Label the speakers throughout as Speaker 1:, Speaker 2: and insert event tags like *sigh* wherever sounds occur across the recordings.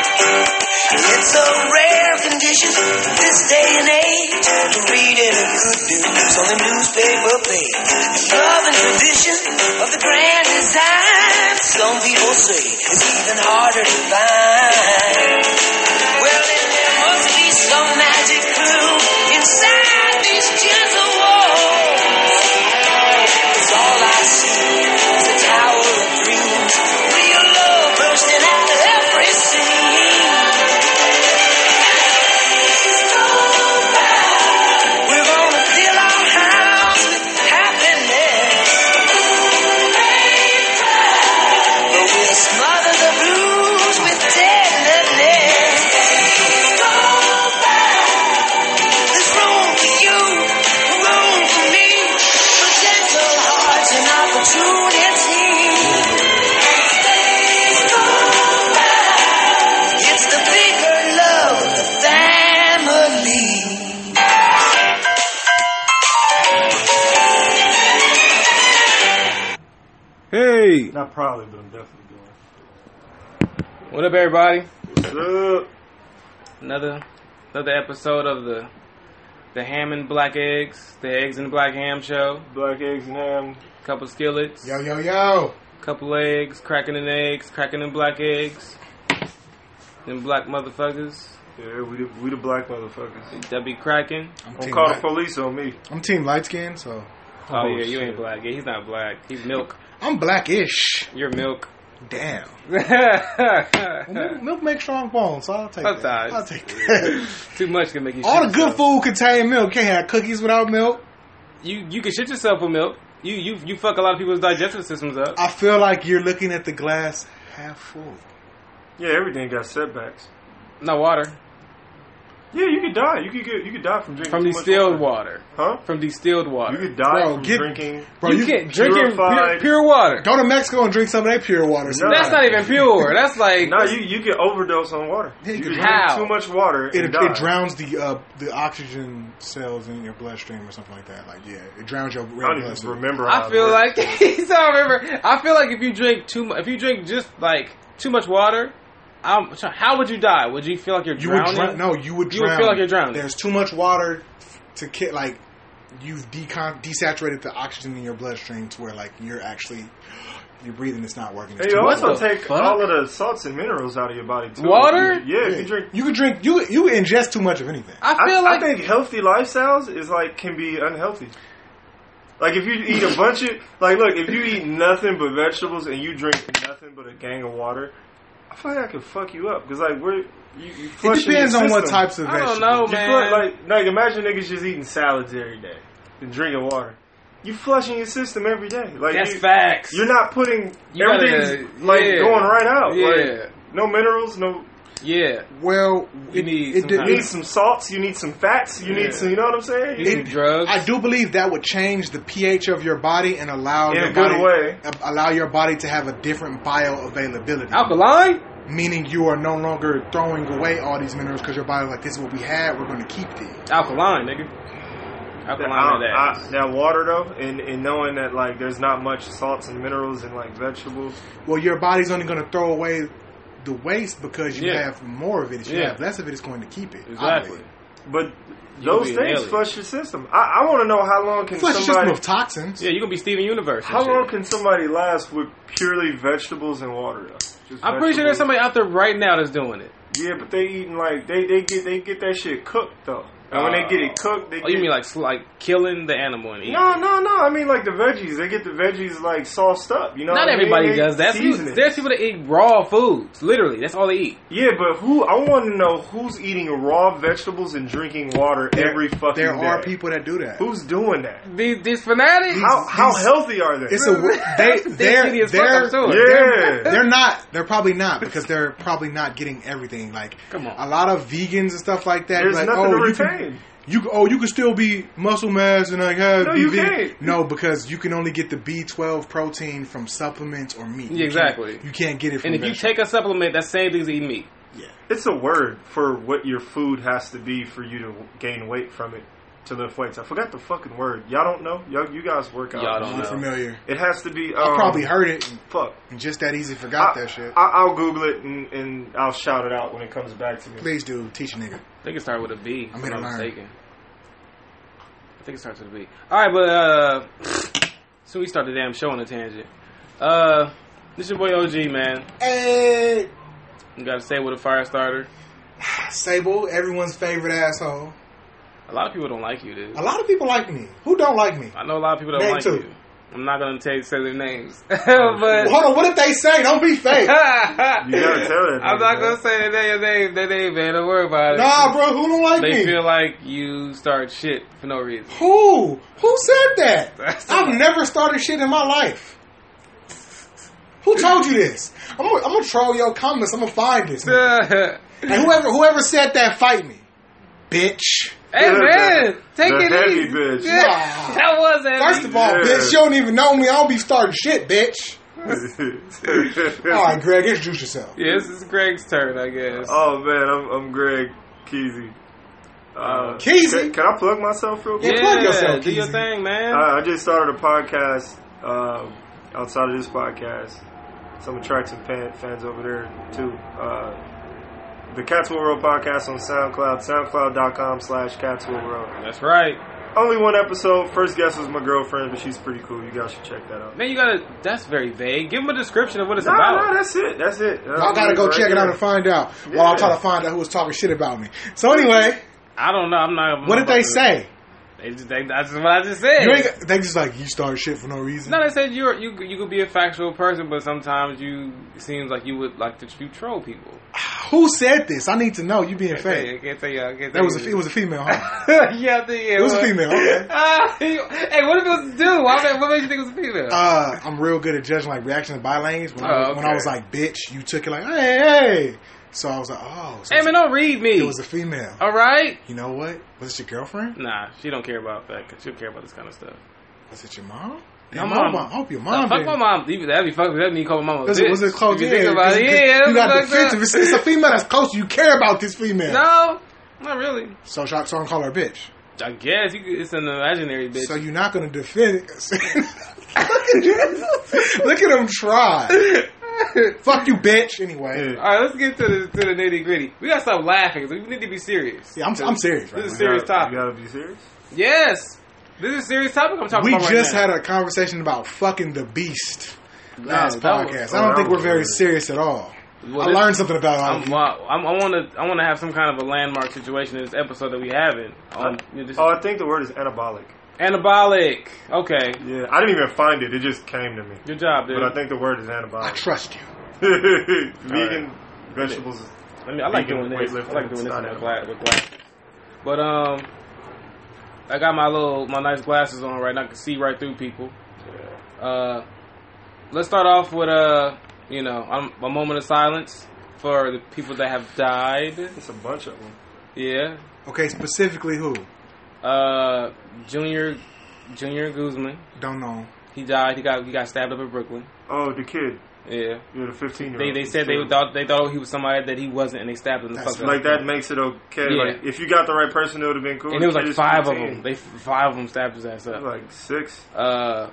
Speaker 1: It's a rare condition this day and age to read any good news on the newspaper page. And love and tradition of the grand design. Some people say it's even harder to find. Well, then there must be some magic clue inside these gentle walls. It's all I see is a tower of dreams, real love bursting out of every scene. We're gonna fill our house with happiness. But we'll smother the blues with tenderness. There's room for you, room for me, potential hearts and opportunity. It's the bigger love of the family.
Speaker 2: Hey,
Speaker 3: Not probably, but I'm definitely going.
Speaker 2: what up, everybody?
Speaker 3: What's up?
Speaker 2: Another another episode of the the ham and black eggs, the eggs and black ham show.
Speaker 3: Black eggs and ham.
Speaker 2: Couple skillets,
Speaker 4: Yo, yo, yo.
Speaker 2: couple eggs, cracking and eggs, cracking and black eggs. Them black motherfuckers,
Speaker 3: Yeah, we the, we the black motherfuckers.
Speaker 2: that be cracking.
Speaker 4: I'm
Speaker 3: Don't
Speaker 4: team,
Speaker 3: call the
Speaker 4: light,
Speaker 3: police on me.
Speaker 4: I'm team light skin, so
Speaker 2: Oh, yeah, you
Speaker 3: shit.
Speaker 2: ain't black. Yeah, he's not black. He's milk.
Speaker 4: I'm blackish.
Speaker 2: You're
Speaker 4: *laughs*
Speaker 2: milk.
Speaker 4: Damn.
Speaker 2: Too
Speaker 4: Milk, milk makes strong bones, so I'll take
Speaker 2: Sometimes.
Speaker 4: that. I'll take
Speaker 2: *laughs*
Speaker 4: that.
Speaker 2: much can make you.
Speaker 4: All
Speaker 2: shit
Speaker 4: the good
Speaker 2: yourself.
Speaker 4: food contain milk. Can't have cookies without milk.
Speaker 2: You you can shit yourself with milk. You you you fuck a lot of people's digestive systems up.
Speaker 4: I feel like you're looking at the glass half full.
Speaker 3: Yeah, everything got setbacks.
Speaker 2: No water
Speaker 3: Yeah, you could die. You could get you could die from drinking
Speaker 2: from
Speaker 3: too much
Speaker 2: distilled water.
Speaker 3: Huh?
Speaker 2: From distilled
Speaker 3: You
Speaker 2: water.
Speaker 3: could die
Speaker 4: Bro,
Speaker 3: from
Speaker 4: get-
Speaker 3: drinking.
Speaker 4: Bro,
Speaker 2: you, can't drink it pure,
Speaker 3: purified-
Speaker 2: pure water.
Speaker 4: go to Mexico and drink some of that pure water.
Speaker 3: No.
Speaker 2: That's not even pure. That's like
Speaker 3: No, you you can overdose on water.
Speaker 4: Yeah,
Speaker 3: You,
Speaker 4: you
Speaker 3: can
Speaker 4: could-
Speaker 3: drink
Speaker 2: How?
Speaker 3: too much water
Speaker 4: It,
Speaker 3: and die.
Speaker 4: it drowns the uh, the oxygen cells in your bloodstream or something like that. Like yeah, it drowns your
Speaker 3: I don't
Speaker 4: red blood
Speaker 3: even
Speaker 4: cells.
Speaker 3: remember. how
Speaker 2: I
Speaker 3: it
Speaker 2: feel
Speaker 3: works.
Speaker 2: like *laughs* so I remember. I feel like if you drink too much, if you drink just like too much water, I'm, so how would you die? Would you feel like you're
Speaker 4: You would
Speaker 2: drowning?
Speaker 4: drown. No, you would
Speaker 2: You
Speaker 4: drown.
Speaker 2: would feel like you're drowning.
Speaker 4: There's too much water to ki Like you've decon- desaturated the oxygen in your bloodstream to where like you're actually your breathing is not working. It's
Speaker 3: And you
Speaker 4: too
Speaker 2: What
Speaker 3: also
Speaker 2: the
Speaker 3: take
Speaker 2: fuck?
Speaker 3: all of the salts and minerals out of your body too.
Speaker 2: Water?
Speaker 3: Yeah, if
Speaker 4: much.
Speaker 3: you drink.
Speaker 4: You could drink. You you ingest too much of anything.
Speaker 2: I
Speaker 3: I,
Speaker 2: feel
Speaker 3: I
Speaker 2: like
Speaker 3: think healthy lifestyles is like can be unhealthy. Like if you eat a bunch of like look if you eat nothing but vegetables and you drink nothing but a gang of water, I feel like I could fuck you up because like we're you, you
Speaker 4: It
Speaker 3: flushing
Speaker 4: depends
Speaker 3: your
Speaker 4: on what
Speaker 3: system.
Speaker 4: types of
Speaker 2: I
Speaker 4: vegetables.
Speaker 2: don't know,
Speaker 3: You
Speaker 2: man.
Speaker 3: feel like like imagine niggas just eating salads every day and drinking water. You flushing your system every day. Like
Speaker 2: That's
Speaker 3: you,
Speaker 2: facts.
Speaker 3: You're not putting
Speaker 2: You gotta-
Speaker 3: everything's like
Speaker 2: yeah.
Speaker 3: going right out.
Speaker 2: Yeah.
Speaker 3: Like no minerals, no
Speaker 2: yeah.
Speaker 4: Well,
Speaker 2: You
Speaker 4: it,
Speaker 2: need
Speaker 4: it,
Speaker 2: some
Speaker 4: de-
Speaker 2: kind
Speaker 3: you need
Speaker 2: It's-
Speaker 3: some salts, you need some fats, you
Speaker 2: Yeah.
Speaker 3: need some you know what I'm saying?
Speaker 2: You
Speaker 3: You
Speaker 2: need
Speaker 3: need-
Speaker 4: it-
Speaker 2: drugs.
Speaker 4: I do believe that would change the pH of your body and allow
Speaker 3: In
Speaker 4: your
Speaker 3: a good
Speaker 4: body,
Speaker 3: way.
Speaker 4: a- allow your body to have a different bioavailability.
Speaker 2: Alkaline?
Speaker 4: meaning you are no longer throwing away all these minerals because your body like this is what we had we're going to keep these
Speaker 2: Alkaline, nigga.
Speaker 3: That,
Speaker 2: Alkaline that.
Speaker 3: I, I, that water though, and, and knowing that like there's not much salts and minerals and like vegetables.
Speaker 4: well your body's only going to throw away the waste because you
Speaker 2: Yeah.
Speaker 4: have more of it if you
Speaker 2: Yeah.
Speaker 4: have less of it it's going to keep it
Speaker 2: exactly.
Speaker 3: But
Speaker 2: You'll
Speaker 3: those
Speaker 2: be an
Speaker 3: things
Speaker 2: alien.
Speaker 3: flush your system. I, I want to know how long can
Speaker 4: plus just
Speaker 3: somebody
Speaker 4: of toxins
Speaker 2: Yeah, you gonna be Steven Universe. and
Speaker 3: how
Speaker 2: shit.
Speaker 3: long can somebody last with purely vegetables and water? Though? Just
Speaker 2: I'm pretty sure there's
Speaker 3: vegetables.
Speaker 2: somebody out there right now that's doing it.
Speaker 3: Yeah, but they eating like they they get they get that shit cooked though, and when they get it cooked, they
Speaker 2: Oh,
Speaker 3: get,
Speaker 2: you mean like sl- like killing the animal and eating?
Speaker 3: no no no. I mean like the veggies, they get the veggies like sauced up. You know,
Speaker 2: Not
Speaker 3: what I mean?
Speaker 2: everybody
Speaker 3: They
Speaker 2: does that. That's
Speaker 3: season
Speaker 2: people-
Speaker 3: it.
Speaker 2: There's people that eat raw foods. Literally, that's all they eat.
Speaker 3: Yeah, but who? I want to know who's eating raw vegetables and drinking water
Speaker 4: There-
Speaker 3: every fucking
Speaker 4: there
Speaker 3: day.
Speaker 4: are people that do that
Speaker 3: Who's doing that?
Speaker 2: These these fanatics.
Speaker 3: How how healthy are they?
Speaker 4: it's a
Speaker 2: That's
Speaker 4: they
Speaker 2: shitty
Speaker 4: they're
Speaker 2: as fuck, I'm
Speaker 4: they're,
Speaker 2: sure.
Speaker 3: yeah.
Speaker 4: they're not they're probably not because they're probably not getting everything like
Speaker 2: Come on.
Speaker 4: a lot of vegans and stuff like that
Speaker 3: There's
Speaker 4: like,
Speaker 3: nothing
Speaker 4: oh,
Speaker 3: to
Speaker 4: you can-
Speaker 3: retain.
Speaker 4: You c- oh you can still be muscle mass and like have
Speaker 3: No,
Speaker 4: be
Speaker 3: you
Speaker 4: vegan.
Speaker 3: can't.
Speaker 4: no because you can only get the B twelve protein from supplements or meat.
Speaker 2: Yeah,
Speaker 4: You can't-
Speaker 2: exactly.
Speaker 4: you can't get it from
Speaker 2: And if you
Speaker 4: vegetables.
Speaker 2: take a supplement, that same thing as eating meat.
Speaker 3: It's a word for what your food has to be for you to gain weight from it. to lift weights. I forgot the fucking word. Y'all don't know. Y'all, you guys work out.
Speaker 2: Y'all don't
Speaker 4: I'm
Speaker 2: know.
Speaker 4: familiar.
Speaker 3: It has to be. Um,
Speaker 4: I probably heard it
Speaker 3: fuck.
Speaker 4: and just that easy forgot
Speaker 3: I,
Speaker 4: that shit.
Speaker 3: I, I'll Google it and, and I'll shout it out when it comes back to me.
Speaker 4: Please do teach a nigga.
Speaker 2: I think it started with a B.
Speaker 4: I'm
Speaker 2: if
Speaker 4: gonna
Speaker 2: I'm
Speaker 4: learn.
Speaker 2: mistaken. I think it starts with a B. All right, but uh, so we start the damn show on a tangent. Uh, this your boy OG man.
Speaker 4: Hey,
Speaker 2: You gotta say it with a fire starter.
Speaker 4: Sable, everyone's favorite asshole.
Speaker 2: A lot of people don't like you, dude.
Speaker 4: A lot of people like me. Who don't like me?
Speaker 2: I know a lot of people don't
Speaker 4: Name
Speaker 2: like
Speaker 4: two.
Speaker 2: you. I'm not gonna tell you say their names, *laughs* but
Speaker 4: Well, hold on. What if they say? Don't be fake.
Speaker 2: I'm
Speaker 3: You
Speaker 2: *laughs*
Speaker 3: gotta tell that.
Speaker 2: not
Speaker 3: nigga, man.
Speaker 2: gonna say their name. Their name, man. Don't worry about it.
Speaker 4: nah, bro. Who don't like
Speaker 2: They
Speaker 4: me?
Speaker 2: feel like you start shit for no reason. *laughs*
Speaker 4: Who? Who said that?
Speaker 2: That's-
Speaker 4: I've never started shit in my life. Who told you this? I'm gonna, I'm gonna troll your comments. I'm gonna find this. And whoever whoever said that, fight me, bitch.
Speaker 2: Hey
Speaker 3: Yeah,
Speaker 2: man,
Speaker 3: the-
Speaker 2: take
Speaker 3: the
Speaker 2: it
Speaker 3: heavy
Speaker 2: easy.
Speaker 3: bitch.
Speaker 2: Yeah,
Speaker 4: Nah.
Speaker 2: that was heavy.
Speaker 4: First of all,
Speaker 3: Yeah.
Speaker 4: bitch, you don't even know me. I don't be starting shit, bitch.
Speaker 3: *laughs*
Speaker 4: All right, Greg, introduce yourself.
Speaker 2: yeah, this is Greg's turn, I guess.
Speaker 3: Oh man, I'm, I'm Greg Keezy. Uh,
Speaker 4: Keezy?
Speaker 3: Can, can I plug myself real
Speaker 2: yeah,
Speaker 3: quick? Uh,
Speaker 4: plug yourself,
Speaker 2: do your
Speaker 4: Keezy.
Speaker 2: thing, man.
Speaker 3: I, I just started a podcast um, outside of this podcast. So I'm gonna attract some fan, fans over there too. Uh, the Catswool World podcast on SoundCloud, soundcloud.com slash Catswool World.
Speaker 2: That's right.
Speaker 3: Only one episode. First guest was my girlfriend, but she's pretty cool. You guys should check that out.
Speaker 2: Man, you gotta. That's very vague. Give him a description of what it's
Speaker 3: No,
Speaker 2: about.
Speaker 3: no, that's it. That's it.
Speaker 4: Y'all gotta go check it out and find out. While I'm trying to find out who was talking shit about me. So anyway,
Speaker 2: I don't know. I'm not. I'm
Speaker 4: what
Speaker 2: not
Speaker 4: did they
Speaker 2: about to-
Speaker 4: say?
Speaker 2: They just, they, that's what I just said.
Speaker 4: You ain't, they just like you started shit for no reason.
Speaker 2: no, they said you're you you could be a factual person, but sometimes you it seems like you would like to you troll people.
Speaker 4: Who said this? I need to know. You being
Speaker 2: I can't tell you,
Speaker 4: fake.
Speaker 2: I can't tell you. I can't
Speaker 4: That
Speaker 2: tell
Speaker 4: was
Speaker 2: you.
Speaker 4: a, it was a female. Huh?
Speaker 2: *laughs* yeah, I think yeah,
Speaker 4: It was a female, okay.
Speaker 2: *laughs* Ah, hey, what if it was a dude? Why, made- what made you think it was a female?
Speaker 4: Uh, I'm real good at judging like reactions and body language. When, I,
Speaker 2: Oh,
Speaker 4: when I was
Speaker 2: okay.
Speaker 4: like, "Bitch," you took it like, "Hey, hey." So I was like, "Oh, so
Speaker 2: hey, man, don't read me.
Speaker 4: it was a female."
Speaker 2: All right.
Speaker 4: You know what? Was it your girlfriend?
Speaker 2: Nah, she don't care about that. Cause she don't care about this kind of stuff.
Speaker 4: Was it your mom?
Speaker 2: Your
Speaker 4: Damn, I
Speaker 2: mom.
Speaker 4: hope- I hope your
Speaker 2: Nah,
Speaker 4: mom.
Speaker 2: fuck
Speaker 4: didn't.
Speaker 2: my mom. Even That'd be fucked. That'd mean call my mom a
Speaker 4: Was
Speaker 2: bitch.
Speaker 4: it, was it close?
Speaker 2: If you
Speaker 4: yeah,
Speaker 2: think about it,
Speaker 4: you,
Speaker 2: yeah,
Speaker 4: you
Speaker 2: that's
Speaker 4: got
Speaker 2: fucked up.
Speaker 4: defensive. It's, it's a female that's close. You care about this female.
Speaker 2: No, not really.
Speaker 4: So, should I- so I'm gonna call her a bitch.
Speaker 2: I guess you could, it's an imaginary bitch.
Speaker 4: So you're not gonna defend. *laughs* Look at him try.
Speaker 2: *laughs*
Speaker 4: Fuck you, bitch. Anyway,
Speaker 2: All right, let's get to the to the nitty gritty. We gotta stop laughing. 'cause We need to be serious.
Speaker 4: yeah, I'm, I'm serious.
Speaker 2: This
Speaker 4: Right
Speaker 2: is
Speaker 4: now.
Speaker 2: serious topic.
Speaker 3: You gotta be serious.
Speaker 2: Yes, this is a serious topic. I'm talking
Speaker 4: We
Speaker 2: about right
Speaker 4: just
Speaker 2: now.
Speaker 4: had a conversation about fucking the beast last
Speaker 2: that was-
Speaker 4: podcast. I don't
Speaker 3: that
Speaker 4: think
Speaker 3: was
Speaker 4: we're very
Speaker 3: weird.
Speaker 4: serious at all.
Speaker 2: Well,
Speaker 4: I
Speaker 2: this-
Speaker 4: learned something about all of
Speaker 2: I'm,
Speaker 4: you.
Speaker 2: well, I'm, I want to. I want to have some kind of a landmark situation in this episode that we haven't.
Speaker 4: Uh,
Speaker 2: Um, you know, this is
Speaker 3: Oh, I think the word is anabolic.
Speaker 2: anabolic. Okay,
Speaker 3: Yeah, I didn't even find it. It just came to me.
Speaker 2: good job, dude.
Speaker 3: But I think the word is
Speaker 4: I
Speaker 2: *laughs*
Speaker 3: anabolic.
Speaker 4: trust you.
Speaker 3: Vegan
Speaker 2: Alright.
Speaker 3: vegetables.
Speaker 2: I mean, I like
Speaker 3: Vegan
Speaker 2: doing this. I like
Speaker 3: weightlifting,
Speaker 2: doing
Speaker 3: it's
Speaker 2: this
Speaker 3: not
Speaker 2: with glass. With glass. But um, I got my little my nice glasses on right now. I can see right through people. Uh, let's start off with uh, you know, um, a moment of silence for the people that have died.
Speaker 3: It's a bunch of them.
Speaker 2: Yeah.
Speaker 4: Okay, specifically who?
Speaker 2: Uh, Junior Junior Guzman.
Speaker 4: Don't know.
Speaker 2: He died. He got he got stabbed up in Brooklyn.
Speaker 3: Oh, the kid.
Speaker 2: Yeah.
Speaker 3: You're the 15 year
Speaker 2: They
Speaker 3: old.
Speaker 2: they said they thought they thought he was somebody that he wasn't, and they stabbed him. in The
Speaker 4: That's
Speaker 2: fuck
Speaker 3: Like that makes it okay.
Speaker 2: Yeah.
Speaker 3: Like if you got the right person, it would have been cool.
Speaker 2: And it was
Speaker 3: The
Speaker 2: like
Speaker 3: kid is
Speaker 2: five of
Speaker 3: 15.
Speaker 2: them. They five of them stabbed his ass
Speaker 3: It
Speaker 2: up.
Speaker 3: was like six.
Speaker 2: Uh,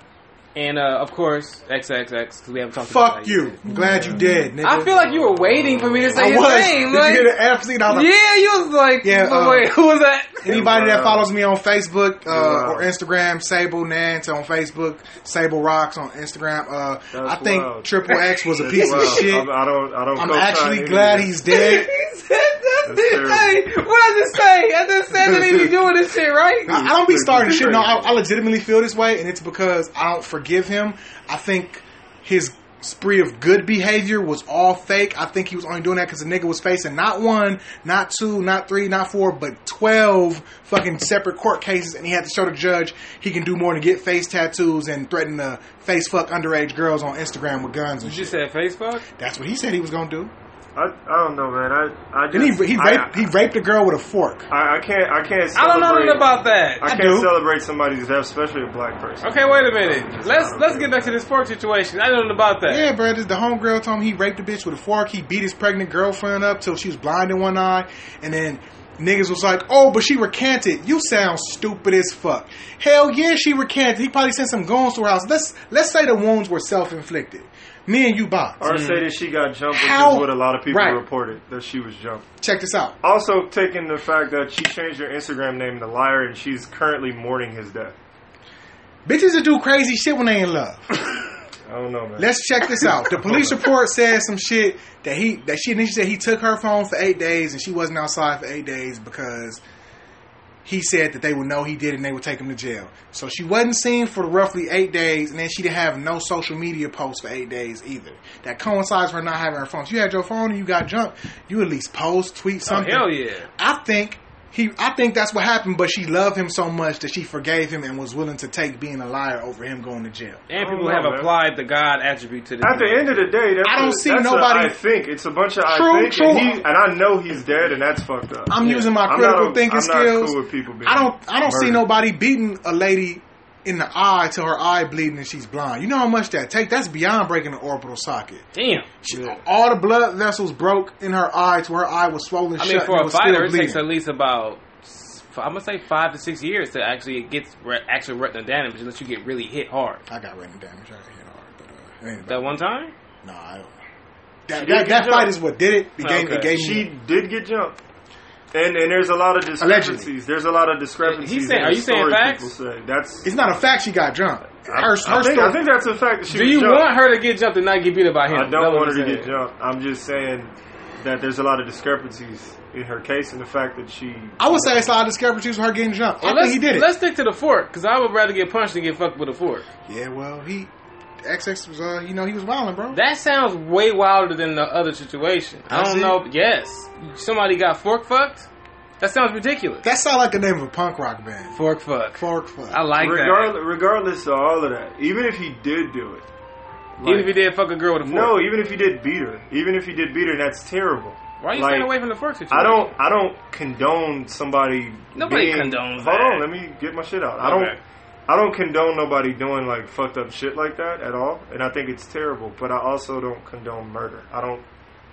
Speaker 2: and uh, of course XXX because we haven't talked. about
Speaker 4: Fuck
Speaker 2: that
Speaker 4: you.
Speaker 2: yet.
Speaker 4: I'm glad you did, nigga.
Speaker 2: I feel like you were waiting for me to say
Speaker 4: I
Speaker 2: his
Speaker 4: was.
Speaker 2: name.
Speaker 4: Did
Speaker 2: Like,
Speaker 4: you hear the F scene? I was like,
Speaker 2: yeah, you was like,
Speaker 4: Yeah,
Speaker 2: but
Speaker 4: um,
Speaker 2: wait, who was that? *laughs*
Speaker 4: Anybody that
Speaker 3: Wow.
Speaker 4: follows me on Facebook uh,
Speaker 3: Wow.
Speaker 4: or Instagram, Sable Nance on Facebook, Sable Rocks on Instagram. Uh, I
Speaker 3: That's
Speaker 4: think
Speaker 3: wild.
Speaker 4: Triple X was a
Speaker 3: That's
Speaker 4: piece of
Speaker 3: wild.
Speaker 4: shit.
Speaker 3: I'm- I don't. I don't.
Speaker 4: I'm
Speaker 3: co-sign
Speaker 4: actually
Speaker 3: any
Speaker 4: glad
Speaker 3: of
Speaker 4: he's
Speaker 2: he
Speaker 4: dead.
Speaker 2: said that.
Speaker 3: That's terrible.
Speaker 2: Hey, what I just say? I just said that
Speaker 4: *laughs*
Speaker 2: he be doing this shit, right?
Speaker 4: I, I don't be starting shit. No, I, I legitimately feel this way, and it's because I don't forgive him. I think his spree of good behavior was all fake. I think he was only doing that because the nigga was facing not one, not two, not three, not four, but twelve fucking separate court cases, and he had to show the judge he can do more than get face tattoos and threaten to face fuck underage girls on Instagram with guns and
Speaker 2: You
Speaker 4: shit.
Speaker 2: said Facebook.
Speaker 4: That's what he said he was gonna do.
Speaker 3: I, I don't know, man. I. I
Speaker 4: And
Speaker 3: just.
Speaker 4: he he
Speaker 3: I-
Speaker 4: raped he raped a girl with a fork.
Speaker 3: I, I can't. I can't. Celebrate,
Speaker 2: I don't know nothing about that.
Speaker 3: I
Speaker 4: I
Speaker 3: can't
Speaker 4: do.
Speaker 3: celebrate somebody's death, especially a black person.
Speaker 2: Okay, wait a minute. Let's let's get back to this fork situation. I don't know about that.
Speaker 4: Yeah, bro. This, the homegirl told him he raped a bitch with a fork. He beat his pregnant girlfriend up till she was blind in one eye, and then Niggas was like, oh, but she recanted. You sound stupid as fuck. Hell yeah, she recanted. He probably sent some goons to her house. Let's let's say the wounds were self inflicted. Me and you box.
Speaker 3: Or say that she got jumped, which
Speaker 4: Mm. How-
Speaker 3: is what a lot of people
Speaker 4: Right.
Speaker 3: reported that she was jumped.
Speaker 4: Check this out.
Speaker 3: Also, taking the fact that she changed her Instagram name to Liar, and she's currently mourning his death.
Speaker 4: Bitches that do crazy shit when they in love.
Speaker 3: I don't know, man.
Speaker 4: Let's check this out. The police report said some shit that he that she initially said he took her phone for eight days and she wasn't outside for eight days because he said that they would know he did it and they would take him to jail. So she wasn't seen for roughly eight days and then she didn't have no social media posts for eight days either. That coincides with her not having her phone. If you had your phone and you got jumped, you at least post, tweet
Speaker 2: Oh,
Speaker 4: something.
Speaker 2: hell yeah.
Speaker 4: I think he I think that's what happened, but she loved him so much that she forgave him and was willing to take being a liar over him going to jail.
Speaker 2: And
Speaker 3: I
Speaker 2: people
Speaker 3: don't know,
Speaker 2: have
Speaker 3: man.
Speaker 2: applied the God attribute to this.
Speaker 3: At the end of the day, that's
Speaker 4: I don't
Speaker 3: a-
Speaker 4: see
Speaker 3: that's a
Speaker 4: nobody-
Speaker 3: I think it's a bunch of
Speaker 4: True,
Speaker 3: I think,
Speaker 4: true.
Speaker 3: And, he, and I know he's dead, and that's fucked up.
Speaker 4: I'm
Speaker 2: Yeah.
Speaker 4: using my
Speaker 3: I'm
Speaker 4: critical
Speaker 3: not a-
Speaker 4: thinking
Speaker 3: I'm not
Speaker 4: skills.
Speaker 3: cool with people being
Speaker 4: I don't I don't see
Speaker 3: murdered.
Speaker 4: nobody beating a lady in the eye till her eye bleeding and she's blind. You know how much that take? That's beyond breaking the orbital socket.
Speaker 2: Damn.
Speaker 4: She, All the blood vessels broke in her eye to her eye was swollen
Speaker 2: I
Speaker 4: shut
Speaker 2: mean, for
Speaker 4: and it
Speaker 2: a
Speaker 4: was
Speaker 2: fighter,
Speaker 4: still
Speaker 2: it takes
Speaker 4: bleeding.
Speaker 2: at least about I'm gonna say five to six years to actually get re- actual retina damage unless you get really hit hard.
Speaker 4: I got random damage. I got hit hard, but uh, it ain't
Speaker 2: That
Speaker 4: about,
Speaker 2: one time,
Speaker 4: nah, I don't. That,
Speaker 3: She did
Speaker 4: that, that
Speaker 3: get
Speaker 4: fight
Speaker 3: jumped.
Speaker 4: is what did it. It gave, it
Speaker 2: Oh, Okay.
Speaker 4: gave
Speaker 3: She
Speaker 4: me.
Speaker 3: did get jumped. And and there's a lot of discrepancies.
Speaker 4: Allegedly.
Speaker 3: There's a lot of discrepancies.
Speaker 2: He's saying-
Speaker 3: in
Speaker 2: are
Speaker 3: the
Speaker 2: you saying
Speaker 3: story
Speaker 2: facts?
Speaker 3: People say that's.
Speaker 4: It's not a fact she got jumped.
Speaker 3: I,
Speaker 4: Her,
Speaker 3: I
Speaker 4: her
Speaker 3: think,
Speaker 4: story-
Speaker 3: I think that's a fact. That she
Speaker 2: do
Speaker 3: was
Speaker 2: you
Speaker 3: jumped.
Speaker 2: want her to get jumped and not get beat up by him?
Speaker 3: I
Speaker 2: That's
Speaker 3: don't
Speaker 2: what
Speaker 3: want
Speaker 2: I'm
Speaker 3: her to get
Speaker 2: saying.
Speaker 3: jumped. I'm just saying that there's a lot of discrepancies in her case, and the fact that she.
Speaker 4: I would say it's a lot of discrepancies with her getting jumped.
Speaker 2: Well,
Speaker 4: I
Speaker 2: let's,
Speaker 4: think he did it.
Speaker 2: Let's stick to the fork because I would rather get punched than get fucked with a fork.
Speaker 4: Yeah, well, he XX was uh, you know, he was wilding, bro.
Speaker 2: That sounds way wilder than the other situation. I
Speaker 4: Does
Speaker 2: don't
Speaker 4: it?
Speaker 2: know. Yes, somebody got fork fucked. That sounds ridiculous.
Speaker 4: That sound like the name of a punk rock band.
Speaker 2: fork fuck.
Speaker 4: Fork fuck.
Speaker 2: I like
Speaker 3: Regardless, regardless of all of that, even if he did do it,
Speaker 2: that. Even if you did fuck a girl with a fork,
Speaker 3: no, even if he did beat her, even if he did beat her, that's terrible.
Speaker 2: why are you
Speaker 3: Like,
Speaker 2: staying away from the fork situation?
Speaker 3: I don't. I don't condone somebody.
Speaker 2: Nobody
Speaker 3: being-
Speaker 2: condones
Speaker 3: Hold
Speaker 2: that.
Speaker 3: on, let me get my shit out. I don't.
Speaker 2: Okay.
Speaker 3: I don't condone nobody doing like fucked up shit like that at all, and I think it's terrible. But I also don't condone murder. I don't.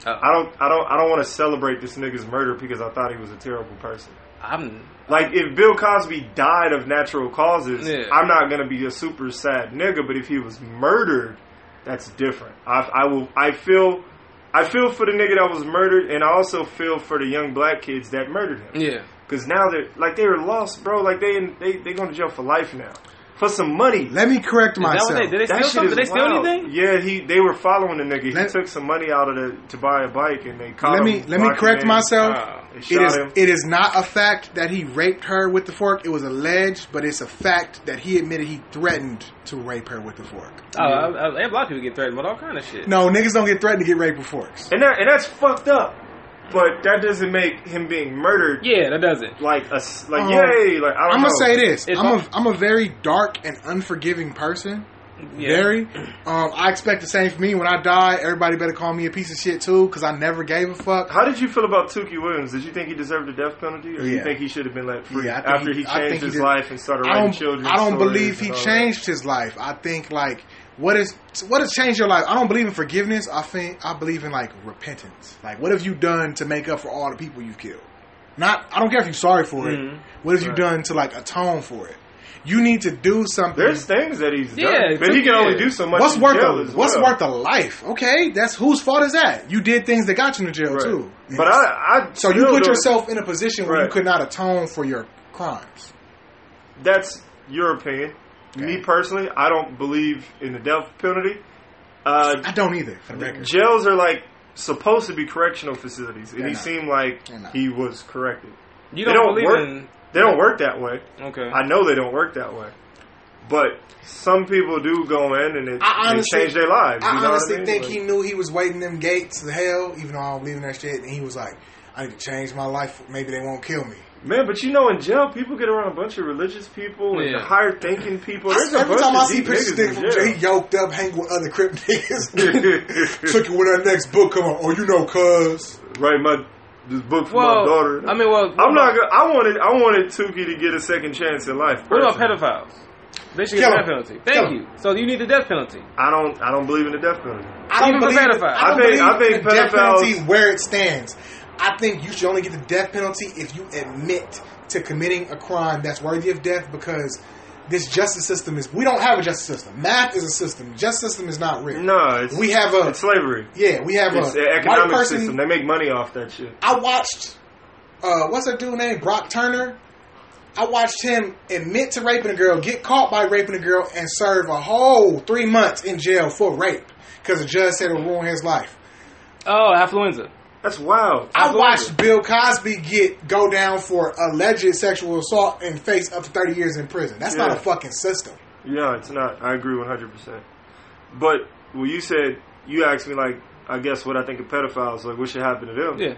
Speaker 2: Oh.
Speaker 3: I don't. I don't. I don't want to celebrate this nigga's murder because I thought he was a terrible person.
Speaker 2: I'm
Speaker 3: Like if Bill Cosby died of natural causes,
Speaker 2: Yeah.
Speaker 3: I'm not gonna be a super sad nigga. But if he was murdered, that's different. I, I will. I feel. I feel for the nigga that was murdered, and I also feel for the young black kids that murdered him.
Speaker 2: yeah.
Speaker 3: Cause now they're like they were lost, bro. Like they in- they they going to jail for life now for some money.
Speaker 4: Let me correct
Speaker 2: Is
Speaker 4: myself.
Speaker 2: that what they, did they steal something? Did they steal
Speaker 3: wild.
Speaker 2: anything?
Speaker 3: Yeah, he they were following the nigga.
Speaker 4: Let-
Speaker 3: he took some money out of the to buy a bike, and they caught
Speaker 4: Let me
Speaker 3: him.
Speaker 4: let me
Speaker 3: locking
Speaker 4: correct
Speaker 3: him.
Speaker 4: myself.
Speaker 2: Wow.
Speaker 3: They
Speaker 4: It
Speaker 3: shot
Speaker 4: is
Speaker 3: him.
Speaker 4: it is not a fact that he raped her with the fork. It was alleged, but it's a fact that he admitted he threatened to rape her with the fork.
Speaker 2: Oh, I, I, a lot of people get threatened with all kind of shit.
Speaker 4: No, niggas don't get threatened to get raped with forks.
Speaker 3: and that and that's fucked up. But that doesn't make him being murdered
Speaker 2: Yeah, that doesn't.
Speaker 3: like a s- like
Speaker 4: Um,
Speaker 3: yay. Like I don't
Speaker 4: I'm
Speaker 3: know.
Speaker 4: gonna say this.
Speaker 2: If
Speaker 4: I'm
Speaker 2: I-
Speaker 4: a I'm a very dark and unforgiving person.
Speaker 2: Yeah.
Speaker 4: Very. Um, I expect the same from me. When I die, everybody better call me a piece of shit too, because I never gave a fuck.
Speaker 3: How did you feel about Tukey Williams? Did you think he deserved the death penalty, or
Speaker 4: Yeah.
Speaker 3: you think he should have been let free
Speaker 4: Yeah, I think
Speaker 3: after
Speaker 4: he-
Speaker 3: he,
Speaker 4: I think
Speaker 3: changed
Speaker 4: he
Speaker 3: his
Speaker 4: did.
Speaker 3: life and started
Speaker 4: I
Speaker 3: writing
Speaker 4: don't,
Speaker 3: children's
Speaker 4: I don't
Speaker 3: stories
Speaker 4: believe he
Speaker 3: and all that?
Speaker 4: changed his life. I think like what is what has changed your life? I don't believe in forgiveness. I think I believe in like repentance. Like what have you done to make up for all the people you've killed? Not I don't care if you're sorry for
Speaker 2: Mhm.
Speaker 4: it. What have you done to like atone for it? You need to do something.
Speaker 3: There's things that he's
Speaker 2: Yeah,
Speaker 3: done, but he
Speaker 2: Tukey-
Speaker 3: can only
Speaker 2: yeah.
Speaker 3: do so much.
Speaker 4: what's
Speaker 3: in
Speaker 4: worth
Speaker 3: jail
Speaker 4: a,
Speaker 3: as
Speaker 4: what's
Speaker 3: well.
Speaker 4: worth a life? Okay, that's whose fault is that? You did things that got you in jail
Speaker 3: Right.
Speaker 4: too.
Speaker 3: But I, I
Speaker 4: so you
Speaker 3: still
Speaker 4: put
Speaker 3: don't-
Speaker 4: yourself in a position where you
Speaker 3: Right.
Speaker 4: could not atone for your crimes.
Speaker 3: That's your opinion. Me personally, I don't believe in the death penalty. Uh,
Speaker 4: I don't either. For the record,
Speaker 3: jails are like supposed to be correctional facilities, and
Speaker 4: They're
Speaker 3: he
Speaker 4: not.
Speaker 3: seemed like
Speaker 4: They're not.
Speaker 3: he was corrected.
Speaker 2: You
Speaker 3: They
Speaker 2: don't,
Speaker 3: don't
Speaker 2: believe
Speaker 3: work.
Speaker 2: in.
Speaker 3: They don't work that way.
Speaker 2: Okay.
Speaker 3: I know they don't work that way. But some people do go in and it,
Speaker 4: I
Speaker 3: they
Speaker 4: honestly-
Speaker 3: change their lives. you know
Speaker 4: I
Speaker 3: what
Speaker 4: honestly
Speaker 3: mean?
Speaker 4: think
Speaker 3: Like,
Speaker 4: he knew he was waiting them gates to hell, even though I don't believe in that shit. And he was like, I need to change my life. Maybe they won't kill me.
Speaker 3: Man, but you know, in jail, people get around a bunch of religious people and
Speaker 2: Yeah.
Speaker 3: higher thinking people. There's a
Speaker 4: Every
Speaker 3: bunch
Speaker 4: time
Speaker 3: of
Speaker 4: I see
Speaker 3: deep
Speaker 4: pictures
Speaker 3: niggas
Speaker 4: of Nick
Speaker 3: in
Speaker 4: from jail,
Speaker 3: jail.
Speaker 4: he yoked up, hanging with other
Speaker 3: *laughs*
Speaker 4: crip niggas. Took it with that next book. Come on. Oh, you know, cuz.
Speaker 3: Write my this book for my
Speaker 2: well,
Speaker 3: daughter.
Speaker 2: I mean, well, what
Speaker 3: I'm not.
Speaker 2: about-
Speaker 3: Gonna, I wanted. I wanted Tuki to get a second chance in life.
Speaker 2: What about
Speaker 3: personally.
Speaker 2: pedophiles? They should get
Speaker 4: Kill
Speaker 2: the death
Speaker 4: 'em.
Speaker 2: penalty.
Speaker 4: Kill
Speaker 2: Thank
Speaker 4: 'em.
Speaker 2: you. So you need the death penalty.
Speaker 3: I don't. I don't believe in the death penalty.
Speaker 4: I don't
Speaker 2: Even for
Speaker 4: believe,
Speaker 2: pedophiles.
Speaker 4: I don't
Speaker 3: I think-
Speaker 4: believe
Speaker 3: I think
Speaker 4: the death
Speaker 3: pedophiles-
Speaker 4: penalty where it stands. I think you should only get the death penalty if you admit to committing a crime that's worthy of death because this justice system is we don't have a justice system. Math is a system. Justice system is not real.
Speaker 3: No, it's,
Speaker 4: We have a
Speaker 3: it's slavery.
Speaker 4: yeah, we have
Speaker 3: It's
Speaker 4: a
Speaker 3: an
Speaker 4: white
Speaker 3: economic
Speaker 4: person.
Speaker 3: system. They make money off that shit.
Speaker 4: I watched uh, what's that dude named Brock Turner. I watched him admit to raping a girl, get caught by raping a girl, and serve a whole three months in jail for rape because the judge said it would ruin his life.
Speaker 2: Oh, affluenza.
Speaker 3: That's wild.
Speaker 4: I watched Bill Cosby get go down for alleged sexual assault and face up to thirty years in prison. That's not
Speaker 3: Yeah.
Speaker 4: a fucking system.
Speaker 3: Yeah, it's not. I agree 100%. But when you said, you asked me, like, I guess what I think of pedophiles, like, what should happen to them?
Speaker 2: Yeah.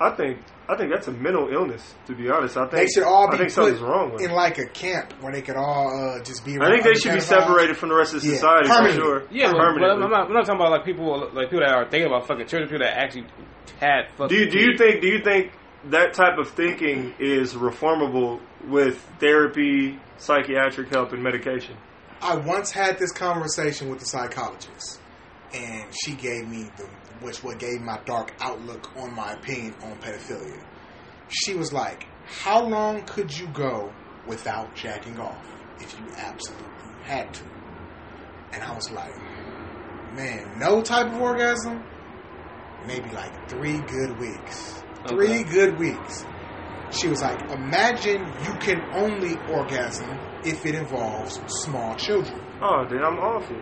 Speaker 3: I think I think that's a mental illness, to be honest. I think,
Speaker 4: They should all
Speaker 3: I
Speaker 4: be
Speaker 3: think
Speaker 4: put
Speaker 3: something's wrong with
Speaker 4: in
Speaker 3: it.
Speaker 4: like a camp where they could all uh, just be.
Speaker 3: I think
Speaker 4: around
Speaker 3: they should be
Speaker 4: pedophiles.
Speaker 3: separated from the rest of
Speaker 4: Yeah.
Speaker 3: society, for
Speaker 4: Permanently.
Speaker 3: sure.
Speaker 2: Yeah, but, but
Speaker 3: Permanently.
Speaker 2: I'm, not, I'm not talking about like people like people that are thinking about fucking children, people that actually had fucking.
Speaker 3: Do you, do you
Speaker 2: kids.
Speaker 3: think do you think that type of thinking is reformable with therapy, psychiatric help, and medication?
Speaker 4: I once had this conversation with a psychologist, and she gave me the which what gave my dark outlook on my opinion on pedophilia. She was like, "How long could you go without jacking off if you absolutely had to?" And I was like, "Man, no type of orgasm, maybe like three good weeks. Three
Speaker 2: Okay.
Speaker 4: good weeks." She was like, "Imagine you can only orgasm if it involves small children."
Speaker 3: Oh, dude, I'm awful.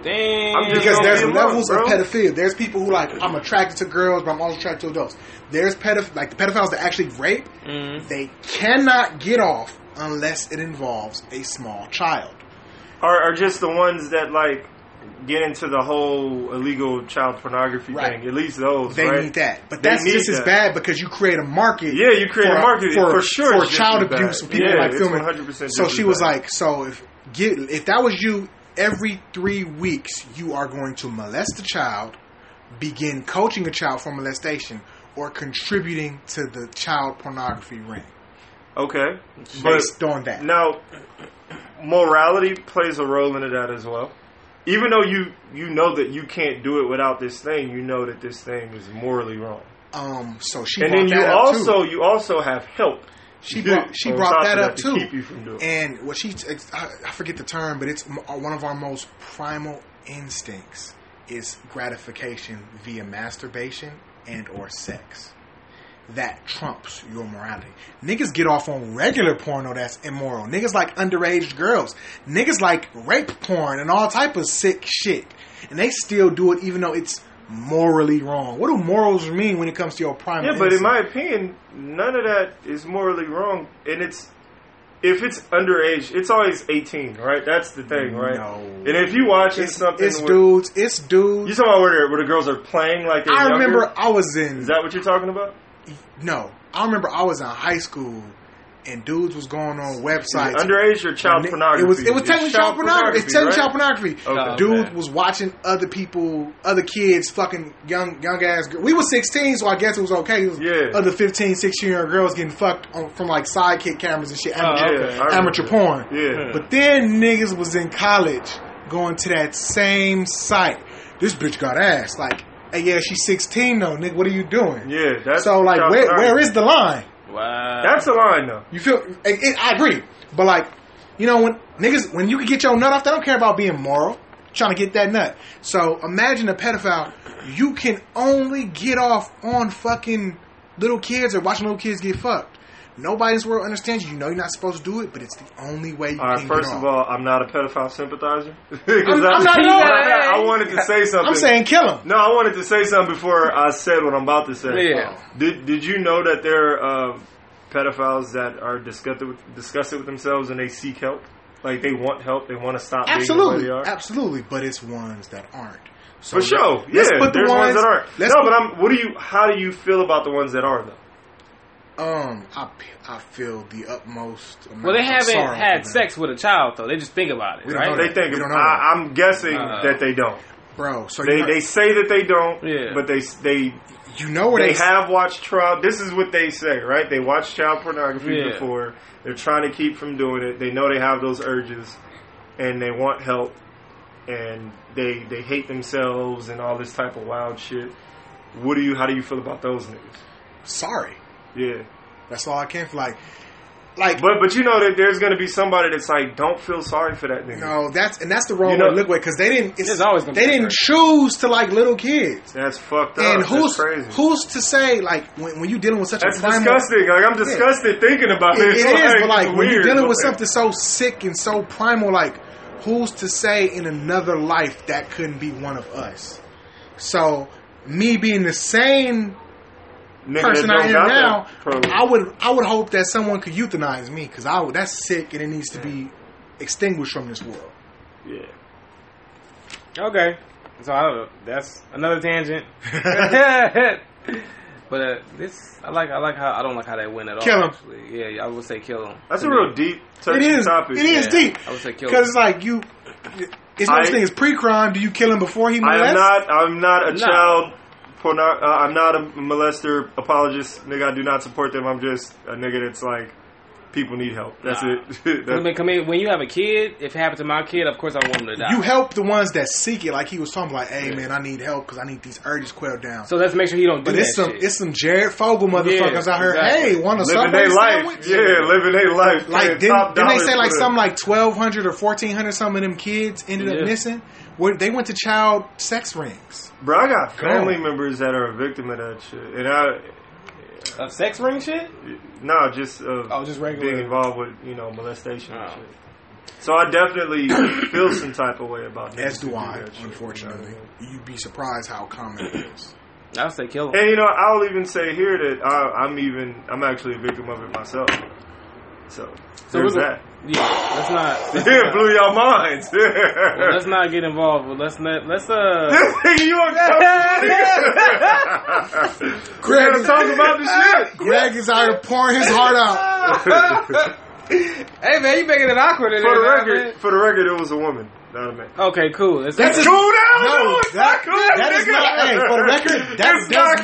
Speaker 2: Dang.
Speaker 3: I'm just
Speaker 4: because
Speaker 3: gonna
Speaker 4: there's
Speaker 3: be a monk,
Speaker 4: levels
Speaker 3: bro.
Speaker 4: of pedophilia. There's people who like I'm attracted to girls, but I'm also attracted to adults. There's pedoph like the pedophiles that actually rape.
Speaker 2: Mhm.
Speaker 4: They cannot get off unless it involves a small child.
Speaker 3: Are are just the ones that like get into the whole illegal child pornography
Speaker 4: Right.
Speaker 3: thing? At least those.
Speaker 4: They
Speaker 3: right?
Speaker 4: need that, but
Speaker 3: They
Speaker 4: that's
Speaker 3: need
Speaker 4: just as
Speaker 3: that.
Speaker 4: bad because you create a market.
Speaker 3: Yeah, you create a market for, sure.
Speaker 4: for
Speaker 3: it's
Speaker 4: child
Speaker 3: just as bad.
Speaker 4: abuse. People
Speaker 3: yeah,
Speaker 4: like
Speaker 3: it's
Speaker 4: filming.
Speaker 3: 100%
Speaker 4: So
Speaker 3: just
Speaker 4: she
Speaker 3: as
Speaker 4: was
Speaker 3: bad.
Speaker 4: like, "So if get if that was you, every three weeks you are going to molest a child, begin coaching a child for molestation, or contributing to the child pornography ring."
Speaker 3: okay, but
Speaker 4: Based on that,
Speaker 3: Now, morality plays a role into that as well. Even though you you know that you can't do it without this thing, you know that this thing is morally wrong.
Speaker 4: um, so she
Speaker 3: And
Speaker 4: brought
Speaker 3: then you
Speaker 4: that up, too.
Speaker 3: also you also have help.
Speaker 4: She
Speaker 3: do-
Speaker 4: brought,
Speaker 3: *laughs*
Speaker 4: she
Speaker 3: on
Speaker 4: brought
Speaker 3: top
Speaker 4: that
Speaker 3: of
Speaker 4: up
Speaker 3: to
Speaker 4: too.
Speaker 3: Keep you from doing. it.
Speaker 4: And what she, it's- I I forget the term, but it's m- one of our most primal instincts is gratification via masturbation and or sex. That trumps your morality. Niggas get off on regular porno that's immoral. Niggas like underage girls. Niggas like rape porn and all type of sick shit. And they still do it even though it's morally wrong. What do morals mean when it comes to your primal
Speaker 3: Yeah, but in
Speaker 4: instinct?
Speaker 3: my opinion, none of that is morally wrong. And it's if it's underage, it's always eighteen, right? That's the thing, right?
Speaker 4: No.
Speaker 3: And if you watching
Speaker 4: it's,
Speaker 3: something,
Speaker 4: it's
Speaker 3: where-
Speaker 4: dudes, it's
Speaker 3: you
Speaker 4: dudes.
Speaker 3: talking about where, where the girls are playing like they're
Speaker 4: I
Speaker 3: younger?
Speaker 4: remember I was in
Speaker 3: Is that what you're talking about?
Speaker 4: No, I remember I was in high school and dudes was going on websites.
Speaker 3: Underage or child
Speaker 4: And it-
Speaker 3: pornography?
Speaker 4: It was it was technically child, pornography. It's technically child pornography.
Speaker 3: Okay.
Speaker 4: Dude
Speaker 2: Okay.
Speaker 4: was watching other people, other kids, fucking young young ass. Girl. We were sixteen, so I guess it was okay. It was
Speaker 3: Yeah.
Speaker 4: Other 15, 16 year old girls getting fucked on, from like sidekick cameras and shit.
Speaker 2: Oh,
Speaker 4: Amateur,
Speaker 2: okay.
Speaker 3: I
Speaker 4: amateur
Speaker 3: remember.
Speaker 4: porn.
Speaker 3: Yeah.
Speaker 4: But then niggas was in college going to that same site. This bitch got ass. Like, hey, yeah, she's sixteen though, nigga. What are you doing?
Speaker 3: Yeah, that's
Speaker 4: so like,
Speaker 3: child
Speaker 4: where,
Speaker 3: pornography.
Speaker 4: where is the line?
Speaker 2: Wow.
Speaker 3: That's a line though.
Speaker 4: You feel? It, it, I agree, but like, you know, when niggas, when you can get your nut off, they don't care about being moral, trying to get that nut. So imagine a pedophile. You can only get off on fucking little kids or watching little kids get fucked. Nobody in this world understands you. You know you're not supposed to do it, but it's the only way you
Speaker 3: All right.
Speaker 4: can
Speaker 3: First
Speaker 4: get off.
Speaker 3: of all, I'm not a pedophile sympathizer. *laughs* 'Cause
Speaker 4: I'm-
Speaker 3: I-
Speaker 4: I'm not either.
Speaker 3: I wanted to say something.
Speaker 4: I'm saying kill him.
Speaker 3: No, I wanted to say something before I said what I'm about to say.
Speaker 2: Yeah.
Speaker 3: Did Did you know that there are uh, pedophiles that are disgusted with, disgusted with themselves and they seek help? Like they want help. They want to stop being the way
Speaker 4: Absolutely,
Speaker 3: they are.
Speaker 4: absolutely. But it's ones that aren't. So
Speaker 3: For sure. Yeah.
Speaker 4: let's put the
Speaker 3: there's
Speaker 4: ones-
Speaker 3: that aren't.
Speaker 4: let's
Speaker 3: No,
Speaker 4: put-
Speaker 3: but I'm. What do you? How do you feel about the ones that are though?
Speaker 4: Um, I, I feel the utmost. Amount
Speaker 2: well, they
Speaker 4: of
Speaker 2: haven't
Speaker 4: sorrow for
Speaker 2: had
Speaker 4: them.
Speaker 2: sex with a child though. They just think about it,
Speaker 4: We don't
Speaker 2: right?
Speaker 4: know
Speaker 3: They
Speaker 4: that. Uh-huh.
Speaker 3: think.
Speaker 4: We don't know
Speaker 3: I, I'm guessing
Speaker 2: Uh,
Speaker 3: that they don't.
Speaker 4: bro. So
Speaker 3: They
Speaker 4: you know,
Speaker 3: they say that they don't,
Speaker 2: Yeah.
Speaker 3: but they they
Speaker 4: you know where
Speaker 3: they
Speaker 4: they,
Speaker 3: have watched trial. This is what they say, right? They watched child pornography
Speaker 2: Yeah.
Speaker 3: before. They're trying to keep from doing it. They know they have those urges, and they want help, and they they hate themselves and all this type of wild shit. What do you? How do you feel about those niggas?
Speaker 4: Sorry,
Speaker 3: Yeah,
Speaker 4: that's all I can feel like. Like
Speaker 3: but but you know that there's gonna be somebody that's like, don't feel sorry for that nigga.
Speaker 4: no, that's and that's the wrong
Speaker 3: You know-
Speaker 4: way to look at because they didn't. It's,
Speaker 2: There's always gonna
Speaker 4: they
Speaker 2: be a
Speaker 4: didn't choose to like little kids.
Speaker 3: That's fucked up.
Speaker 4: and who's
Speaker 3: that's crazy.
Speaker 4: who's to say like when, when you dealing with such
Speaker 3: that's
Speaker 4: a primal,
Speaker 3: disgusting. Like I'm disgusted thinking about
Speaker 4: It-
Speaker 3: this.
Speaker 4: it is, but like when you're
Speaker 3: weird.
Speaker 4: dealing with
Speaker 3: Like,
Speaker 4: something so sick and so primal, like who's to say in another life that couldn't be one of us? So me being the same
Speaker 3: nigga that
Speaker 4: person
Speaker 3: don't
Speaker 4: I am
Speaker 3: got
Speaker 4: now,
Speaker 3: that problem.
Speaker 4: I would I would hope that someone could euthanize me because I would- that's sick and it needs to be extinguished from this world.
Speaker 3: yeah.
Speaker 2: Okay. So I don't know. That's another tangent. *laughs* but uh, this, I like. I like how I don't like how they went at
Speaker 4: Kill
Speaker 2: all.
Speaker 4: 'em.
Speaker 2: Actually, yeah, I would say kill him.
Speaker 3: That's a real deep
Speaker 4: It
Speaker 3: touchy
Speaker 4: is
Speaker 3: topic.
Speaker 4: it is
Speaker 2: Yeah,
Speaker 4: deep
Speaker 2: I would say kill him.
Speaker 4: because it's like you. It's no
Speaker 3: I-
Speaker 4: such thing as pre-crime. Do you kill him before he
Speaker 3: I
Speaker 4: molests?
Speaker 3: am not. I'm not a
Speaker 2: No.
Speaker 3: child. Porno- uh, I'm not a molester apologist, nigga. I do not support them. I'm just a nigga that's like, people need help. That's
Speaker 2: Nah.
Speaker 3: it. *laughs*
Speaker 2: I
Speaker 3: That-
Speaker 2: mean, come in- when you have a kid, if it happened to my kid, of course I want him to die.
Speaker 4: You help the ones that seek it, like he was talking. Like, hey man, I need help because I need these urges quelled down.
Speaker 2: so let's make sure he don't do
Speaker 4: but
Speaker 2: that
Speaker 4: it's some
Speaker 2: shit.
Speaker 4: it's some Jared Fogle motherfuckers
Speaker 2: Yeah,
Speaker 4: out here.
Speaker 2: exactly.
Speaker 4: Hey, want a
Speaker 3: living
Speaker 4: subway
Speaker 3: their life.
Speaker 4: sandwich?
Speaker 3: Yeah, living their life.
Speaker 4: Like
Speaker 3: Paying
Speaker 4: then,
Speaker 3: top
Speaker 4: then they
Speaker 3: dollars
Speaker 4: say like
Speaker 3: for the-
Speaker 4: something like twelve hundred or fourteen hundred some of them kids ended
Speaker 2: Yeah.
Speaker 4: up missing. Where they went to child sex rings.
Speaker 3: Bro, I got
Speaker 4: Go on.
Speaker 3: family members that are a victim of that shit, and I
Speaker 2: Of sex ring shit.
Speaker 3: no, just uh,
Speaker 2: Oh, just regular.
Speaker 3: being involved with you know molestation. And
Speaker 2: Oh.
Speaker 3: shit. So I definitely *coughs* feel some type of way about that.
Speaker 4: As do I, unfortunately. You'd be surprised how common it *clears throat* is.
Speaker 2: I would say kill him.
Speaker 3: And you know, I'll even say here that I, I'm even I'm actually a victim of it myself. So,
Speaker 2: so
Speaker 3: there's
Speaker 2: we're
Speaker 3: that. *laughs*
Speaker 2: gonna- Yeah, let's
Speaker 4: *laughs*
Speaker 2: not. Let's
Speaker 3: Yeah,
Speaker 2: not,
Speaker 3: blew your minds. *laughs*
Speaker 2: well, let's not get involved. But let's not. Let's
Speaker 4: *laughs*
Speaker 2: uh.
Speaker 3: you are
Speaker 4: Greg
Speaker 3: gotta talk about this
Speaker 4: *laughs*
Speaker 3: shit.
Speaker 4: Greg is out here pouring his heart out.
Speaker 2: hey man, you making it awkward in
Speaker 3: For the
Speaker 2: there,
Speaker 3: record,
Speaker 2: man.
Speaker 3: for the record, it was a woman, not a man.
Speaker 2: Okay, cool. It's
Speaker 4: That's
Speaker 2: like-
Speaker 4: a-
Speaker 3: Cool down,
Speaker 4: No,
Speaker 3: no, it's not
Speaker 4: that-
Speaker 3: cool.
Speaker 4: that is
Speaker 3: nigga.
Speaker 4: not- hey, for the record, that
Speaker 3: It's
Speaker 4: does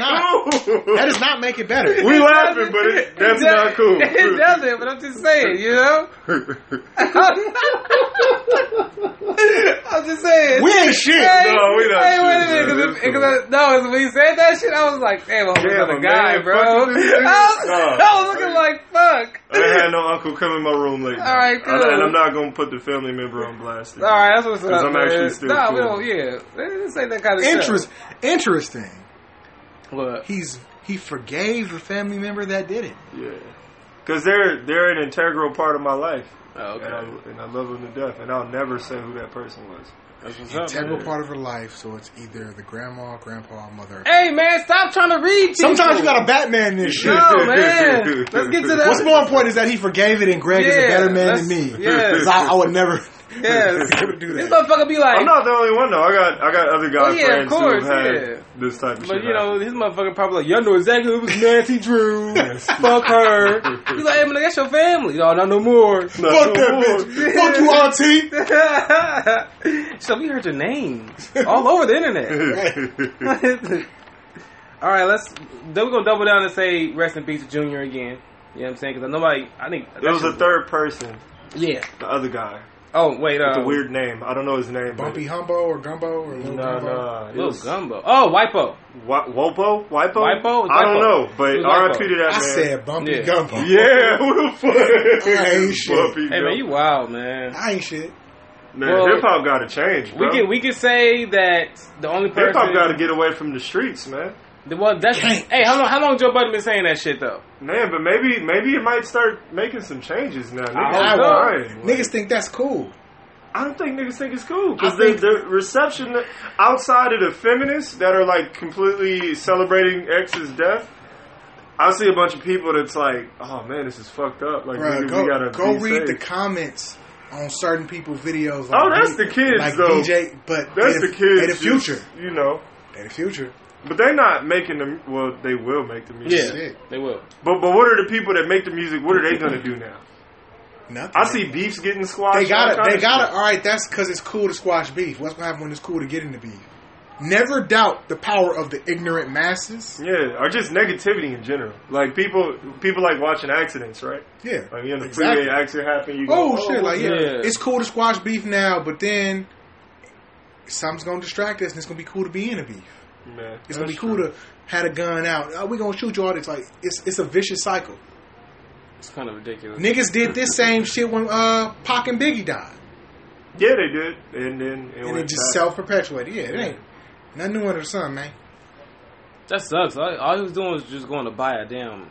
Speaker 3: cool.
Speaker 4: That does not make it better. *laughs*
Speaker 3: we laughing, but it, that's
Speaker 2: It does-
Speaker 3: not cool.
Speaker 2: *laughs* It doesn't, but I'm just saying, you know. *laughs*
Speaker 3: *laughs*
Speaker 2: I'm just saying.
Speaker 4: We ain't shit.
Speaker 2: Hey,
Speaker 3: No, we not
Speaker 2: Hey,
Speaker 3: shit,
Speaker 2: wait a minute,
Speaker 3: man.
Speaker 2: because
Speaker 3: That's
Speaker 2: because no, 'cause when you said that shit, I was like, damn, I'm
Speaker 3: Damn,
Speaker 2: another
Speaker 3: a
Speaker 2: guy,
Speaker 3: man
Speaker 2: bro. *laughs* I
Speaker 3: fucking
Speaker 2: was,
Speaker 3: this dude.
Speaker 2: I was looking
Speaker 3: Oh,
Speaker 2: like, fuck.
Speaker 3: I
Speaker 2: *laughs*
Speaker 3: had no uncle come in my room late.
Speaker 2: All right,
Speaker 3: And,
Speaker 2: cool.
Speaker 3: and I'm not gonna put the family member on blast.
Speaker 2: All right, that's what's up.
Speaker 3: *laughs* 'Cause I'm
Speaker 2: man.
Speaker 3: actually still
Speaker 2: Nah, we
Speaker 3: cool.
Speaker 2: don't. Yeah, this ain't that kind of
Speaker 4: Interest, interesting.
Speaker 2: Show. Look,
Speaker 4: He's he forgave the family member that did it.
Speaker 3: Yeah, because they're they're an integral part of my life,
Speaker 2: oh, okay,
Speaker 3: and, I, and I love them to death. And I'll never say who that person was.
Speaker 2: that's what's up.
Speaker 4: Integral
Speaker 2: man.
Speaker 4: part of her life, so it's either the grandma, grandpa, mother.
Speaker 2: Hey man, stop trying to read. People.
Speaker 4: Sometimes you gotta Batman this shit.
Speaker 2: No man, let's get to that.
Speaker 4: What's more important is that he forgave it, and Greg is a
Speaker 2: Yeah,
Speaker 4: better man than me.
Speaker 2: that's- yeah.
Speaker 4: 'Cause I, I would
Speaker 3: *laughs*
Speaker 4: never.
Speaker 2: Yes.
Speaker 4: do that.
Speaker 2: This motherfucker be like,
Speaker 3: I'm not the only one though. I got I got other guy
Speaker 2: Well, yeah, of
Speaker 3: friends
Speaker 2: course,
Speaker 3: who have had
Speaker 2: yeah.
Speaker 3: this type of
Speaker 2: but
Speaker 3: shit.
Speaker 2: you
Speaker 3: *laughs*
Speaker 2: know, his motherfucker probably like, y'all know exactly who was Nancy Drew. *laughs* Fuck her. He's like, hey man, that's your family. No, not no *laughs* more.
Speaker 4: Fuck that bitch. Fuck you, auntie.
Speaker 2: so we heard your name all over the internet.
Speaker 3: bitch.
Speaker 2: *laughs* all right, let's. Then we're gonna double down and say rest in peace to Junior again. You know what I'm saying? Because nobody, I think
Speaker 3: *laughs* it was a third person,
Speaker 2: Yeah.
Speaker 3: the other guy.
Speaker 2: Oh wait, uh,
Speaker 3: It's a weird name. I don't know his name. but-
Speaker 4: Bumpy Humbo or Gumbo or Little
Speaker 3: No,
Speaker 4: Gumbo.
Speaker 3: no. It
Speaker 2: Little
Speaker 3: was
Speaker 2: gumbo. Oh, Wipo.
Speaker 3: Wa- Wopo? Wipo?
Speaker 2: Wipo?
Speaker 3: I
Speaker 2: Wipo.
Speaker 3: don't know,
Speaker 2: It
Speaker 3: but
Speaker 2: was
Speaker 3: RIP
Speaker 2: Wipo.
Speaker 3: to that
Speaker 4: I
Speaker 3: man.
Speaker 4: said Bumpy
Speaker 2: Yeah.
Speaker 4: Gumbo.
Speaker 3: yeah, who the fuck?
Speaker 4: *laughs* Hey, shit.
Speaker 3: Bumpy
Speaker 2: Hey man,
Speaker 3: Gump.
Speaker 2: you wild man.
Speaker 4: I ain't shit.
Speaker 3: Man,
Speaker 2: Well,
Speaker 3: hip hop gotta change,
Speaker 2: We
Speaker 3: bro.
Speaker 2: can we can say that the only person
Speaker 3: hip hop gotta get away from the streets, man.
Speaker 2: The- Well, that's
Speaker 4: Can't.
Speaker 2: hey. How long? How long Joe Budden been saying that shit though?
Speaker 3: Man, but maybe maybe it might start making some changes now. Niggas
Speaker 2: hope
Speaker 3: are
Speaker 2: so.
Speaker 3: lying. Like,
Speaker 4: Niggas think that's cool.
Speaker 3: I don't think niggas think it's cool
Speaker 4: I
Speaker 3: because the,
Speaker 4: think-
Speaker 3: the reception outside of the feminists that are like completely celebrating X's death. I see a bunch of people that's like, "Oh man, this is fucked up." Like,
Speaker 4: Bruh,
Speaker 3: nigga,
Speaker 4: go
Speaker 3: we gotta
Speaker 4: go
Speaker 3: be
Speaker 4: read the
Speaker 3: safe.
Speaker 4: comments on certain people's videos.
Speaker 3: Oh, that's the kids,
Speaker 4: like
Speaker 3: though.
Speaker 4: DJ, but
Speaker 3: That's
Speaker 4: they
Speaker 3: the kids.
Speaker 4: They the
Speaker 3: just,
Speaker 4: future.
Speaker 3: you know.
Speaker 4: They the future.
Speaker 3: But they're not making the well. They will make the music.
Speaker 2: Yeah,
Speaker 4: Shit.
Speaker 2: they will.
Speaker 3: But but what are the people that make the music? What are they gonna do now?
Speaker 4: Nothing.
Speaker 3: I see beefs getting squashed.
Speaker 4: They got
Speaker 3: all
Speaker 4: it.
Speaker 3: kinda
Speaker 4: They got it.
Speaker 3: shit.
Speaker 4: All right, that's because it's cool to squash beef. What's gonna happen when it's cool to get into beef? Never doubt the power of the ignorant masses.
Speaker 3: Yeah, or just negativity in general. Like people people like watching accidents, right?
Speaker 4: Yeah,
Speaker 3: Like you in the
Speaker 4: exactly.
Speaker 3: freeway, accident happen. You
Speaker 4: Oh,
Speaker 3: go,
Speaker 4: shit! Like yeah.
Speaker 2: yeah.
Speaker 4: it's cool to squash beef now, but then something's gonna distract us, and it's gonna be cool to be in a beef.
Speaker 3: Man,
Speaker 4: It's gonna be cool to had a gun out. Oh, we gonna shoot you all. It's like it's it's a vicious cycle.
Speaker 2: It's kind of ridiculous.
Speaker 4: Niggas did this same shit when uh Pac and Biggie died,
Speaker 3: Yeah, they did, and then it
Speaker 4: and
Speaker 3: went
Speaker 4: it just
Speaker 3: back.
Speaker 4: self perpetuated. Yeah, it ain't nothing new under the sun, man.
Speaker 2: That sucks. All, all he was doing was just going to buy a damn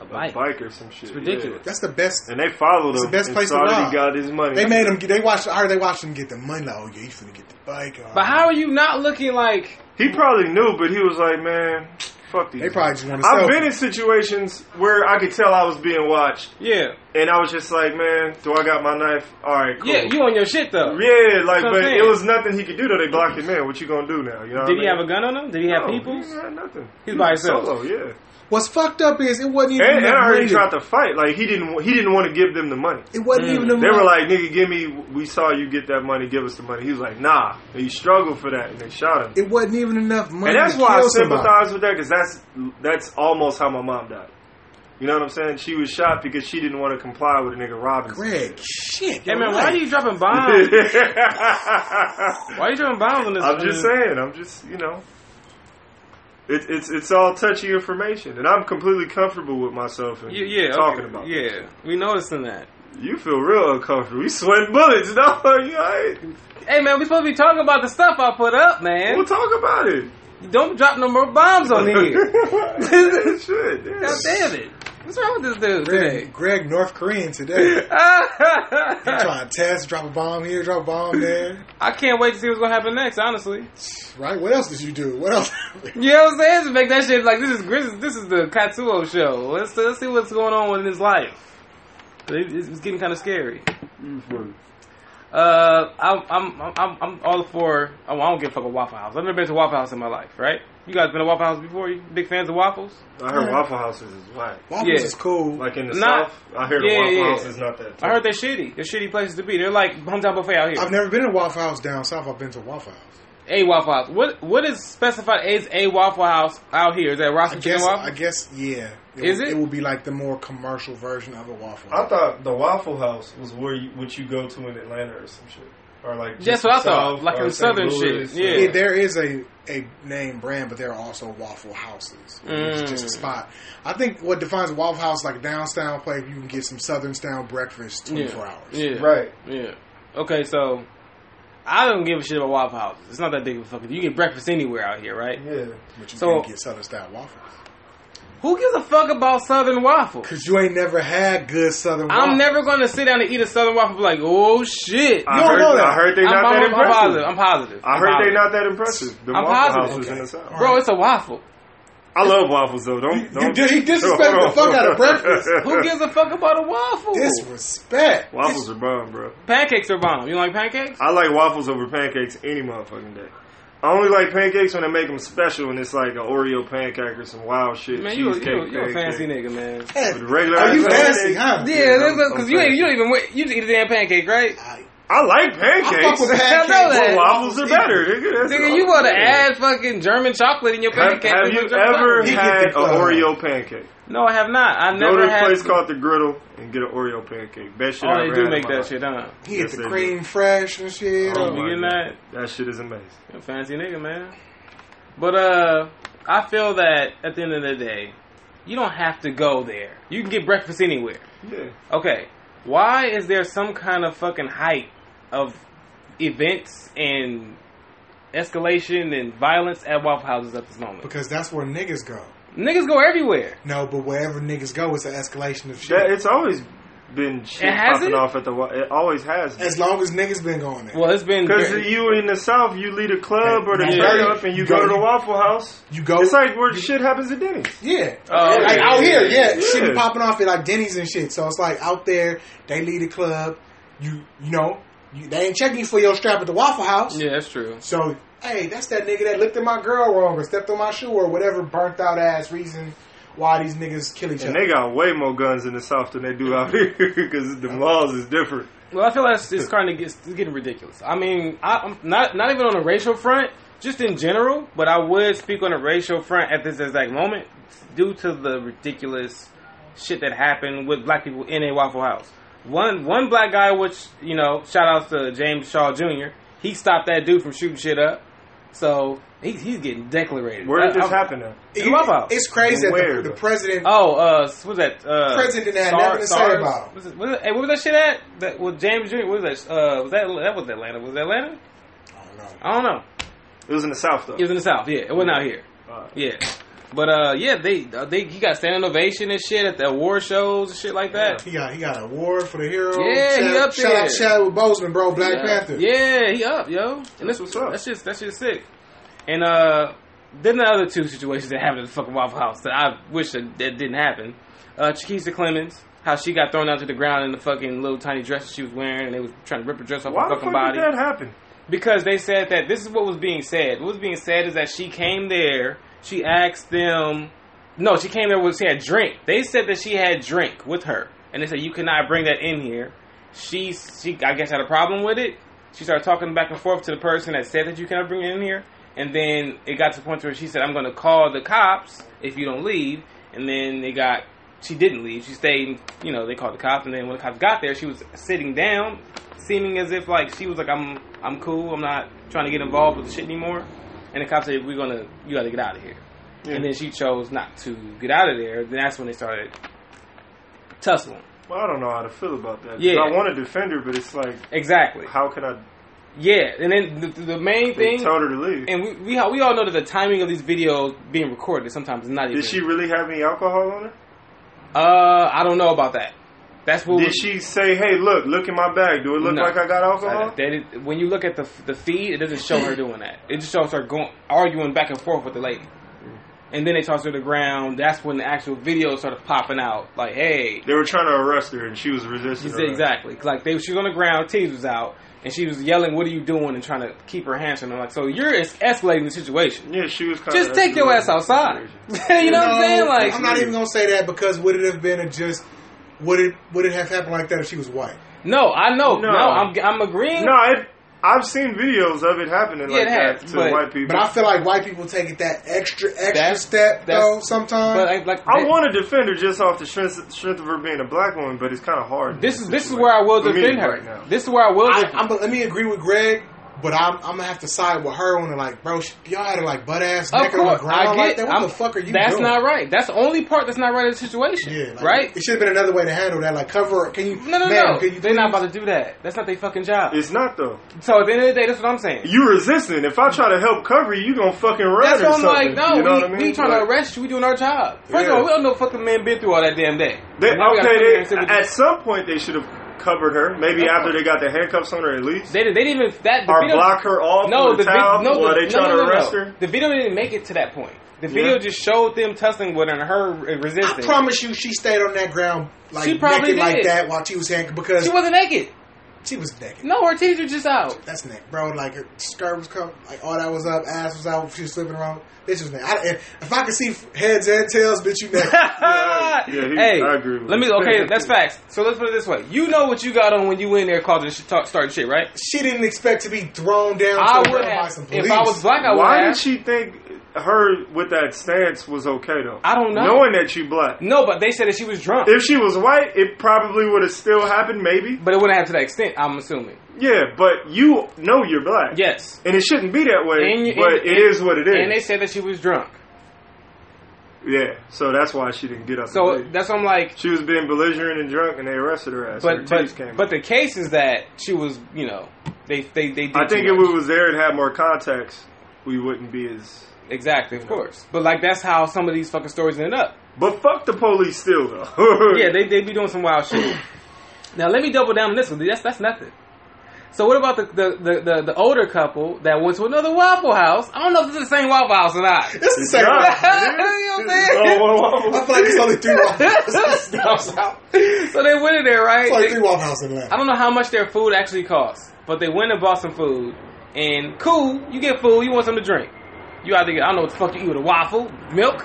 Speaker 2: a
Speaker 3: a
Speaker 2: bike.
Speaker 3: bike or some shit.
Speaker 2: It's ridiculous.
Speaker 4: That's the best.
Speaker 3: Yeah. And they followed
Speaker 4: It's
Speaker 3: him.
Speaker 4: the best
Speaker 3: and
Speaker 4: place to
Speaker 3: Saudi
Speaker 4: rob.
Speaker 3: got his money.
Speaker 4: They made him. They watched. I heard they watched him get the money. Like, oh yeah, he's gonna get the bike. Oh,
Speaker 2: But how are you not looking like?
Speaker 3: He probably knew, but he was like, man, fuck these.
Speaker 4: They probably just want to.
Speaker 3: I've been in situations where I could tell I was being watched,
Speaker 2: Yeah,
Speaker 3: and I was just like, man, do I got my knife? All right, cool.
Speaker 2: yeah. You on your shit though.
Speaker 3: Yeah,
Speaker 2: That's
Speaker 3: like,
Speaker 2: what I'm
Speaker 3: but
Speaker 2: saying.
Speaker 3: it was nothing he could do though. They blocked him in. What you gonna do now? You know what
Speaker 2: Did he
Speaker 3: I mean?
Speaker 2: have a gun on him? Did he have
Speaker 3: No,
Speaker 2: *laughs* peoples?
Speaker 3: He had nothing.
Speaker 2: He's
Speaker 3: He
Speaker 2: by
Speaker 3: was
Speaker 2: himself.
Speaker 3: Solo, yeah.
Speaker 4: What's fucked up is it wasn't even.
Speaker 3: And, and
Speaker 4: enough
Speaker 3: I heard he
Speaker 4: money to-
Speaker 3: tried to fight. Like he didn't. wa- He didn't want to give them the money.
Speaker 4: It wasn't
Speaker 2: Mm.
Speaker 4: even. enough
Speaker 3: They were
Speaker 4: money.
Speaker 3: like, "Nigga, give me. We saw you get that money. Give us the money." He was like, "Nah." And he struggled for that, and they shot him.
Speaker 4: It wasn't even enough money.
Speaker 3: And that's
Speaker 4: to
Speaker 3: why I
Speaker 4: kill somebody.
Speaker 3: sympathize with that because that's that's almost how my mom died. You know what I'm saying? She was shot because she didn't want to comply with a nigga Robinson. *laughs*
Speaker 4: Greg,
Speaker 2: Hey
Speaker 4: shit. you're
Speaker 2: man, why
Speaker 4: right.
Speaker 2: are you *laughs* dropping bombs?
Speaker 3: I'm
Speaker 2: why are you dropping bombs on this? on this-
Speaker 3: just saying. I'm just you know. It, it's it's all touchy information, and I'm completely comfortable with myself and
Speaker 2: Yeah, yeah,
Speaker 3: talking
Speaker 2: okay.
Speaker 3: about.
Speaker 2: Yeah, we noticing that.
Speaker 3: it. you feel real uncomfortable. You sweating bullets, *laughs* no? You all right?
Speaker 2: Hey man, we supposed to be talking about the stuff I put up, man.
Speaker 3: We'll talk about it.
Speaker 2: Don't drop no more bombs on here.
Speaker 3: *laughs* Shit, yeah.
Speaker 2: God damn it! What's wrong with this dude today? *laughs*
Speaker 4: Greg, Greg, North Korean
Speaker 3: *laughs*
Speaker 4: today. He
Speaker 2: I
Speaker 4: trying to test, drop a bomb here, drop a bomb there.
Speaker 2: can't wait to see what's gonna happen next. Honestly,
Speaker 4: Right? What else did you do? What else? *laughs*
Speaker 2: you know what I'm saying? Just make that shit like this is this is, this is the Katsuo show. Let's let's see what's going on in his life. It- It's getting kind of scary.
Speaker 4: Mm-hmm.
Speaker 2: Uh, I'm I'm I'm I'm all for. I don't give a fuck about Waffle House. I've never been to Waffle House in my life, right? You guys been to Waffle House before? You big fans of waffles?
Speaker 3: I heard Waffle Houses is whack.
Speaker 4: Waffles
Speaker 2: Yeah.
Speaker 4: is cool.
Speaker 3: Like in the
Speaker 2: Not-
Speaker 3: South, I heard
Speaker 2: Yeah,
Speaker 3: Waffle
Speaker 2: yeah.
Speaker 3: House is not that.
Speaker 2: I heard they're shitty. They're shitty places to be. They're like hometown buffet out here.
Speaker 4: I've never been to Waffle House down south. I've been to Waffle House.
Speaker 2: a Waffle House. What what is specified as a Waffle House out here? Is that
Speaker 4: I
Speaker 2: Roscoe Chicken
Speaker 4: guess. I
Speaker 2: Waffle?
Speaker 4: guess. Yeah.
Speaker 2: Is
Speaker 4: will-
Speaker 2: it?
Speaker 4: It will be like the more commercial version of a waffle.
Speaker 3: I thought the Waffle House was where you, what you go to in Atlanta or some shit, or like
Speaker 2: That's
Speaker 3: the
Speaker 2: what I thought,
Speaker 3: South,
Speaker 2: like
Speaker 3: or
Speaker 2: in
Speaker 3: St.
Speaker 2: Southern
Speaker 3: Louis,
Speaker 2: shit, yeah.
Speaker 4: Yeah, there is a a name brand, but there are also waffle houses. It's just a
Speaker 2: Mm.
Speaker 4: spot. I think what defines a waffle house like a downtown place, you can get some southern style breakfast twenty four hours.
Speaker 2: Yeah.
Speaker 3: Right.
Speaker 2: Yeah. Okay, so I don't give a shit about Waffle Houses. It's not that big of a fucking. You get breakfast anywhere out here, right?
Speaker 3: Yeah.
Speaker 4: But you
Speaker 2: So-
Speaker 4: can't get southern style waffles
Speaker 2: Who gives a fuck about Southern waffle?
Speaker 4: because you ain't never had good southern.
Speaker 2: I'm
Speaker 4: waffles.
Speaker 2: never gonna sit down and eat a Southern waffle and be like, oh shit.
Speaker 3: I
Speaker 4: don't
Speaker 3: heard,
Speaker 4: know that.
Speaker 3: I heard they
Speaker 2: I'm,
Speaker 3: not
Speaker 2: I'm-
Speaker 3: that
Speaker 2: I'm positive.
Speaker 3: impressive.
Speaker 2: I'm positive.
Speaker 3: I
Speaker 2: I'm
Speaker 3: heard they
Speaker 2: positive.
Speaker 3: not that impressive. The
Speaker 2: I'm
Speaker 3: Waffle
Speaker 2: positive.
Speaker 3: House was
Speaker 4: Okay.
Speaker 3: in the South.
Speaker 2: Bro, it's a waffle.
Speaker 3: I love waffles though. Don't,
Speaker 4: You
Speaker 3: don't
Speaker 4: did-
Speaker 3: *laughs*
Speaker 4: he disrespected the fuck out of breakfast.
Speaker 2: Who gives a fuck about a waffle?
Speaker 4: Disrespect.
Speaker 3: waffles are bomb, bro.
Speaker 2: Pancakes are bomb. You like pancakes?
Speaker 3: I like waffles over pancakes any motherfucking day. I only like pancakes when they make them special and it's like an Oreo pancake or some wild shit.
Speaker 2: Man, you, a-
Speaker 3: cheesecake
Speaker 2: you, a- you a
Speaker 3: pancake.
Speaker 2: fancy nigga, man.
Speaker 4: Hey,
Speaker 3: With the regular
Speaker 4: Are you
Speaker 3: ass
Speaker 4: fancy,
Speaker 3: pancake.
Speaker 4: huh?
Speaker 2: Yeah,
Speaker 3: I'm-
Speaker 2: that's
Speaker 3: I'm
Speaker 2: because you ain't,
Speaker 3: fancy.
Speaker 2: you don't even wait. You just eat a damn pancake, right?
Speaker 4: I,
Speaker 3: I like
Speaker 4: I fuck
Speaker 3: pancakes.
Speaker 4: with
Speaker 2: Hell
Speaker 4: pancakes.
Speaker 2: no, that-
Speaker 3: But waffles are better, nigga. That's
Speaker 2: Nigga,
Speaker 3: all.
Speaker 2: you want to add fucking German chocolate in your
Speaker 3: Have,
Speaker 2: pancake?
Speaker 3: have
Speaker 2: with
Speaker 3: you
Speaker 2: German
Speaker 3: ever
Speaker 2: chocolate?
Speaker 4: He get
Speaker 3: had an
Speaker 4: the fuck.
Speaker 3: Oreo pancake?
Speaker 2: No, I have not. I
Speaker 3: Go
Speaker 2: never
Speaker 3: to a
Speaker 2: had.
Speaker 3: place called the Griddle and get an Oreo pancake. Best shit
Speaker 2: oh,
Speaker 3: I
Speaker 2: they
Speaker 3: ever
Speaker 2: do
Speaker 3: had in
Speaker 2: make
Speaker 3: my
Speaker 2: that
Speaker 3: life.
Speaker 2: shit, huh?
Speaker 4: He
Speaker 3: Yes,
Speaker 4: hit the
Speaker 3: they
Speaker 4: cream fresh and shit.
Speaker 3: Oh
Speaker 2: You
Speaker 3: my
Speaker 2: getting
Speaker 3: God.
Speaker 2: that?
Speaker 3: That shit is amazing.
Speaker 2: You a fancy nigga, man. But uh, I feel that at the end of the day, you don't have to go there. You can get breakfast anywhere.
Speaker 3: Yeah.
Speaker 2: Okay, why is there some kind of fucking hype of events and escalation and violence at Waffle Houses at this moment?
Speaker 4: because that's where niggas go.
Speaker 2: Niggas go everywhere.
Speaker 4: No, but wherever niggas go, it's an escalation of shit.
Speaker 3: That, it's always been shit
Speaker 2: It has
Speaker 3: popping
Speaker 2: it?
Speaker 3: off at the. wa- It always has.
Speaker 4: as long as niggas been going there,
Speaker 2: Well, it's been
Speaker 3: Because
Speaker 2: very-
Speaker 3: you in the South, you lead a club or the
Speaker 4: Yeah.
Speaker 3: straight up, and you go to the Waffle House.
Speaker 4: you go.
Speaker 3: It's like where shit happens at Denny's.
Speaker 4: Yeah.
Speaker 2: Oh,
Speaker 4: like
Speaker 2: yeah,
Speaker 4: out
Speaker 2: yeah,
Speaker 4: here,
Speaker 3: yeah,
Speaker 4: yeah.
Speaker 3: yeah.
Speaker 4: Shit be popping off at like Denny's and shit. So it's like out there, they lead the club. You you know, you, they ain't checking you for your strap at the Waffle House.
Speaker 2: yeah, that's true.
Speaker 4: So hey, that's that nigga that looked at my girl wrong or stepped on my shoe or whatever burnt out ass reason why these niggas kill each
Speaker 3: And
Speaker 4: other.
Speaker 3: they got way more guns in the South than they do out *laughs* here because the laws is different.
Speaker 2: Well, I feel like it's, it's kind of gets, it's getting ridiculous. I mean, I, I'm not not even on a racial front, just in general. But I would speak on a racial front at this exact moment due to the ridiculous shit that happened with black people in a Waffle House. One one black guy, which you know, shout outs to James Shaw Jr. He stopped that dude from shooting shit up. So he's he's getting declarated.
Speaker 3: Where did
Speaker 2: I-
Speaker 3: this
Speaker 2: I-
Speaker 3: happen at?
Speaker 2: It's Dropout.
Speaker 4: It's crazy
Speaker 3: Where,
Speaker 4: that the,
Speaker 3: though?
Speaker 4: the president.
Speaker 2: Oh, uh, what's that? Uh,
Speaker 4: President had nothing to say about.
Speaker 2: Was it, was it, hey, what was that shit at? That with James Jr. What was that? Uh, was that that was Atlanta? Was that Atlanta?
Speaker 4: I don't know.
Speaker 2: I don't know.
Speaker 3: It was in the South, though.
Speaker 2: It was in the South. Yeah, it wasn't out here.
Speaker 3: Uh,
Speaker 2: Yeah, but uh, yeah, they uh, they he got standing ovation and shit at the award shows and shit like that.
Speaker 4: He got he got an award for the hero.
Speaker 2: Yeah,
Speaker 4: shout,
Speaker 2: he up
Speaker 4: shout
Speaker 2: there.
Speaker 4: out Chadwick Boseman, bro. Black
Speaker 2: yeah.
Speaker 4: Panther.
Speaker 2: Yeah, he up, yo. And that's
Speaker 3: what's up.
Speaker 2: That's just that's just sick. And uh, then the other two situations that happened at the fucking Waffle House that I wish that, that didn't happen. Uh, Chiquisa Clemens, how she got thrown out to the ground in the fucking little tiny dress that she was wearing, and they was trying to rip her dress off
Speaker 3: Why
Speaker 2: her
Speaker 3: the
Speaker 2: fucking
Speaker 3: fuck
Speaker 2: body.
Speaker 3: did that happen?
Speaker 2: Because they said that this is what was being said. What was being said is that she came there, she asked them no, she came there with she had drink. They said that she had drink with her. And they said you cannot bring that in here. She she I guess had a problem with it. She started talking back and forth to the person that said that you cannot bring it in here. And then it got to the point where she said, I'm gonna call the cops if you don't leave and then they got she didn't leave. She stayed and, you know, they called the cops and then when the cops got there she was sitting down, seeming as if like she was like, I'm I'm cool, I'm not trying to get involved with the shit anymore and the cops said, We're gonna you gotta get out of here.
Speaker 3: Yeah.
Speaker 2: And then she chose not to get out of there. Then that's when they started tussling.
Speaker 3: Well, I don't know how to feel about that. 'Cause
Speaker 2: Yeah.
Speaker 3: I want to defend her, but it's like,
Speaker 2: Exactly.
Speaker 3: how could I
Speaker 2: Yeah. And then the, the main
Speaker 3: they
Speaker 2: thing,
Speaker 3: told her to leave?
Speaker 2: and we, we all- we all know that the timing of these videos being recorded sometimes is not even.
Speaker 3: Did she really have any alcohol on her?
Speaker 2: Uh, I don't know about that. That's what. we-
Speaker 3: Did she say, "Hey, look, look in my bag. Do it look
Speaker 2: No.
Speaker 3: like I got alcohol?"
Speaker 2: That is- when you look at the the feed, it doesn't show her doing that. It just shows her going arguing back and forth with the lady, and then they toss her to the ground. That's when the actual video started popping out. Like, hey,
Speaker 3: They were trying to arrest her, and she was resisting.
Speaker 2: She said
Speaker 3: arrest.
Speaker 2: exactly. Like they, she was on the ground, tease was out, and she was yelling, "What are you doing?" and trying to keep her hands from him. Like, so you're es- escalating the situation.
Speaker 3: Yeah, she was. Kind
Speaker 2: Just take your ass outside. *laughs* you know what I'm saying?
Speaker 4: No,
Speaker 2: Like,
Speaker 4: I'm not even gonna say that because would it have been a just would it would it have happened like that if she was white?
Speaker 2: no, I know. No,
Speaker 3: No.
Speaker 2: I'm, I'm agreeing.
Speaker 3: No, it, I've seen videos of it happening
Speaker 2: Yeah,
Speaker 3: like
Speaker 2: it has,
Speaker 3: that to
Speaker 2: but-
Speaker 3: white people.
Speaker 4: But I feel like white people take it that extra extra
Speaker 2: That's-
Speaker 4: step
Speaker 2: that's-
Speaker 4: though. Sometimes
Speaker 2: but like, like
Speaker 3: I
Speaker 2: thi-
Speaker 3: want to defend her just off the strength, strength of her being a black woman, but it's kind of hard. in
Speaker 2: This is this is
Speaker 3: situation.
Speaker 2: where I will
Speaker 3: For me,
Speaker 2: defend her.
Speaker 3: right now.
Speaker 2: This is where I will.
Speaker 4: I,
Speaker 2: defend-
Speaker 4: I'm, let me agree with Greg. But I'm, I'm gonna have to side with her on it. Like, bro, sh- y'all had her like butt ass
Speaker 2: of
Speaker 4: naked on the
Speaker 2: course, I
Speaker 4: ground
Speaker 2: get.
Speaker 4: like that. What
Speaker 2: I'm-
Speaker 4: the fuck are you
Speaker 2: That's
Speaker 4: doing?
Speaker 2: not right. That's the only part that's not right in the situation.
Speaker 4: Yeah, like,
Speaker 2: right?
Speaker 4: It should have been another way to handle that. Like, cover. Can you?
Speaker 2: No, no,
Speaker 4: ma'am,
Speaker 2: no.
Speaker 4: Can you
Speaker 2: They're not
Speaker 4: please-
Speaker 2: about to do that. That's not their fucking job.
Speaker 3: It's not though.
Speaker 2: so at the end of the day, that's what I'm saying.
Speaker 3: You resisting. If I try to help cover you, you gonna fucking run
Speaker 2: That's
Speaker 3: or
Speaker 2: what I'm
Speaker 3: something.
Speaker 2: like, no,
Speaker 3: you know
Speaker 2: we,
Speaker 3: what I mean?
Speaker 2: we trying
Speaker 3: Like,
Speaker 2: to arrest you. We doing our job. First of
Speaker 3: Yeah.
Speaker 2: all, we don't know fucking men been through all that damn day.
Speaker 3: They,
Speaker 2: Now we gotta sit here
Speaker 3: okay,
Speaker 2: and sit
Speaker 3: they,
Speaker 2: with
Speaker 3: at
Speaker 2: you.
Speaker 3: some point they should have covered her. Maybe
Speaker 2: Of
Speaker 3: after
Speaker 2: course.
Speaker 3: they got the handcuffs on her, at least.
Speaker 2: they, didn't- they didn't even that the
Speaker 3: or
Speaker 2: video,
Speaker 3: block her off
Speaker 2: No,
Speaker 3: with
Speaker 2: the
Speaker 3: a
Speaker 2: vid-
Speaker 3: towel
Speaker 2: no,
Speaker 3: while
Speaker 2: the,
Speaker 3: they try
Speaker 2: no, no,
Speaker 3: to
Speaker 2: no,
Speaker 3: arrest
Speaker 2: no.
Speaker 3: her.
Speaker 2: The video didn't make it to that point. The video
Speaker 3: Yeah.
Speaker 2: just showed them tussling with her and her uh,
Speaker 4: I
Speaker 2: resisting.
Speaker 4: promise you, she stayed on that ground like
Speaker 2: She probably
Speaker 4: naked like
Speaker 2: did.
Speaker 4: that while she was handcuffed because
Speaker 2: she wasn't naked.
Speaker 4: she was naked.
Speaker 2: No, her teeth are just
Speaker 3: *laughs*
Speaker 2: out.
Speaker 4: That's naked, bro. Like her skirt was covered, like all that was up, ass was out. She was slipping around. Bitch was naked. I, if, if I could see heads and tails, bitch, you naked.
Speaker 2: *laughs*
Speaker 3: I- yeah, he-
Speaker 2: hey,
Speaker 3: I agree with
Speaker 2: let me.
Speaker 3: you.
Speaker 2: Okay, that's facts. So let's put it this way: you know what you got on when you in there causing sh- talk, starting shit, right?
Speaker 4: she didn't expect to be thrown down
Speaker 2: I
Speaker 4: to the
Speaker 2: would
Speaker 4: ground by
Speaker 2: have.
Speaker 4: some police.
Speaker 2: If I was black, I would
Speaker 3: Why
Speaker 2: have.
Speaker 3: did she think her with that stance was okay though?
Speaker 2: I don't know.
Speaker 3: Knowing that you black.
Speaker 2: No, but they said that she was drunk.
Speaker 3: If she was white, it probably would have still happened, maybe.
Speaker 2: But it wouldn't have to that extent, I'm assuming.
Speaker 3: Yeah, but you know you're black.
Speaker 2: Yes.
Speaker 3: And it shouldn't be that way,
Speaker 2: And you-
Speaker 3: but
Speaker 2: and-
Speaker 3: it is what it is.
Speaker 2: And they said that she was drunk.
Speaker 3: yeah, so that's why she didn't get up.
Speaker 2: So
Speaker 3: and leave.
Speaker 2: that's what I'm like.
Speaker 3: she was being belligerent and drunk, and they arrested her ass. her
Speaker 2: But
Speaker 3: titties
Speaker 2: but,
Speaker 3: came out.
Speaker 2: but the case is that she was, you know, they they they did.
Speaker 3: I think
Speaker 2: too
Speaker 3: if
Speaker 2: much.
Speaker 3: we was there and had more context, we wouldn't be as.
Speaker 2: exactly, of course. But like that's how some of these fucking stories end up.
Speaker 3: But fuck the police still though. *laughs*
Speaker 2: Yeah, they they be doing some wild shit. *clears throat* now let me double down on this one. That's that's nothing. So what about the the, the, the the older couple that went to another Waffle House? I don't know if it's the same Waffle House or not. *laughs* you
Speaker 4: this is the second
Speaker 3: Nah.
Speaker 4: one.
Speaker 2: know what *laughs* I'm saying?
Speaker 3: Whoa, whoa, whoa.
Speaker 4: I feel like it's only three
Speaker 2: *laughs*
Speaker 4: *laughs* Waffle Houses.
Speaker 2: so they went in there, right?
Speaker 4: It's only
Speaker 2: They-
Speaker 4: three Waffle Houses in
Speaker 2: I
Speaker 4: Atlanta.
Speaker 2: don't know how much their food actually costs, but they went and bought some food. And cool, you get food, you want something to drink. You either get, I don't know what the fuck you eat with a waffle, milk.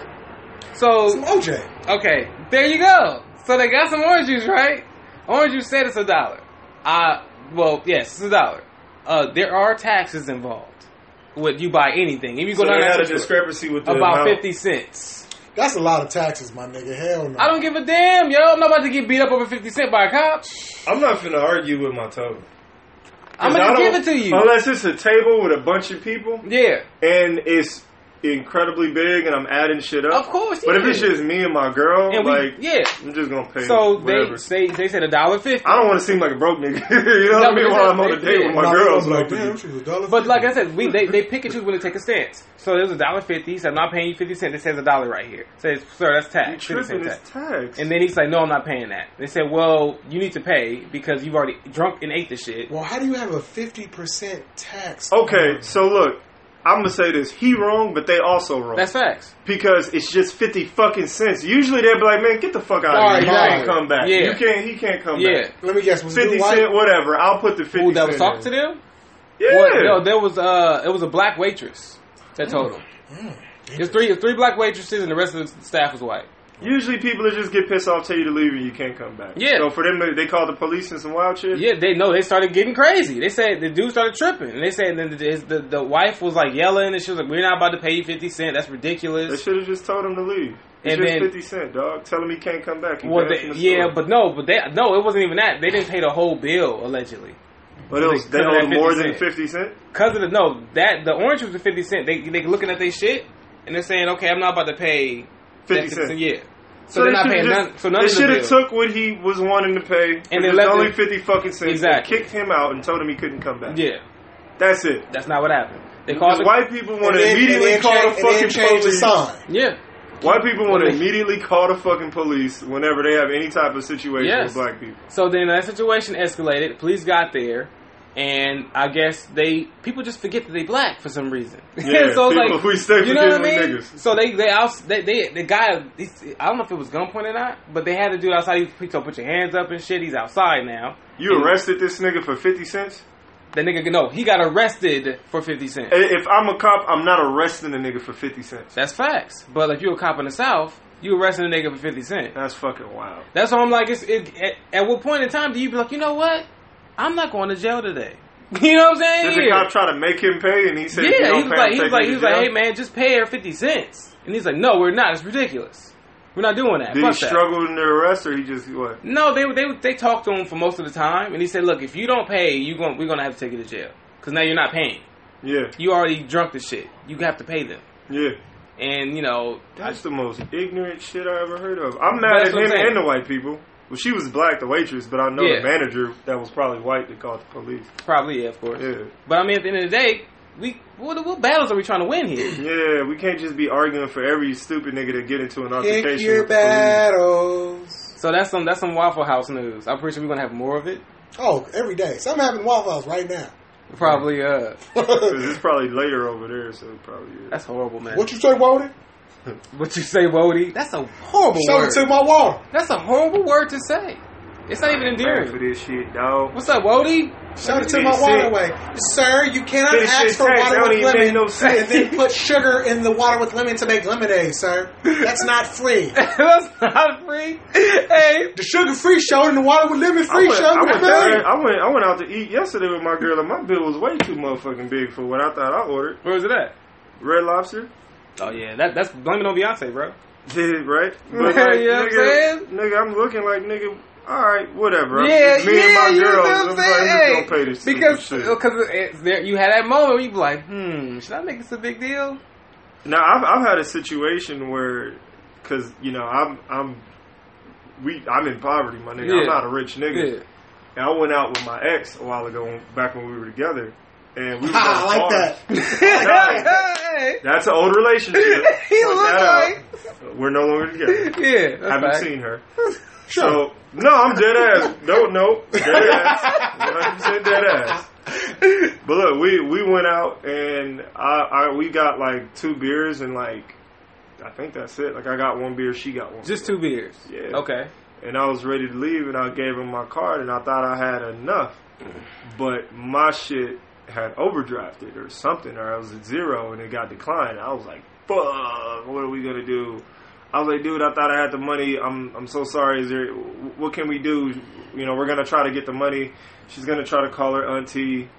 Speaker 4: Some
Speaker 2: So,
Speaker 4: OJ.
Speaker 2: okay, there you go. So they got some orange juice, right? Orange juice said it's a dollar. Uh, well, yes, it's a dollar. Uh, there are taxes involved with you buy anything. If you go
Speaker 3: So
Speaker 2: down
Speaker 3: they
Speaker 2: that
Speaker 3: had a
Speaker 2: store,
Speaker 3: discrepancy with the
Speaker 2: about
Speaker 3: amount.
Speaker 2: 50 cents.
Speaker 4: That's a lot of taxes, my nigga. Hell no.
Speaker 2: I don't give a damn, yo. I'm not about to get beat up over 50 cent by a cop.
Speaker 3: I'm not finna argue with my toe.
Speaker 2: I'm
Speaker 3: I
Speaker 2: gonna
Speaker 3: don't-
Speaker 2: give it to you.
Speaker 3: Unless it's a table with a bunch of people
Speaker 2: yeah,
Speaker 3: and it's incredibly big and I'm adding shit up.
Speaker 2: Of course,
Speaker 3: But if
Speaker 2: yeah.
Speaker 3: it's just me and my girl,
Speaker 2: and we
Speaker 3: like,
Speaker 2: yeah.
Speaker 3: I'm just gonna pay.
Speaker 2: So
Speaker 3: whatever.
Speaker 2: they they they said a dollar fifty.
Speaker 3: I don't want to seem like a broke nigga. *laughs* you
Speaker 2: No,
Speaker 3: know what I mean?
Speaker 2: but
Speaker 3: While
Speaker 2: that-
Speaker 3: I'm on a
Speaker 2: they-
Speaker 3: date
Speaker 2: yeah.
Speaker 3: with my
Speaker 4: Nah,
Speaker 3: girl,
Speaker 4: I'm
Speaker 3: I'm like, damn.
Speaker 4: this shit was a dollar
Speaker 2: But
Speaker 4: fifty.
Speaker 2: like I said, we they, they pick and choose when they take a stance. So there's a dollar fifty. He said, "I'm not paying you fifty cent." It says a dollar right here. It says, "Sir, that's
Speaker 3: You
Speaker 2: tax." 50
Speaker 3: tripping?
Speaker 2: cent tax.
Speaker 3: It's tax.
Speaker 2: And then he's like, "No, I'm not paying that." They said, "Well, you need to pay because you've already drunk and ate the shit."
Speaker 4: well, how do you have a fifty percent tax?
Speaker 3: okay, so look, I'm gonna say this: he wrong, but they also wrong
Speaker 2: That's facts.
Speaker 3: because it's just fifty fucking cents. Usually they'd be like, man, get the fuck out
Speaker 2: All
Speaker 3: of
Speaker 2: right,
Speaker 3: here. You
Speaker 4: yeah.
Speaker 3: can't come back.
Speaker 2: Yeah.
Speaker 3: You can't. He can't come
Speaker 2: Yeah.
Speaker 3: back.
Speaker 4: Let me guess. Was
Speaker 3: Fifty
Speaker 4: it white?
Speaker 3: cent, whatever. I'll put the fifty.
Speaker 2: Who that was
Speaker 3: cent in.
Speaker 2: talking to them?
Speaker 3: Yeah.
Speaker 2: Well, no, there was uh, it was a black waitress that told him.
Speaker 4: Mm.
Speaker 2: There's three there's three black waitresses and the rest of the staff was white.
Speaker 3: Usually people that just get pissed off, tell you to leave, and you can't come back.
Speaker 2: Yeah.
Speaker 3: So for them, they- they call the police and some wild shit.
Speaker 2: Yeah, they know they started getting crazy. They said the dude started tripping, and they said then the, his, the the wife was like yelling, and she was like, "We're not about to pay you fifty cent. That's
Speaker 3: They
Speaker 2: ridiculous."
Speaker 3: should have just told him to leave. It's
Speaker 2: And
Speaker 3: just
Speaker 2: then-
Speaker 3: fifty cent, dog. Tell him he can't come back. He
Speaker 2: Well,
Speaker 3: banned
Speaker 2: they,
Speaker 3: from the
Speaker 2: yeah,
Speaker 3: store.
Speaker 2: but no, but they no, it wasn't even that. They didn't pay the whole bill allegedly
Speaker 3: but it was
Speaker 2: they
Speaker 3: they
Speaker 2: could've
Speaker 3: owed
Speaker 2: had
Speaker 3: more
Speaker 2: 50
Speaker 3: than
Speaker 2: cent.
Speaker 3: fifty cent.
Speaker 2: because of the no that the orange was the fifty cent. They they looking at their shit and they're saying, "Okay, I'm not about to pay that
Speaker 3: 50 cent.
Speaker 2: Yeah, so, they're
Speaker 3: they
Speaker 2: not
Speaker 3: should've
Speaker 2: paying
Speaker 3: just-
Speaker 2: none. So none
Speaker 3: they
Speaker 2: of the
Speaker 3: should have
Speaker 2: bill.
Speaker 3: took what he was wanting to pay,
Speaker 2: And
Speaker 3: and
Speaker 2: they
Speaker 3: it was
Speaker 2: left
Speaker 3: only
Speaker 2: it-
Speaker 3: fifty fucking cents.
Speaker 2: Exactly.
Speaker 3: They kicked him out and told him he couldn't come back.
Speaker 2: Yeah,
Speaker 3: that's it.
Speaker 2: that's not what happened. They
Speaker 3: Because
Speaker 2: called the,
Speaker 3: white people want
Speaker 4: And
Speaker 3: to
Speaker 4: then-
Speaker 3: immediately
Speaker 4: and then
Speaker 3: call
Speaker 4: cha-
Speaker 3: the
Speaker 4: and then
Speaker 3: fucking
Speaker 4: change the
Speaker 3: police.
Speaker 4: sign.
Speaker 2: yeah.
Speaker 3: White people want
Speaker 2: Well,
Speaker 3: to
Speaker 2: they-
Speaker 3: immediately call the fucking police whenever they have any type of situation
Speaker 2: Yes.
Speaker 3: with black people.
Speaker 2: So then that situation escalated. Police got there, and I guess they people just forget that they black for some reason. *laughs*
Speaker 3: Yeah,
Speaker 2: so it's
Speaker 3: people-
Speaker 2: like
Speaker 3: we stay
Speaker 2: you know what I mean.
Speaker 3: forgetting we niggas.
Speaker 2: So they they out they, they the guy he's- I don't know if it was gunpoint or not, but they had to do it outside. He was- He told put your hands up and shit. He's outside now.
Speaker 3: You
Speaker 2: And
Speaker 3: arrested this nigga for fifty cents.
Speaker 2: That nigga no, he got arrested for fifty cents.
Speaker 3: I- If I'm a cop, I'm not arresting a nigga for fifty cents.
Speaker 2: That's facts. But if you a cop in the South, you arresting a nigga for fifty cents.
Speaker 3: That's fucking wild.
Speaker 2: That's why I'm like, it's, it, at, at what point in time do you be like, you know what? I'm not going to jail today. *laughs* You know what I'm saying?
Speaker 3: Did the
Speaker 2: Here.
Speaker 3: cop try to make him pay? And he said, "If you
Speaker 2: Yeah,
Speaker 3: don't
Speaker 2: he was
Speaker 3: pay,
Speaker 2: like,
Speaker 3: I'm
Speaker 2: he was
Speaker 3: taking
Speaker 2: like,
Speaker 3: you
Speaker 2: he
Speaker 3: to
Speaker 2: was like,
Speaker 3: jail."
Speaker 2: hey man, just pay her fifty cents. And he's like, no, we're not. It's ridiculous. We're not doing that.
Speaker 3: Did he
Speaker 2: Fuck that.
Speaker 3: struggle in the arrest, or he just what?
Speaker 2: No, they they they talked to him for most of the time, and he said, look, if you don't pay, you going we're gonna have to take you to jail because now you're not paying.
Speaker 3: Yeah,
Speaker 2: You already drunk the shit. You have to pay them.
Speaker 3: yeah.
Speaker 2: And you know,
Speaker 3: That's the most ignorant shit I ever heard of.
Speaker 2: That's
Speaker 3: I'm mad at
Speaker 2: what I'm
Speaker 3: him
Speaker 2: saying.
Speaker 3: and the white people. Well, she was black, the waitress, but I know
Speaker 2: Yeah.
Speaker 3: the manager that was probably white that called the police.
Speaker 2: probably yeah, of course.
Speaker 3: Yeah,
Speaker 2: But I mean, at the end of the day, we what, what battles are we trying to win here?
Speaker 3: yeah. We can't just be arguing for every stupid nigga that get into an
Speaker 4: Pick
Speaker 3: altercation
Speaker 4: your
Speaker 3: with the
Speaker 4: battles.
Speaker 2: So that's some that's some Waffle House news. I'm pretty sure we're gonna have more of it.
Speaker 4: Oh, every day. So I'm having Waffle House right now. *laughs*
Speaker 2: Probably. Uh,
Speaker 3: police. 'Cause it's probably later over there, so it probably. Is.
Speaker 2: that's horrible, man.
Speaker 4: what you say, Wody?
Speaker 2: What you say, Wody? That's a horrible
Speaker 4: Show
Speaker 2: word.
Speaker 4: it to my water.
Speaker 2: That's a horrible word to say. It's not even
Speaker 3: Mad for
Speaker 2: endearing.
Speaker 3: this shit, dog.
Speaker 2: What's up, Wody? *laughs*
Speaker 4: Shout it to
Speaker 3: Fifty
Speaker 4: my
Speaker 3: cent.
Speaker 4: waterway. Sir, you cannot
Speaker 3: Fifty
Speaker 4: ask
Speaker 3: cent
Speaker 4: for
Speaker 3: tax,
Speaker 4: water
Speaker 3: that don't
Speaker 4: with
Speaker 3: even
Speaker 4: lemon
Speaker 3: make no sense.
Speaker 4: and then put sugar in the water with lemon to make lemonade, sir. That's
Speaker 3: *laughs*
Speaker 4: not free.
Speaker 2: That's not free. Hey,
Speaker 4: The sugar free show and the water with lemon
Speaker 3: I
Speaker 4: free
Speaker 3: went,
Speaker 4: show.
Speaker 3: I, went,
Speaker 4: come on.
Speaker 3: I went. I went out to eat yesterday with my girl, and my bill was way too motherfucking big for what I thought I ordered.
Speaker 2: where was it at?
Speaker 3: Red Lobster. *laughs*
Speaker 2: Oh yeah, that that's blaming on Beyonce, bro.
Speaker 3: Did right? But
Speaker 2: You know what I'm saying?
Speaker 3: nigga, nigga, I'm looking like nigga. All right, whatever.
Speaker 2: yeah,
Speaker 3: It's me
Speaker 2: yeah,
Speaker 3: and my
Speaker 2: you
Speaker 3: girl.
Speaker 2: know what I'm
Speaker 3: like,
Speaker 2: saying?
Speaker 3: who's gonna pay this
Speaker 2: because
Speaker 3: stupid shit?
Speaker 2: because it's there, you had that moment where you be like, hmm, should I make this a big deal?
Speaker 3: Now I've I've had a situation where, cause you know I'm I'm we I'm in poverty, my nigga.
Speaker 2: Yeah.
Speaker 3: I'm not a rich nigga.
Speaker 2: *laughs* Yeah.
Speaker 3: And I went out with my ex a while ago, back when we were together,
Speaker 2: *laughs*
Speaker 3: and we was
Speaker 4: I
Speaker 3: at
Speaker 4: like
Speaker 3: bars.
Speaker 4: that.
Speaker 2: hey,
Speaker 3: That's an old relationship.
Speaker 2: *laughs* he
Speaker 3: Point
Speaker 2: looked
Speaker 3: that
Speaker 2: like
Speaker 3: out. we're no longer together.
Speaker 2: yeah. that's
Speaker 3: haven't
Speaker 2: fact.
Speaker 3: seen her.
Speaker 4: Sure.
Speaker 3: So no, I'm dead ass. No, no, dead ass. One hundred percent dead ass. But look, we we went out and I, I we got like two beers and like I think that's it. Like I got one beer, she got one.
Speaker 2: Just two beers.
Speaker 3: Yeah.
Speaker 2: Okay.
Speaker 3: and I was ready to leave, and I gave him my card, and I thought I had enough, but my shit had overdrafted or something, or I was at zero, and it got declined. I was like, "Fuck, what are we gonna do?" I was like, "Dude, I thought I had the money. I'm I'm so sorry. Is there what can we do? You know, we're gonna try to get the money. She's gonna try to call her auntie."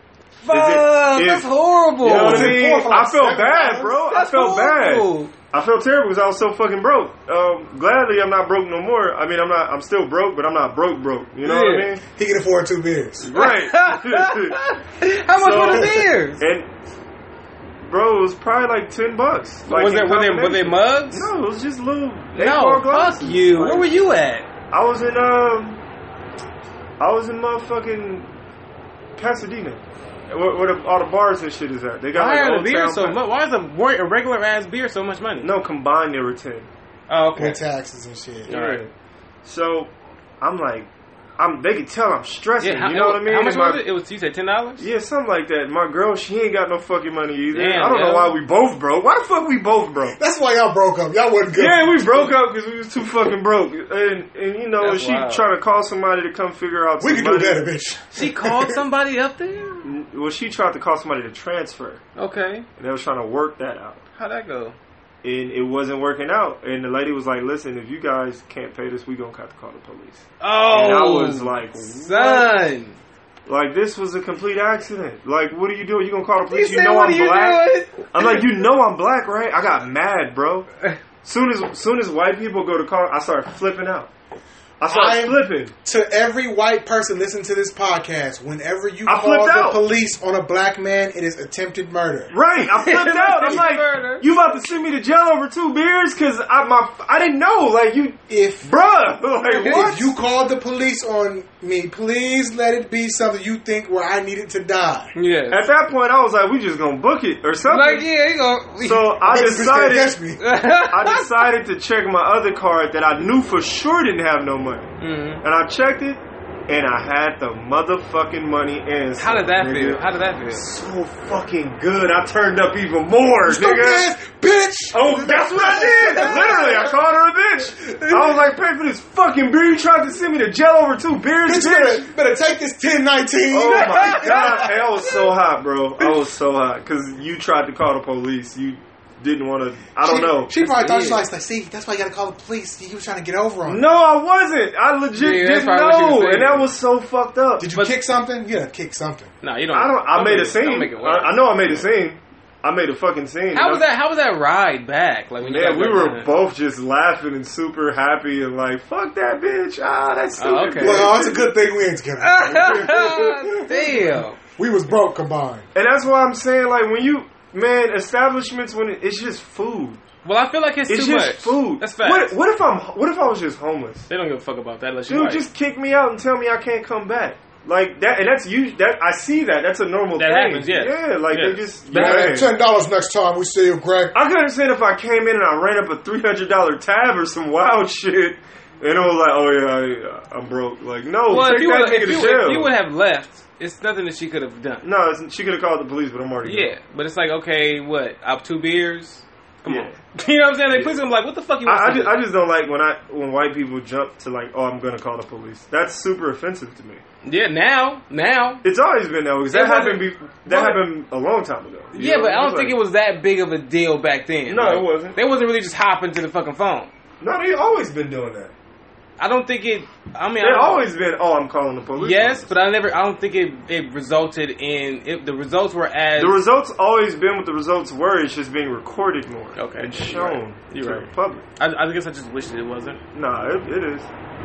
Speaker 2: Fuck,
Speaker 3: if-
Speaker 2: Uh, that's horrible.
Speaker 3: You know what I
Speaker 4: It's
Speaker 3: mean?
Speaker 4: important for
Speaker 3: I
Speaker 4: like
Speaker 3: felt
Speaker 4: seven
Speaker 3: bad,
Speaker 4: dollars.
Speaker 3: bro.
Speaker 2: That's
Speaker 3: I felt
Speaker 2: horrible.
Speaker 3: bad. I felt terrible because I was so fucking broke. Um, gladly, I'm not broke no more. I mean, I'm not. I'm still broke, but I'm not broke broke. You know what I
Speaker 2: Yeah.
Speaker 3: mean?
Speaker 4: He can afford two beers.
Speaker 2: *laughs*
Speaker 3: Right.
Speaker 2: How much
Speaker 3: So-
Speaker 2: were the beers?
Speaker 3: and bro, it was probably like ten bucks. Like
Speaker 2: was
Speaker 3: in
Speaker 2: that were they were they
Speaker 3: combination.
Speaker 2: mugs?
Speaker 3: No, it was just little.
Speaker 2: No,
Speaker 3: eight-bar
Speaker 2: fuck
Speaker 3: glasses.
Speaker 2: you.
Speaker 3: Like,
Speaker 2: Where were you at?
Speaker 3: I was in um, I was in motherfucking Pasadena, where, where the, all the bars and shit is at. They got
Speaker 2: Why
Speaker 3: like
Speaker 2: are
Speaker 3: Old
Speaker 2: the beers
Speaker 3: Town
Speaker 2: so
Speaker 3: Pa-
Speaker 2: much? Why is a, wor- a regular ass beer so much money?
Speaker 3: No, combined they were ten.
Speaker 2: Oh, okay.
Speaker 4: With taxes and shit.
Speaker 2: All right.
Speaker 3: So I'm like, I'm. They could tell I'm stressing.
Speaker 2: Yeah, how,
Speaker 3: you know what I mean?
Speaker 2: How much
Speaker 3: And my-
Speaker 2: was it? It was you said ten dollars.
Speaker 3: Yeah, something like that. My girl, she ain't got no fucking money either.
Speaker 2: Damn,
Speaker 3: I don't
Speaker 2: yo.
Speaker 3: know why we both broke. Why the fuck we both
Speaker 2: *laughs*
Speaker 3: broke?
Speaker 4: That's why y'all broke up. Y'all wasn't good.
Speaker 3: Yeah, we broke up because we was too fucking broke, and and you know,
Speaker 2: That's
Speaker 3: she
Speaker 2: wild.
Speaker 3: trying to call somebody to come figure out.
Speaker 4: we
Speaker 3: some
Speaker 4: could do
Speaker 3: money. Mm,
Speaker 4: better, bitch.
Speaker 2: She called somebody up there.
Speaker 3: Well, she tried to call somebody to transfer,
Speaker 2: Okay,
Speaker 3: and they was trying to work that out,
Speaker 2: how'd that go?
Speaker 3: and it wasn't working out. And the lady was like, "Listen, if you guys can't pay this, we gonna have to call the police."
Speaker 2: Oh,
Speaker 3: And I was like,
Speaker 2: son.
Speaker 3: Like this was a complete accident. Like, what are you doing? You gonna call the
Speaker 2: You
Speaker 3: police?
Speaker 2: said, what are you doing?
Speaker 3: I'm like, you know I'm black, right? I got
Speaker 2: *laughs*
Speaker 3: mad, bro. Soon as soon as white people go to call, I start flipping out. I start
Speaker 4: I'm-
Speaker 3: flipping.
Speaker 4: To every white person listening to this podcast, whenever you
Speaker 3: I
Speaker 4: call
Speaker 3: flipped
Speaker 4: the
Speaker 3: out.
Speaker 4: police on a black man, it is attempted murder.
Speaker 3: Right, I
Speaker 2: *laughs*
Speaker 3: flipped out. I'm
Speaker 2: Murder.
Speaker 3: like, you about to send me to jail over two beers? Cause I my I didn't know. Like you,
Speaker 4: If
Speaker 3: bruh.
Speaker 2: *laughs*
Speaker 3: *laughs* Like what?
Speaker 4: if you called the police on me, please let it be something you think where I needed to die.
Speaker 2: Yeah,
Speaker 3: At that point, I was like, we just gonna book it or something.
Speaker 2: like yeah, he go.
Speaker 3: So I
Speaker 4: Bitch, bitch, can't
Speaker 3: decided.
Speaker 4: catch me.
Speaker 2: *laughs*
Speaker 3: I decided to check my other card that I knew for sure didn't have no money.
Speaker 2: Mhm.
Speaker 3: And I checked it, and I had the motherfucking money in.
Speaker 2: How did that feel?
Speaker 3: nigga.
Speaker 2: How did that feel?
Speaker 3: So fucking good. I turned up even more,
Speaker 4: Stupid
Speaker 3: nigga.
Speaker 4: ass
Speaker 3: *laughs*
Speaker 4: bitch.
Speaker 3: Oh, that's what I did. Literally, I called her a bitch. I was like, pay for this fucking beer. You tried to send me to jail over two beers,
Speaker 4: Bitch,
Speaker 3: bitch.
Speaker 4: better, better take this ten nineteen.
Speaker 3: Oh *laughs* my god, hey, I was so hot, bro. I was so hot because you tried to call the police. You didn't want to. I don't
Speaker 4: she,
Speaker 3: know.
Speaker 4: She probably thought she
Speaker 2: Yeah.
Speaker 4: was like, see, that's why you gotta call the police. He was trying to get over on.
Speaker 3: No, I wasn't. I legit
Speaker 2: Yeah, that's
Speaker 3: didn't
Speaker 2: probably what she was
Speaker 3: know,
Speaker 2: saying.
Speaker 3: and that was so fucked up.
Speaker 4: Did you
Speaker 2: But-
Speaker 4: kick something? Yeah, kick something.
Speaker 2: Nah, you don't.
Speaker 3: I don't. I
Speaker 2: don't make
Speaker 3: made a
Speaker 2: it- don't
Speaker 3: scene.
Speaker 2: make it work.
Speaker 3: I, I know I made a scene. I made a fucking scene.
Speaker 2: How was
Speaker 3: And I-
Speaker 2: that? How was that ride back? Like when you
Speaker 3: Yeah,
Speaker 2: guys
Speaker 3: we
Speaker 2: got
Speaker 3: were
Speaker 2: *laughs* done?
Speaker 3: both just laughing and super happy and like, "Fuck that bitch!" Ah, that's stupid.
Speaker 2: Oh, okay.
Speaker 3: bitch.
Speaker 4: Well, it's a good thing we ain't together.
Speaker 3: Ah.
Speaker 2: Damn.
Speaker 4: we was broke combined.
Speaker 3: And that's why I'm saying, like, when you man establishments, when it, it's just food,
Speaker 2: Well, I feel like it's,
Speaker 3: it's
Speaker 2: too
Speaker 3: just
Speaker 2: much.
Speaker 3: food.
Speaker 2: That's facts.
Speaker 3: what, what if I'm? What if I was just homeless?
Speaker 2: They don't give a fuck about that. Unless you
Speaker 3: Dude,
Speaker 2: white.
Speaker 3: just kick me out and tell me I can't come back. Like that, and that's you. That I see that. That's a normal
Speaker 2: That
Speaker 3: thing.
Speaker 2: happens, yes.
Speaker 3: Yeah, like
Speaker 2: Yes.
Speaker 3: they just.
Speaker 2: That-
Speaker 3: Man.
Speaker 4: Ten dollars next time we see you, Greg.
Speaker 3: I could understand if I came in and I ran up a three hundred dollar tab or some wild shit, and it was like, oh yeah, I, I'm broke. Like no,
Speaker 2: well, if
Speaker 3: take
Speaker 2: you,
Speaker 3: that
Speaker 2: would,
Speaker 3: nigga
Speaker 2: if,
Speaker 3: to
Speaker 2: you,
Speaker 3: jail.
Speaker 2: if you would have left, it's nothing that she could have done.
Speaker 3: no, it's, she could have called the police, but I'm already
Speaker 2: Yeah, but it's like okay, what? Up two beers. Come
Speaker 3: Yeah.
Speaker 2: on. *laughs* You know what I'm saying? They please, I'm like, what the fuck you
Speaker 3: I,
Speaker 2: want?
Speaker 3: I,
Speaker 2: to
Speaker 3: just,
Speaker 2: do?
Speaker 3: I just don't like when I when white people jump to like, oh, I'm gonna call the police. That's super offensive to me.
Speaker 2: yeah, now, now.
Speaker 3: It's always been that way. 'cause
Speaker 2: It
Speaker 3: That
Speaker 2: wasn't-
Speaker 3: happened. Be, that
Speaker 2: wasn't-
Speaker 3: happened a long time ago. You
Speaker 2: Yeah,
Speaker 3: know,
Speaker 2: but I don't
Speaker 3: was
Speaker 2: think it
Speaker 3: like-
Speaker 2: was that big of a deal back then.
Speaker 3: No,
Speaker 2: Like,
Speaker 3: it wasn't.
Speaker 2: They wasn't really just hopping to the fucking phone.
Speaker 3: No, they always been doing that.
Speaker 2: I don't think it. I mean, I
Speaker 3: They
Speaker 2: don't-
Speaker 3: always been. Oh, I'm calling the police.
Speaker 2: Yes, but I never. I don't think it. It resulted in. It, the results were as
Speaker 3: The results always been what the results were. It's just being recorded more
Speaker 2: Okay,
Speaker 3: and
Speaker 2: you're
Speaker 3: shown
Speaker 2: right. You're
Speaker 3: to
Speaker 2: right.
Speaker 3: the public.
Speaker 2: I, I guess I just wish that it wasn't.
Speaker 3: Nah, it, it is.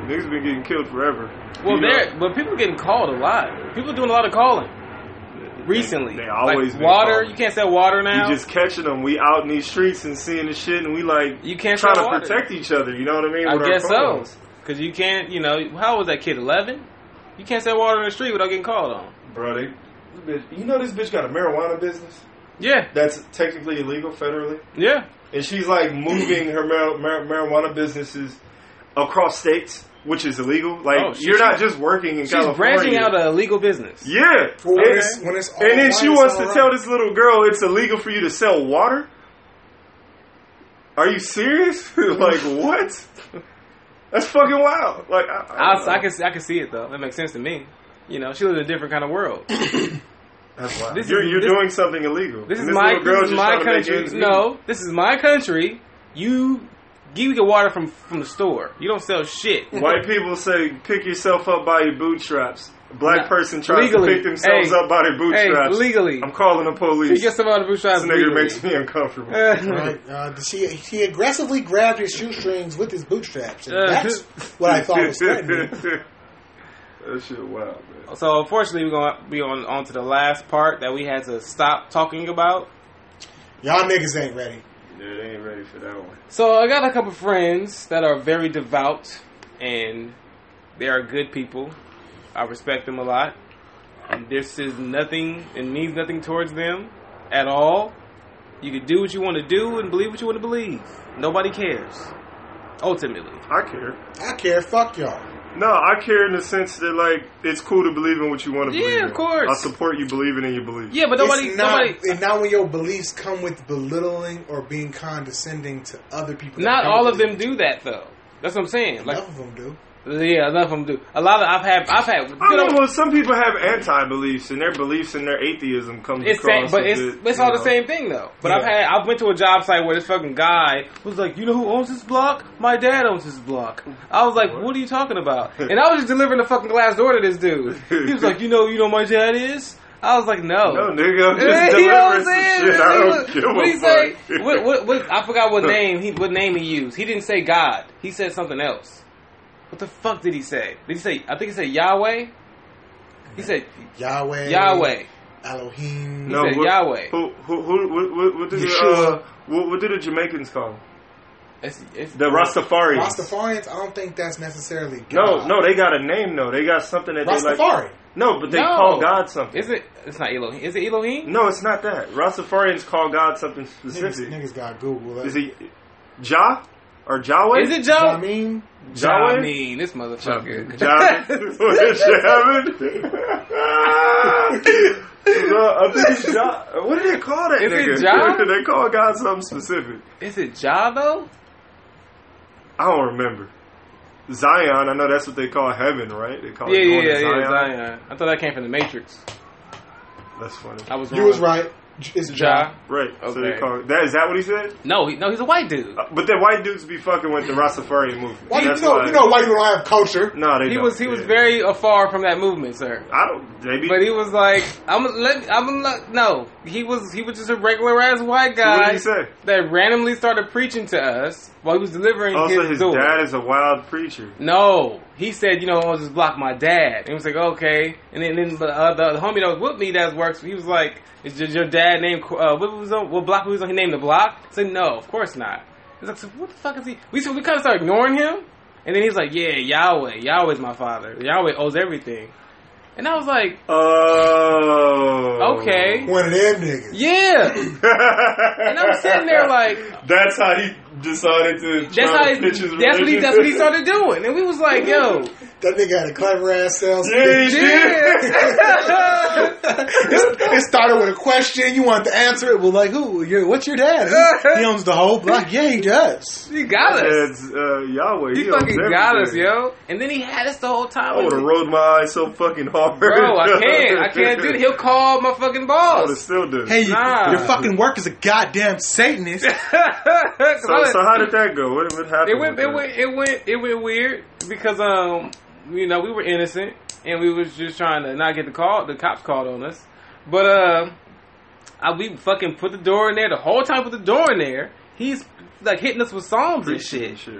Speaker 3: Niggas been getting killed forever.
Speaker 2: Well,
Speaker 3: You know,
Speaker 2: there, but people getting called a lot. People doing a lot of calling recently.
Speaker 3: They, they always
Speaker 2: like
Speaker 3: been
Speaker 2: water.
Speaker 3: calling.
Speaker 2: You can't sell water now.
Speaker 3: We just catching them. We out in these streets and seeing the shit, and we like
Speaker 2: You can't
Speaker 3: trying
Speaker 2: sell
Speaker 3: to
Speaker 2: water.
Speaker 3: protect each other. You know what I mean?
Speaker 2: I
Speaker 3: with our
Speaker 2: guess so.
Speaker 3: phones.
Speaker 2: Because you can't. You know, how old was that kid? Eleven. You can't sell water in the street without getting called on.
Speaker 3: bro. They, this bitch, you know this bitch got a marijuana business
Speaker 2: Yeah,
Speaker 3: that's technically illegal federally,
Speaker 2: yeah.
Speaker 3: and she's like moving her mar- mar- marijuana businesses across states, which is illegal. Like
Speaker 2: Oh, she-
Speaker 3: you're not just working in
Speaker 2: She's
Speaker 3: California.
Speaker 2: branching out a illegal business.
Speaker 3: Yeah.
Speaker 4: Well, when
Speaker 3: And-
Speaker 4: it's- when it's all
Speaker 3: and then she
Speaker 4: white,
Speaker 3: wants
Speaker 4: it's
Speaker 3: to
Speaker 4: all
Speaker 3: tell
Speaker 4: right.
Speaker 3: this little girl it's illegal for you to sell water? Are you serious? *laughs* like, what? That's fucking wild. Like, I, I
Speaker 2: I,
Speaker 3: don't know.
Speaker 2: I can. I can see it though. That makes sense to me. You know, she lives in a different kind of world.
Speaker 3: *coughs* That's wild.
Speaker 2: this
Speaker 3: you're
Speaker 2: is-
Speaker 3: you're
Speaker 2: this-
Speaker 3: doing something illegal.
Speaker 2: This is
Speaker 3: And this
Speaker 2: my
Speaker 3: little girl's
Speaker 2: this is
Speaker 3: just
Speaker 2: my
Speaker 3: trying to make
Speaker 2: country.
Speaker 3: ends meet.
Speaker 2: No, this is my country. You give me your water *laughs* from from the store. You don't sell shit.
Speaker 3: White people say, pick yourself up by your bootstraps. black person tries
Speaker 2: legally.
Speaker 3: to pick themselves
Speaker 2: Hey.
Speaker 3: up by their
Speaker 2: Hey,
Speaker 3: bootstraps.
Speaker 2: legally.
Speaker 3: I'm calling the
Speaker 2: He
Speaker 3: police.
Speaker 2: gets some out of the
Speaker 3: this
Speaker 2: bootstraps.
Speaker 3: nigga
Speaker 2: legally.
Speaker 3: makes me uncomfortable.
Speaker 2: Eh,
Speaker 5: Right. Uh, she, he aggressively grabbed his shoestrings with his bootstraps. And
Speaker 2: Yeah.
Speaker 5: that's what I thought
Speaker 3: *laughs*
Speaker 5: was threatening.
Speaker 2: *laughs*
Speaker 3: that shit wild, man.
Speaker 2: so unfortunately, we're gonna be on on to the last part that we had to stop talking about.
Speaker 5: Y'all niggas ain't ready.
Speaker 3: Yeah, they ain't ready for that one.
Speaker 2: So I got a couple friends that are very devout and they are good people. I respect them a lot. And this is nothing it means nothing towards them at all. You can do what you want to do and believe what you want to believe. Nobody cares. Ultimately.
Speaker 3: I care.
Speaker 5: I care. Fuck y'all.
Speaker 3: No, I care in the sense that like it's cool to believe in what you want to
Speaker 2: Yeah,
Speaker 3: believe.
Speaker 2: of
Speaker 3: in.
Speaker 2: course.
Speaker 3: I support you believing in your beliefs.
Speaker 2: Yeah, but nobody
Speaker 5: it's not,
Speaker 2: nobody
Speaker 5: and not when your beliefs come with belittling or being condescending to other people. that
Speaker 2: not
Speaker 5: don't
Speaker 2: all of
Speaker 5: believe.
Speaker 2: them do that though. That's what I'm saying. Like
Speaker 5: Enough of them do.
Speaker 2: yeah, enough of them do. A lot of I've had I've had
Speaker 3: I
Speaker 2: good
Speaker 3: don't
Speaker 2: old-
Speaker 3: know. Well, some people have anti-beliefs, and their beliefs and their atheism comes
Speaker 2: It's
Speaker 3: across.
Speaker 2: that, but
Speaker 3: as
Speaker 2: it's
Speaker 3: it,
Speaker 2: it's
Speaker 3: you
Speaker 2: all the
Speaker 3: know.
Speaker 2: same thing though. But I've
Speaker 5: Yeah.
Speaker 2: had I've went to a job site where this fucking guy was like, you know who owns this block? My dad owns this block. I was like, what, are you talking
Speaker 3: *laughs*
Speaker 2: about? And I was just delivering a fucking glass door to this dude. He was like, you know, you know, my dad is. I was like, no.
Speaker 3: No, nigga, I'm just
Speaker 2: Yeah, *laughs* you know what I'm
Speaker 3: delivering some
Speaker 2: saying?
Speaker 3: shit. I don't
Speaker 2: He was-
Speaker 3: give a
Speaker 2: what he say?
Speaker 3: fuck.
Speaker 2: What, what, what, I forgot
Speaker 3: *laughs*
Speaker 2: what name he what name he used. He didn't say God. He said something else. What the fuck did he say? Did he say? I think he said Yahweh. He said
Speaker 5: Yahweh.
Speaker 2: Yahweh.
Speaker 5: Elohim.
Speaker 2: No. said Yahweh.
Speaker 3: Who, who, who, what, what, what, did the,
Speaker 5: Yeshua.
Speaker 3: uh, what, what did the Jamaicans call him?
Speaker 2: It's, it's,
Speaker 3: The Rastafarians.
Speaker 5: Rastafarians, I don't think that's necessarily
Speaker 3: No,
Speaker 5: God.
Speaker 3: no, they got a name though. They got something that they like.
Speaker 5: Rastafari.
Speaker 3: No, but they
Speaker 2: No.
Speaker 3: call God something.
Speaker 2: Is it? It's not Elohim. Is it Elohim?
Speaker 3: no, it's not that. Rastafarians call God something
Speaker 5: Niggas,
Speaker 3: specific.
Speaker 5: niggas got Google.
Speaker 3: Is it Jah or Jahweh?
Speaker 2: Is it
Speaker 5: You know what
Speaker 2: Joe?
Speaker 5: I mean?
Speaker 2: I
Speaker 3: Jahweh?
Speaker 2: mean, this
Speaker 3: *laughs*
Speaker 2: motherfucker.
Speaker 3: Jahweh? What is Javin? no, I think it's Jah. What do they call that
Speaker 2: Is it
Speaker 3: nigga?
Speaker 2: Jah?
Speaker 3: *laughs* they call God something specific.
Speaker 2: Is it Jah though?
Speaker 3: I don't remember. Zion, I know that's what they call heaven, right? They call
Speaker 2: Yeah,
Speaker 3: it
Speaker 2: yeah,
Speaker 3: Oh, going
Speaker 2: yeah,
Speaker 3: to
Speaker 2: Zion.
Speaker 3: Zion.
Speaker 2: yeah. Zion. I thought that came from the Matrix.
Speaker 3: That's funny.
Speaker 2: I was wrong.
Speaker 5: You was right. It's
Speaker 2: Jah.
Speaker 5: John.
Speaker 3: Right. So they
Speaker 2: Okay.
Speaker 3: call that. Is that what he said?
Speaker 2: No, he, no, he's a white dude.
Speaker 3: Uh, But then white dudes be fucking with the Rastafarian movement.
Speaker 5: Why you
Speaker 3: That's
Speaker 5: know?
Speaker 3: why-
Speaker 5: You know why you don't have culture?
Speaker 3: No, they
Speaker 2: He
Speaker 3: don't.
Speaker 2: was he was
Speaker 3: Yeah.
Speaker 2: very afar from that movement, sir.
Speaker 3: I don't. They be.
Speaker 2: But he was like, I'm let I'm let- no. He was he was just a regular ass white
Speaker 3: So
Speaker 2: guy
Speaker 3: what did he say?
Speaker 2: that randomly started preaching to us while he was delivering
Speaker 3: Also, Oh, his,
Speaker 2: his door.
Speaker 3: dad is a wild preacher.
Speaker 2: No, he said, you know, I'll just block my dad. And he was like, okay. And then, then the, uh, the, the homie that was with me that works, he was like, is your, your dad named, uh, what was on, what block was on, he named the block? I said, no, of course not. He's like, so what the fuck is he? We, so we kind of started ignoring him. And then he's like, yeah, Yahweh. Yahweh's my father. Yahweh owes everything. And I was like,
Speaker 3: Oh. *laughs*
Speaker 2: okay.
Speaker 5: One of them niggas.
Speaker 2: Yeah.
Speaker 3: and
Speaker 2: I'm sitting there
Speaker 3: *laughs*
Speaker 2: like-
Speaker 3: That's how he decided to.
Speaker 2: That's
Speaker 3: try
Speaker 2: how,
Speaker 3: to
Speaker 2: he-
Speaker 3: pitch
Speaker 2: that's
Speaker 3: his
Speaker 2: what he,
Speaker 3: religion.
Speaker 2: that's what he
Speaker 3: *laughs*
Speaker 2: started doing. And we was like, yo,
Speaker 5: That nigga had a clever ass sales.
Speaker 3: Yeah, he did.
Speaker 5: it, it started with a question. You wanted to answer it. Well, like who? Your, what's your dad?
Speaker 3: *laughs*
Speaker 5: He owns the whole block. Yeah, he does.
Speaker 2: *laughs* you got us.
Speaker 3: That's uh, Yahweh.
Speaker 2: He
Speaker 3: owns
Speaker 2: fucking got us,
Speaker 3: everything.
Speaker 2: yo. And then he had us the whole time.
Speaker 3: I would have rolled my eyes so fucking hard.
Speaker 2: Bro, I can't. I can't
Speaker 3: *laughs*
Speaker 2: do it. He'll call my fucking
Speaker 3: I would
Speaker 2: *laughs*
Speaker 3: have
Speaker 2: boss.
Speaker 3: still done. it.
Speaker 5: Hey, you-
Speaker 2: Nah.
Speaker 5: your fucking work is a goddamn Satanist.
Speaker 2: 'Cause
Speaker 3: so,
Speaker 2: I-
Speaker 3: so how did that go? What, what happened?
Speaker 2: it went.
Speaker 3: with
Speaker 2: It
Speaker 3: that?
Speaker 2: went. It went. It went weird because um, you know, we were innocent and we was just trying to not get the call. The cops called on us, but uh, I, we fucking put the door in there the whole time. Put the door in there. He's like hitting us with psalms and shit.
Speaker 3: huh?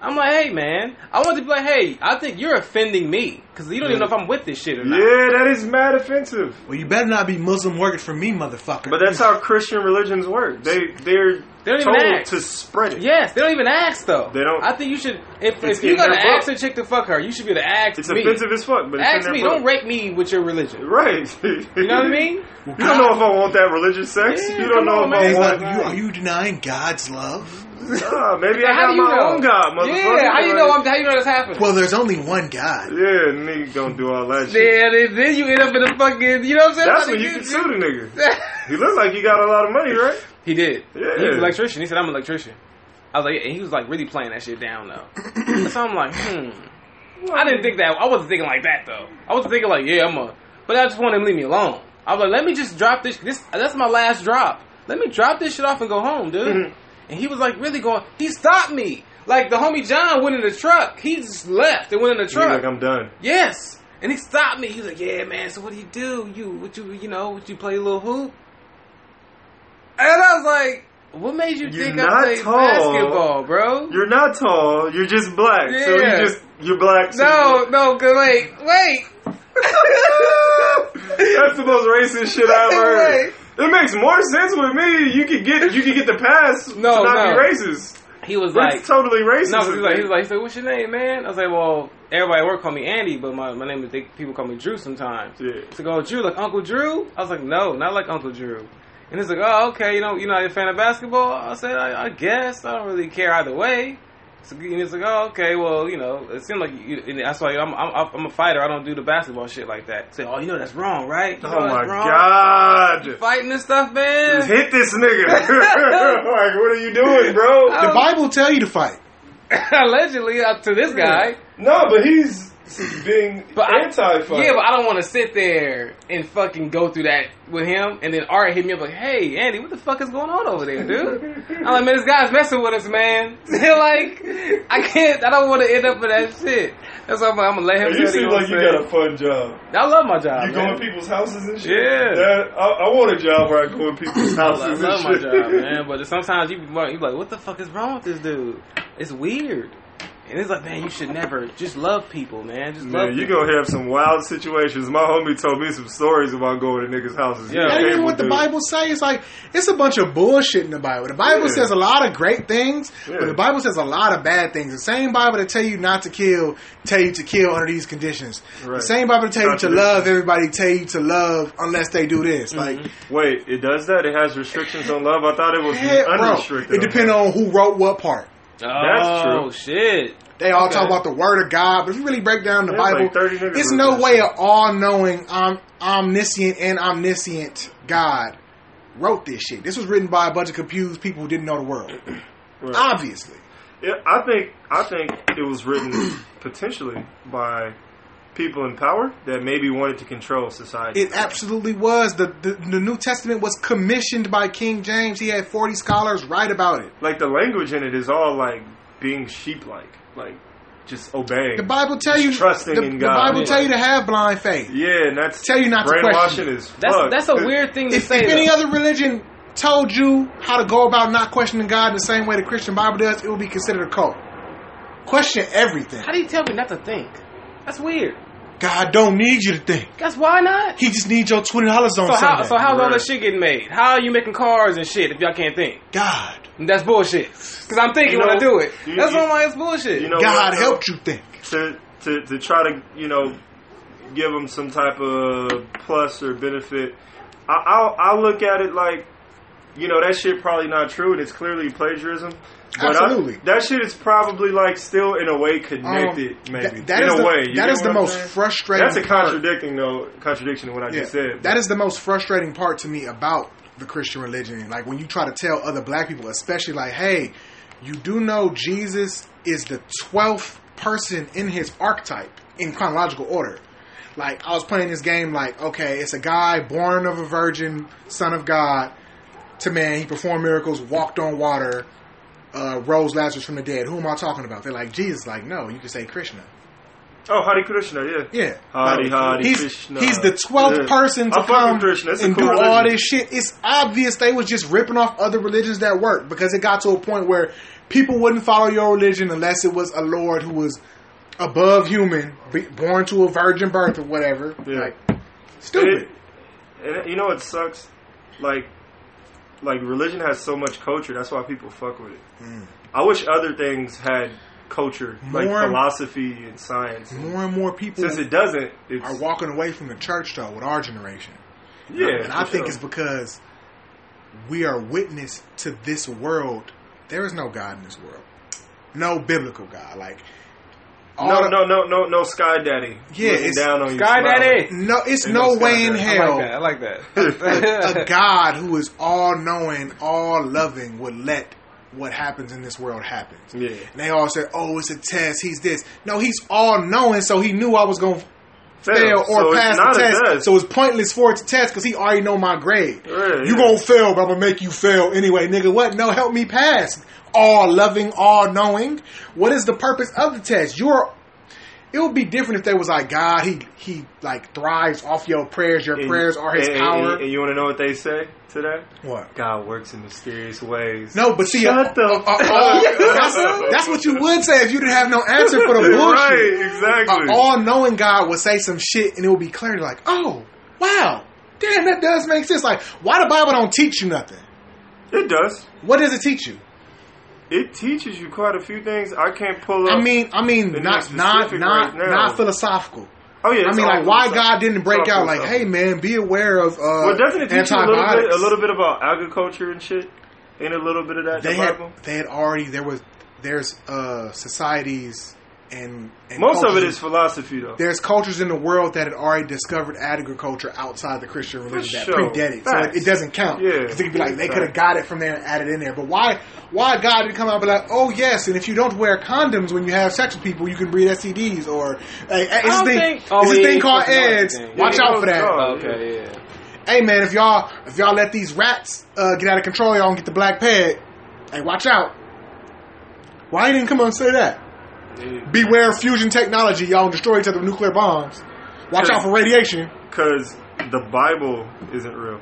Speaker 2: I'm like, hey man, I want to be like, hey, I think you're offending me because you don't even know if I'm with this shit or not.
Speaker 3: Yeah, that is mad offensive.
Speaker 5: Well, you better not be Muslim working for me, motherfucker.
Speaker 3: But that's how Christian religions work. They they're
Speaker 2: They don't even
Speaker 3: told
Speaker 2: act.
Speaker 3: to spread it.
Speaker 2: Yes, they don't even ask though.
Speaker 3: They don't-
Speaker 2: I think you should. If,
Speaker 3: It's
Speaker 2: if you're
Speaker 3: in their
Speaker 2: gonna ask a
Speaker 3: book.
Speaker 2: chick to fuck her, you should be able to ask
Speaker 3: It's
Speaker 2: me.
Speaker 3: offensive as fuck, but it's
Speaker 2: ask
Speaker 3: in
Speaker 2: me.
Speaker 3: their
Speaker 2: Don't
Speaker 3: book.
Speaker 2: rape me with your religion.
Speaker 3: Right.
Speaker 2: You know what I mean?
Speaker 3: *laughs* You don't know if I want that religious sex.
Speaker 2: Yeah,
Speaker 3: you
Speaker 2: come
Speaker 3: don't know
Speaker 2: on, man.
Speaker 3: if I
Speaker 5: He's like,
Speaker 3: want.
Speaker 5: you,
Speaker 2: Why not?
Speaker 5: are you denying God's love?
Speaker 3: *laughs* Nah, maybe I
Speaker 2: How do
Speaker 3: got
Speaker 2: you
Speaker 3: my
Speaker 2: know?
Speaker 3: own God, motherfucker.
Speaker 2: Yeah. How you know? I'm,
Speaker 3: Like,
Speaker 2: how you know that's happening?
Speaker 5: Well, there's only one God.
Speaker 3: Yeah, nigga, don't do all that shit.
Speaker 2: yeah, then, then you end up in a fucking. You know what I'm saying?
Speaker 3: That's
Speaker 2: Like,
Speaker 3: when you can sue the
Speaker 2: *laughs*
Speaker 3: nigga. He look like he got a lot of money, right?
Speaker 2: he did.
Speaker 3: Yeah.
Speaker 2: He was an electrician. He said, "I'm an electrician." I was like, and he was like really playing that shit down *clears throat* though. so I'm like, hmm. I didn't think that. I wasn't thinking like that though. I was thinking like, yeah, I'm a. But I just wanted him to leave me alone. I was like, let me just drop this. This that's my last drop. Let me drop this shit off and go home, dude. And he was like, really going. He stopped me. Like the homie John went in the truck. He just left and went in the
Speaker 3: He
Speaker 2: truck.
Speaker 3: like I'm done.
Speaker 2: yes. And he stopped me. He was like, "Yeah, man. So what do you do? You what you you know what you play a little hoop?" And I was like, "What made you
Speaker 3: You're
Speaker 2: think
Speaker 3: not
Speaker 2: I played
Speaker 3: tall.
Speaker 2: basketball, bro?"
Speaker 3: You're not tall. You're just black. So
Speaker 2: Yeah.
Speaker 3: you just you're black. so
Speaker 2: no,
Speaker 3: you-
Speaker 2: no, cause like, wait,
Speaker 3: That's the most racist shit I've heard.
Speaker 2: Right.
Speaker 3: It makes more sense with me. You could get you could get the
Speaker 2: *laughs*
Speaker 3: pass
Speaker 2: No,
Speaker 3: to not
Speaker 2: no.
Speaker 3: be racist.
Speaker 2: he was
Speaker 3: That's
Speaker 2: like,
Speaker 3: totally racist.
Speaker 2: No, 'cause
Speaker 3: of
Speaker 2: he was like,
Speaker 3: me.
Speaker 2: he was like, so what's your name, man? I was like, well, everybody at work call me Andy, but my, my name is, they, people call me Drew sometimes.
Speaker 3: Yeah.
Speaker 2: He's like, oh, Drew, like Uncle Drew? I was like, no, not like Uncle Drew. And he's like, oh, okay, you know, you're not a fan of basketball? I said, I, I guess. I don't really care either way. So, and he's like, oh, okay, well, you know, it seemed like, you, and that's why I'm, I'm, I'm a fighter. I don't do the basketball shit like that. Say, oh, you know, that's wrong, right? You know
Speaker 3: oh my
Speaker 2: that's wrong.
Speaker 3: god.
Speaker 2: Fighting and stuff, man.
Speaker 3: Just hit this nigga. *laughs* like, what are you doing, bro?
Speaker 2: *laughs* Oh.
Speaker 4: The Bible tell you to fight.
Speaker 2: *laughs* Allegedly, up to this guy.
Speaker 3: No, but he's being
Speaker 2: But I-
Speaker 3: anti-fight.
Speaker 2: Yeah, but I don't want to sit there and fucking go through that with him. And then Art hit me up like, "Hey, Andy, what the fuck is going on over there,
Speaker 3: *laughs*
Speaker 2: dude?" I'm like, "Man, this guy's messing with us, man. *laughs* like, I can't. I don't want to end up with that shit. That's why I'm, I'm gonna let him.
Speaker 3: you
Speaker 2: tell
Speaker 3: seem
Speaker 2: what
Speaker 3: like you
Speaker 2: I'm
Speaker 3: got a fun job.
Speaker 2: saying. I love my job.
Speaker 3: You
Speaker 2: man.
Speaker 3: go in people's houses and shit.
Speaker 2: Yeah.
Speaker 3: That- I, I want a job where I go
Speaker 2: *laughs*
Speaker 3: in people's
Speaker 2: I
Speaker 3: houses and
Speaker 2: love my
Speaker 3: shit. *laughs*
Speaker 2: job, man. But sometimes you be you be like, what the fuck is wrong with this dude? It's weird. And it's like, man, you should never just love people, man. Just love
Speaker 3: Man, you
Speaker 2: people.
Speaker 3: gonna have some wild situations. My homie told me some stories about going to niggas' houses.
Speaker 2: Yeah.
Speaker 3: You
Speaker 4: That
Speaker 3: ain't
Speaker 4: isn't
Speaker 3: able
Speaker 4: what
Speaker 3: to
Speaker 4: the
Speaker 3: do it.
Speaker 4: Bible says. Like it's a bunch of bullshit in the Bible. The Bible
Speaker 3: Yeah.
Speaker 4: says a lot of great things,
Speaker 3: Yeah.
Speaker 4: but the Bible says a lot of bad things. The same Bible that tell you not to kill, tell you to kill under these conditions.
Speaker 3: Right.
Speaker 4: The same Bible that tell you to
Speaker 3: Contradiction.
Speaker 4: love everybody, tell you to love unless they do this. Like
Speaker 3: Wait, it does that? It has restrictions on love? I thought it was
Speaker 4: heck, bro,
Speaker 3: unrestricted.
Speaker 4: it depends on who wrote what part.
Speaker 3: That's true.
Speaker 2: Oh shit.
Speaker 4: They all
Speaker 2: Okay.
Speaker 4: talk about the word of God, but if you really break down the
Speaker 3: There's like
Speaker 4: Bible,
Speaker 3: 30 niggas
Speaker 4: it's
Speaker 3: wrote
Speaker 4: no
Speaker 3: that
Speaker 4: way
Speaker 3: shit.
Speaker 4: an all-knowing, om- omniscient, and omniscient God wrote this shit. This was written by a bunch of confused people who didn't know the
Speaker 3: *clears throat*
Speaker 4: world.
Speaker 3: Right.
Speaker 4: Obviously,
Speaker 3: Yeah, I think I think it was written *coughs* potentially by people in power that maybe wanted to control society.
Speaker 4: it absolutely was. The, the The New Testament was commissioned by King James. He had forty scholars write about it.
Speaker 3: like the language in it is all like being sheep-like, like just obeying.
Speaker 4: The Bible tell you
Speaker 3: Trusting
Speaker 4: the,
Speaker 3: in
Speaker 4: the
Speaker 3: God.
Speaker 4: Bible
Speaker 3: Yeah.
Speaker 4: tell you to have blind faith.
Speaker 3: yeah, and that's
Speaker 4: Tell you not to
Speaker 3: brainwashing
Speaker 4: question it.
Speaker 3: is
Speaker 2: That's
Speaker 3: fuck.
Speaker 2: that's a weird thing to
Speaker 4: if,
Speaker 2: say.
Speaker 4: if
Speaker 2: though.
Speaker 4: any other religion told you how to go about not questioning God the same way the Christian Bible does, it would be considered a cult. Question everything.
Speaker 2: How do you tell me not to think? That's weird.
Speaker 4: God don't need you to think.
Speaker 2: That's why not.
Speaker 4: He just needs your twenty dollars on
Speaker 2: So how
Speaker 4: Sunday.
Speaker 2: so how's all
Speaker 3: Right.
Speaker 2: this shit getting made? How are you making cars and shit if y'all can't think?
Speaker 4: God,
Speaker 2: That's bullshit. Because I'm thinking
Speaker 3: You know-
Speaker 2: when I do it.
Speaker 3: you-
Speaker 2: That's
Speaker 3: you-
Speaker 2: why I'm like, it's bullshit.
Speaker 3: You know
Speaker 4: God
Speaker 3: what?
Speaker 4: helped you think.
Speaker 3: to to to try to you know give them some type of plus or benefit. I I'll, I look at it like you know that shit probably not true and it's clearly plagiarism. But I-
Speaker 4: Absolutely.
Speaker 3: that shit is probably like still in a way connected,
Speaker 4: Um,
Speaker 3: maybe
Speaker 4: that- that
Speaker 3: in
Speaker 4: is
Speaker 3: a
Speaker 4: the-
Speaker 3: way. You
Speaker 4: that
Speaker 3: get
Speaker 4: is
Speaker 3: what
Speaker 4: the
Speaker 3: I'm
Speaker 4: most
Speaker 3: saying?
Speaker 4: frustrating
Speaker 3: That's a
Speaker 4: part.
Speaker 3: contradicting though contradiction to what I
Speaker 4: Yeah,
Speaker 3: just said.
Speaker 4: that is the most frustrating part to me about the Christian religion. Like when you try to tell other black people, especially like, hey, you do know Jesus is the twelfth person in his archetype in chronological order. Like I was playing this game, like okay, it's a guy born of a virgin, son of God, to man. He performed miracles, walked on water, uh, rose Lazarus from the dead. Who am I talking about? They're like Jesus. Like no, you can say Krishna.
Speaker 3: oh, Hare Krishna, yeah.
Speaker 4: Yeah.
Speaker 3: Hare Hare
Speaker 4: he's,
Speaker 3: Krishna.
Speaker 4: He's the 12th
Speaker 3: Yeah.
Speaker 4: person
Speaker 3: I
Speaker 4: to
Speaker 3: fuck with
Speaker 4: come
Speaker 3: Krishna. It's a
Speaker 4: and
Speaker 3: cool
Speaker 4: do all
Speaker 3: religion.
Speaker 4: this shit. It's obvious they was just ripping off other religions that work because it got to a point where people wouldn't follow your religion unless it was a lord who was above human, be, born to a virgin birth or whatever.
Speaker 3: Yeah.
Speaker 4: Like, stupid.
Speaker 3: It- And it- you know it sucks, like, like religion has so much culture. That's why people fuck with it. I wish other things had culture, like
Speaker 4: More-
Speaker 3: philosophy and science.
Speaker 4: more and more people
Speaker 3: Since it doesn't, it's
Speaker 4: are walking away from the church though with our generation.
Speaker 3: yeah.
Speaker 4: and I
Speaker 3: for
Speaker 4: think
Speaker 3: sure.
Speaker 4: it's because we are witness to this world. There is no God in this world, no biblical God. Like all
Speaker 3: no,
Speaker 4: the-
Speaker 3: no, no, no, no, Sky Daddy.
Speaker 4: Yeah,
Speaker 3: looking
Speaker 4: it's-
Speaker 3: down on you,
Speaker 2: Sky
Speaker 3: smiling.
Speaker 2: Daddy.
Speaker 4: no, it's
Speaker 3: Ain't
Speaker 4: no
Speaker 3: no
Speaker 4: way in
Speaker 3: God
Speaker 2: I like that. I
Speaker 4: hell
Speaker 2: like *laughs*
Speaker 3: *laughs*
Speaker 2: that.
Speaker 4: a God who is all knowing, all loving would let what happens in this world happen.
Speaker 3: Yeah.
Speaker 4: And they all said, "Oh, it's a test. He's this." No, he's all knowing, so he knew I was going to fail or
Speaker 3: So it's
Speaker 4: pass
Speaker 3: not
Speaker 4: the
Speaker 3: a
Speaker 4: test.
Speaker 3: test.
Speaker 4: So it's pointless for it to test because he already know my grade.
Speaker 3: Yeah,
Speaker 4: you
Speaker 3: yeah.
Speaker 4: gonna fail, but I'm gonna make you fail anyway, nigga. What? No, help me pass. All loving, all knowing. What is the purpose of the test? You're it would be different if they was like God. He he like thrives off your prayers. Your
Speaker 3: And-
Speaker 4: prayers are His
Speaker 3: and- and-
Speaker 4: power.
Speaker 3: And, you want to know what they say to that?
Speaker 4: what?
Speaker 3: God works in mysterious ways.
Speaker 4: No, but see,
Speaker 3: Shut the
Speaker 4: uh, that's, that's what you would say if you didn't have no answer for
Speaker 3: *laughs*
Speaker 4: the
Speaker 3: Right,
Speaker 4: bullshit.
Speaker 3: exactly.
Speaker 4: A all-knowing Uh, God would say some shit, and it would be clear, like, "Oh, wow, damn, that does make sense." Like, why the Bible don't teach you nothing?
Speaker 3: it does.
Speaker 4: What does it teach you?
Speaker 3: It teaches you quite a few things. I can't pull up.
Speaker 4: I mean, I mean,
Speaker 3: It's
Speaker 4: not
Speaker 3: not
Speaker 4: not
Speaker 3: specific
Speaker 4: not
Speaker 3: right now.
Speaker 4: not philosophical.
Speaker 3: oh yeah.
Speaker 4: I
Speaker 3: it's
Speaker 4: mean,
Speaker 3: all
Speaker 4: like, why
Speaker 3: philosoph-
Speaker 4: God didn't break out? Like, hey,
Speaker 3: philosophical.
Speaker 4: man, be aware of uh,
Speaker 3: Well, doesn't it teach you a little bit,
Speaker 4: antibiotics.
Speaker 3: a little bit about agriculture and shit? Ain't a little bit of that in the
Speaker 4: they had
Speaker 3: Bible?
Speaker 4: they had already there was there's uh societies and, and
Speaker 3: Most of it
Speaker 4: cultures-
Speaker 3: is philosophy, though.
Speaker 4: there's cultures in the world that had already discovered agriculture outside the Christian religion that
Speaker 3: sure.
Speaker 4: predated it, so
Speaker 3: Facts.
Speaker 4: it doesn't count.
Speaker 3: Yeah.
Speaker 4: because it could be like they
Speaker 3: Facts.
Speaker 4: could have got it from there and added in there. But why? Why God didn't come out and be like, oh yes, and if you don't wear condoms when you have sex with people, you can breed STDs or like, it's this
Speaker 2: don't
Speaker 4: thing,
Speaker 2: think-
Speaker 4: it's
Speaker 2: oh,
Speaker 4: this
Speaker 2: yeah,
Speaker 4: thing
Speaker 2: you
Speaker 4: called
Speaker 2: fucking know that
Speaker 4: AIDS.
Speaker 2: thing.
Speaker 4: Watch
Speaker 3: Yeah,
Speaker 4: out for
Speaker 3: yeah.
Speaker 4: that.
Speaker 3: Oh,
Speaker 2: okay, yeah.
Speaker 4: Hey man, if y'all if y'all let these rats uh, get out of control, y'all gonna get the black peg. Hey, watch out. Why he didn't come out and say that? Beware of fusion technology, y'all gonna destroy each other with nuclear bombs. Watch out for radiation.
Speaker 3: Because the Bible isn't real.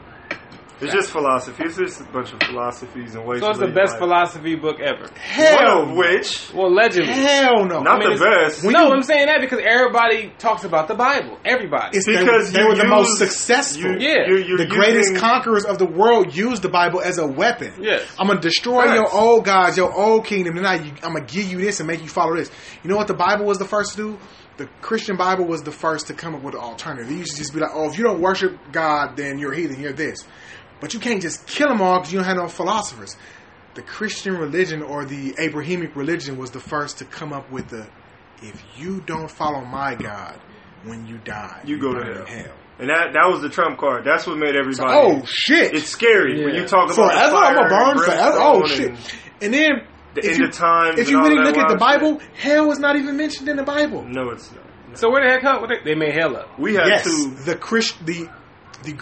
Speaker 3: It's just philosophy. It's just a bunch of philosophies and ways.
Speaker 2: So
Speaker 3: of
Speaker 2: it's the
Speaker 3: living
Speaker 2: best
Speaker 3: life.
Speaker 2: philosophy book ever.
Speaker 4: Hell
Speaker 3: One of which,
Speaker 2: Well, legendary.
Speaker 4: Hell no.
Speaker 2: I
Speaker 3: not
Speaker 2: mean,
Speaker 3: the
Speaker 2: it's-
Speaker 3: best.
Speaker 2: no, I'm saying that because everybody talks about the Bible. Everybody.
Speaker 4: It's- They-
Speaker 3: because
Speaker 4: they
Speaker 3: you
Speaker 4: were the most
Speaker 3: use-
Speaker 4: successful.
Speaker 3: you-
Speaker 2: Yeah.
Speaker 3: you- you're
Speaker 4: the greatest
Speaker 3: using-
Speaker 4: conquerors of the world used the Bible as a weapon.
Speaker 2: Yes.
Speaker 4: I'm gonna destroy
Speaker 3: Facts.
Speaker 4: your old gods, your old kingdom, and I, I'm gonna give you this and make you follow this. You know what the Bible was the first to do? The Christian Bible was the first to come up with an alternative. They used to just be like, oh, if you don't worship God, then you're heathen, you're this. But you can't just kill them all because you don't have no philosophers. The Christian religion or the Abrahamic religion was the first to come up with the if you don't follow my God when you die,
Speaker 3: You go to
Speaker 4: burn in
Speaker 3: hell. And that that was the trump card. That's what made everybody.
Speaker 4: Oh shit!
Speaker 3: it's scary when
Speaker 2: Yeah.
Speaker 3: you talk about
Speaker 4: forever.
Speaker 3: the fire
Speaker 4: I'm a burn
Speaker 3: and
Speaker 4: forever. Oh
Speaker 3: brimstone
Speaker 4: shit!
Speaker 3: and
Speaker 4: And then
Speaker 3: The
Speaker 4: if
Speaker 3: end
Speaker 4: you,
Speaker 3: of times.
Speaker 4: if you
Speaker 3: and all
Speaker 4: really
Speaker 3: that
Speaker 4: look at the
Speaker 3: wild
Speaker 4: Bible, hell is not even mentioned in the Bible.
Speaker 3: shit. no, it's not.
Speaker 2: so where the heck up? They, they made hell up.
Speaker 3: We have
Speaker 4: yes,
Speaker 3: to.
Speaker 4: the Christ, the the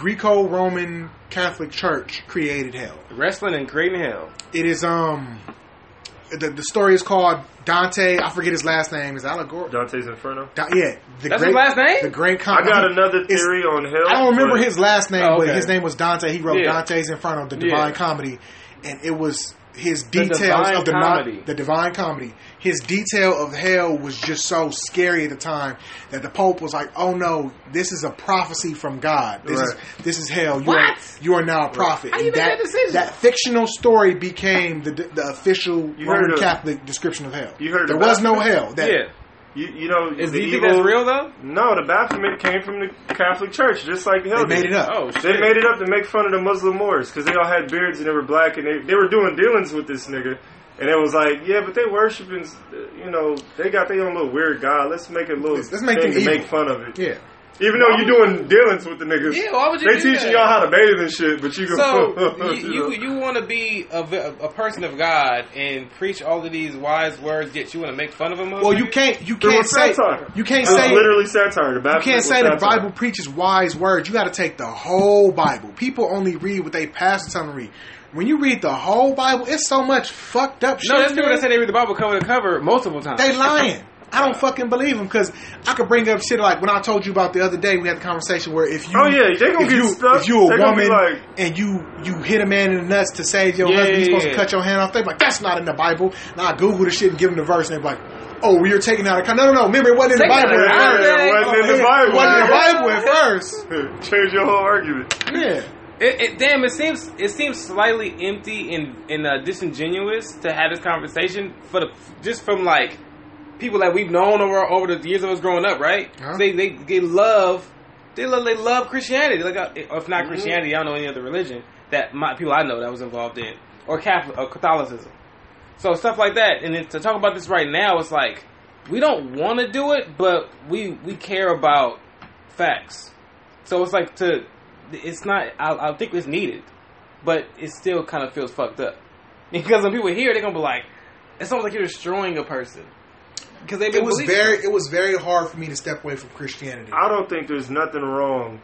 Speaker 4: Greco-Roman Catholic Church created hell.
Speaker 2: Wrestling and creating hell.
Speaker 4: It is um. The, the story is called Dante. I forget his last name. Is Allegor?
Speaker 3: Dante's Inferno.
Speaker 4: Da- yeah, the
Speaker 2: That's his last name?
Speaker 4: The Great. Con-
Speaker 3: I got
Speaker 4: don't-
Speaker 3: another
Speaker 4: it's-
Speaker 3: theory on hell.
Speaker 4: I don't remember
Speaker 3: but
Speaker 4: his last name,
Speaker 2: Oh,
Speaker 4: but
Speaker 2: okay.
Speaker 4: his name was Dante. He wrote
Speaker 2: Yeah.
Speaker 4: Dante's Inferno, the
Speaker 2: Yeah.
Speaker 4: Divine Comedy, and it was his
Speaker 2: Divine
Speaker 4: details of the non-
Speaker 2: Comedy.
Speaker 4: the Divine Comedy. His detail of hell was just so scary at the time that the Pope was like, "Oh no, this is a prophecy from God. This is
Speaker 3: Right.
Speaker 4: this is hell. You are
Speaker 2: What?
Speaker 4: you are now a prophet."
Speaker 2: How you
Speaker 4: And
Speaker 2: make that decision?
Speaker 4: that fictional story became the the official
Speaker 3: You heard
Speaker 4: Roman
Speaker 3: of-
Speaker 4: Catholic description of hell.
Speaker 3: You heard
Speaker 4: there
Speaker 3: about
Speaker 4: was no
Speaker 3: that?
Speaker 4: hell. That,
Speaker 2: yeah.
Speaker 3: You, you know,
Speaker 2: Is,
Speaker 3: the
Speaker 2: do you think
Speaker 3: evil-
Speaker 2: that's real though?
Speaker 3: No, the Baphomet came from the Catholic Church, just like hell.
Speaker 4: They
Speaker 3: did.
Speaker 4: made it up.
Speaker 2: Oh shit.
Speaker 3: They made it up to make fun of the Muslim Moors because they all had beards and they were black and they, they were doing dealings with this nigga. And it was like, yeah, but they worshiping, uh, you know, they got their own little weird god. Let's make a little
Speaker 4: Let's- let's make
Speaker 3: thing
Speaker 4: them
Speaker 3: to
Speaker 4: evil.
Speaker 3: make fun of it.
Speaker 4: Yeah.
Speaker 3: Even though you're doing dealings with the niggas.
Speaker 2: Yeah, why would you
Speaker 3: They
Speaker 2: do
Speaker 3: teaching
Speaker 2: that?
Speaker 3: y'all how to bathe and shit, but you go. *laughs*
Speaker 2: So you
Speaker 3: you
Speaker 2: you,
Speaker 3: know.
Speaker 2: you want to be a, v- a person of God and preach all of these wise words, yet you want to make fun of them?
Speaker 4: Well, you can't you
Speaker 3: It
Speaker 4: can't
Speaker 3: was
Speaker 4: say
Speaker 3: satire.
Speaker 4: you can't
Speaker 2: Uh,
Speaker 3: It was
Speaker 4: say
Speaker 3: literally satire. The
Speaker 4: You can't say the Bible preaches wise words. You got to take the whole Bible. People only read what they pastor tell them to read. When you read the whole Bible, it's so much fucked up shit.
Speaker 2: No, that's people
Speaker 4: man.
Speaker 2: that say they read the Bible cover to cover multiple times.
Speaker 3: *laughs*
Speaker 4: They lying. I don't fucking believe them because I could bring up shit like when I told you about the other day. We had the conversation where if you,
Speaker 3: Oh, yeah, they gonna
Speaker 4: if
Speaker 3: get
Speaker 4: you,
Speaker 3: stuck.
Speaker 4: if you a
Speaker 3: They gonna be
Speaker 4: woman
Speaker 3: like-
Speaker 4: and you you hit a man in the nuts to save your
Speaker 2: Yeah,
Speaker 4: husband, you're
Speaker 2: yeah,
Speaker 4: supposed
Speaker 2: yeah.
Speaker 4: to cut your hand off. They be like that's not in the Bible. And I Google the shit and give them the verse and they be like, oh, well, you're taking out a con- no no no. Remember it wasn't in the
Speaker 2: Take
Speaker 4: Bible.
Speaker 2: it
Speaker 4: at
Speaker 2: out of
Speaker 4: first.
Speaker 2: there. It
Speaker 3: wasn't in the
Speaker 4: Oh,
Speaker 3: Bible.
Speaker 4: It wasn't in the Bible at
Speaker 3: *laughs*
Speaker 4: first.
Speaker 3: Change your whole argument.
Speaker 4: Yeah.
Speaker 2: It, it, damn, it seems it seems slightly empty and and uh, disingenuous to have this conversation for the just from like people that we've known over over the years of us growing up, right?
Speaker 4: Huh.
Speaker 2: They, they they love they love they love Christianity. Like uh, if not
Speaker 4: Mm-hmm.
Speaker 2: Christianity, I don't know any other religion that my people I know that was involved in or Catholic or Catholicism. So stuff like that, and then to talk about this right now, it's like we don't want to do it, but we we care about facts. So it's like to, it's not. I, I think it's needed, but it still kind of feels fucked up *laughs* because when people hear, it, they're gonna be like, it's almost like you're destroying a person because they've been
Speaker 4: It was
Speaker 2: believing
Speaker 4: very
Speaker 2: it.
Speaker 4: it was very hard for me to step away from Christianity.
Speaker 3: I don't think there's nothing wrong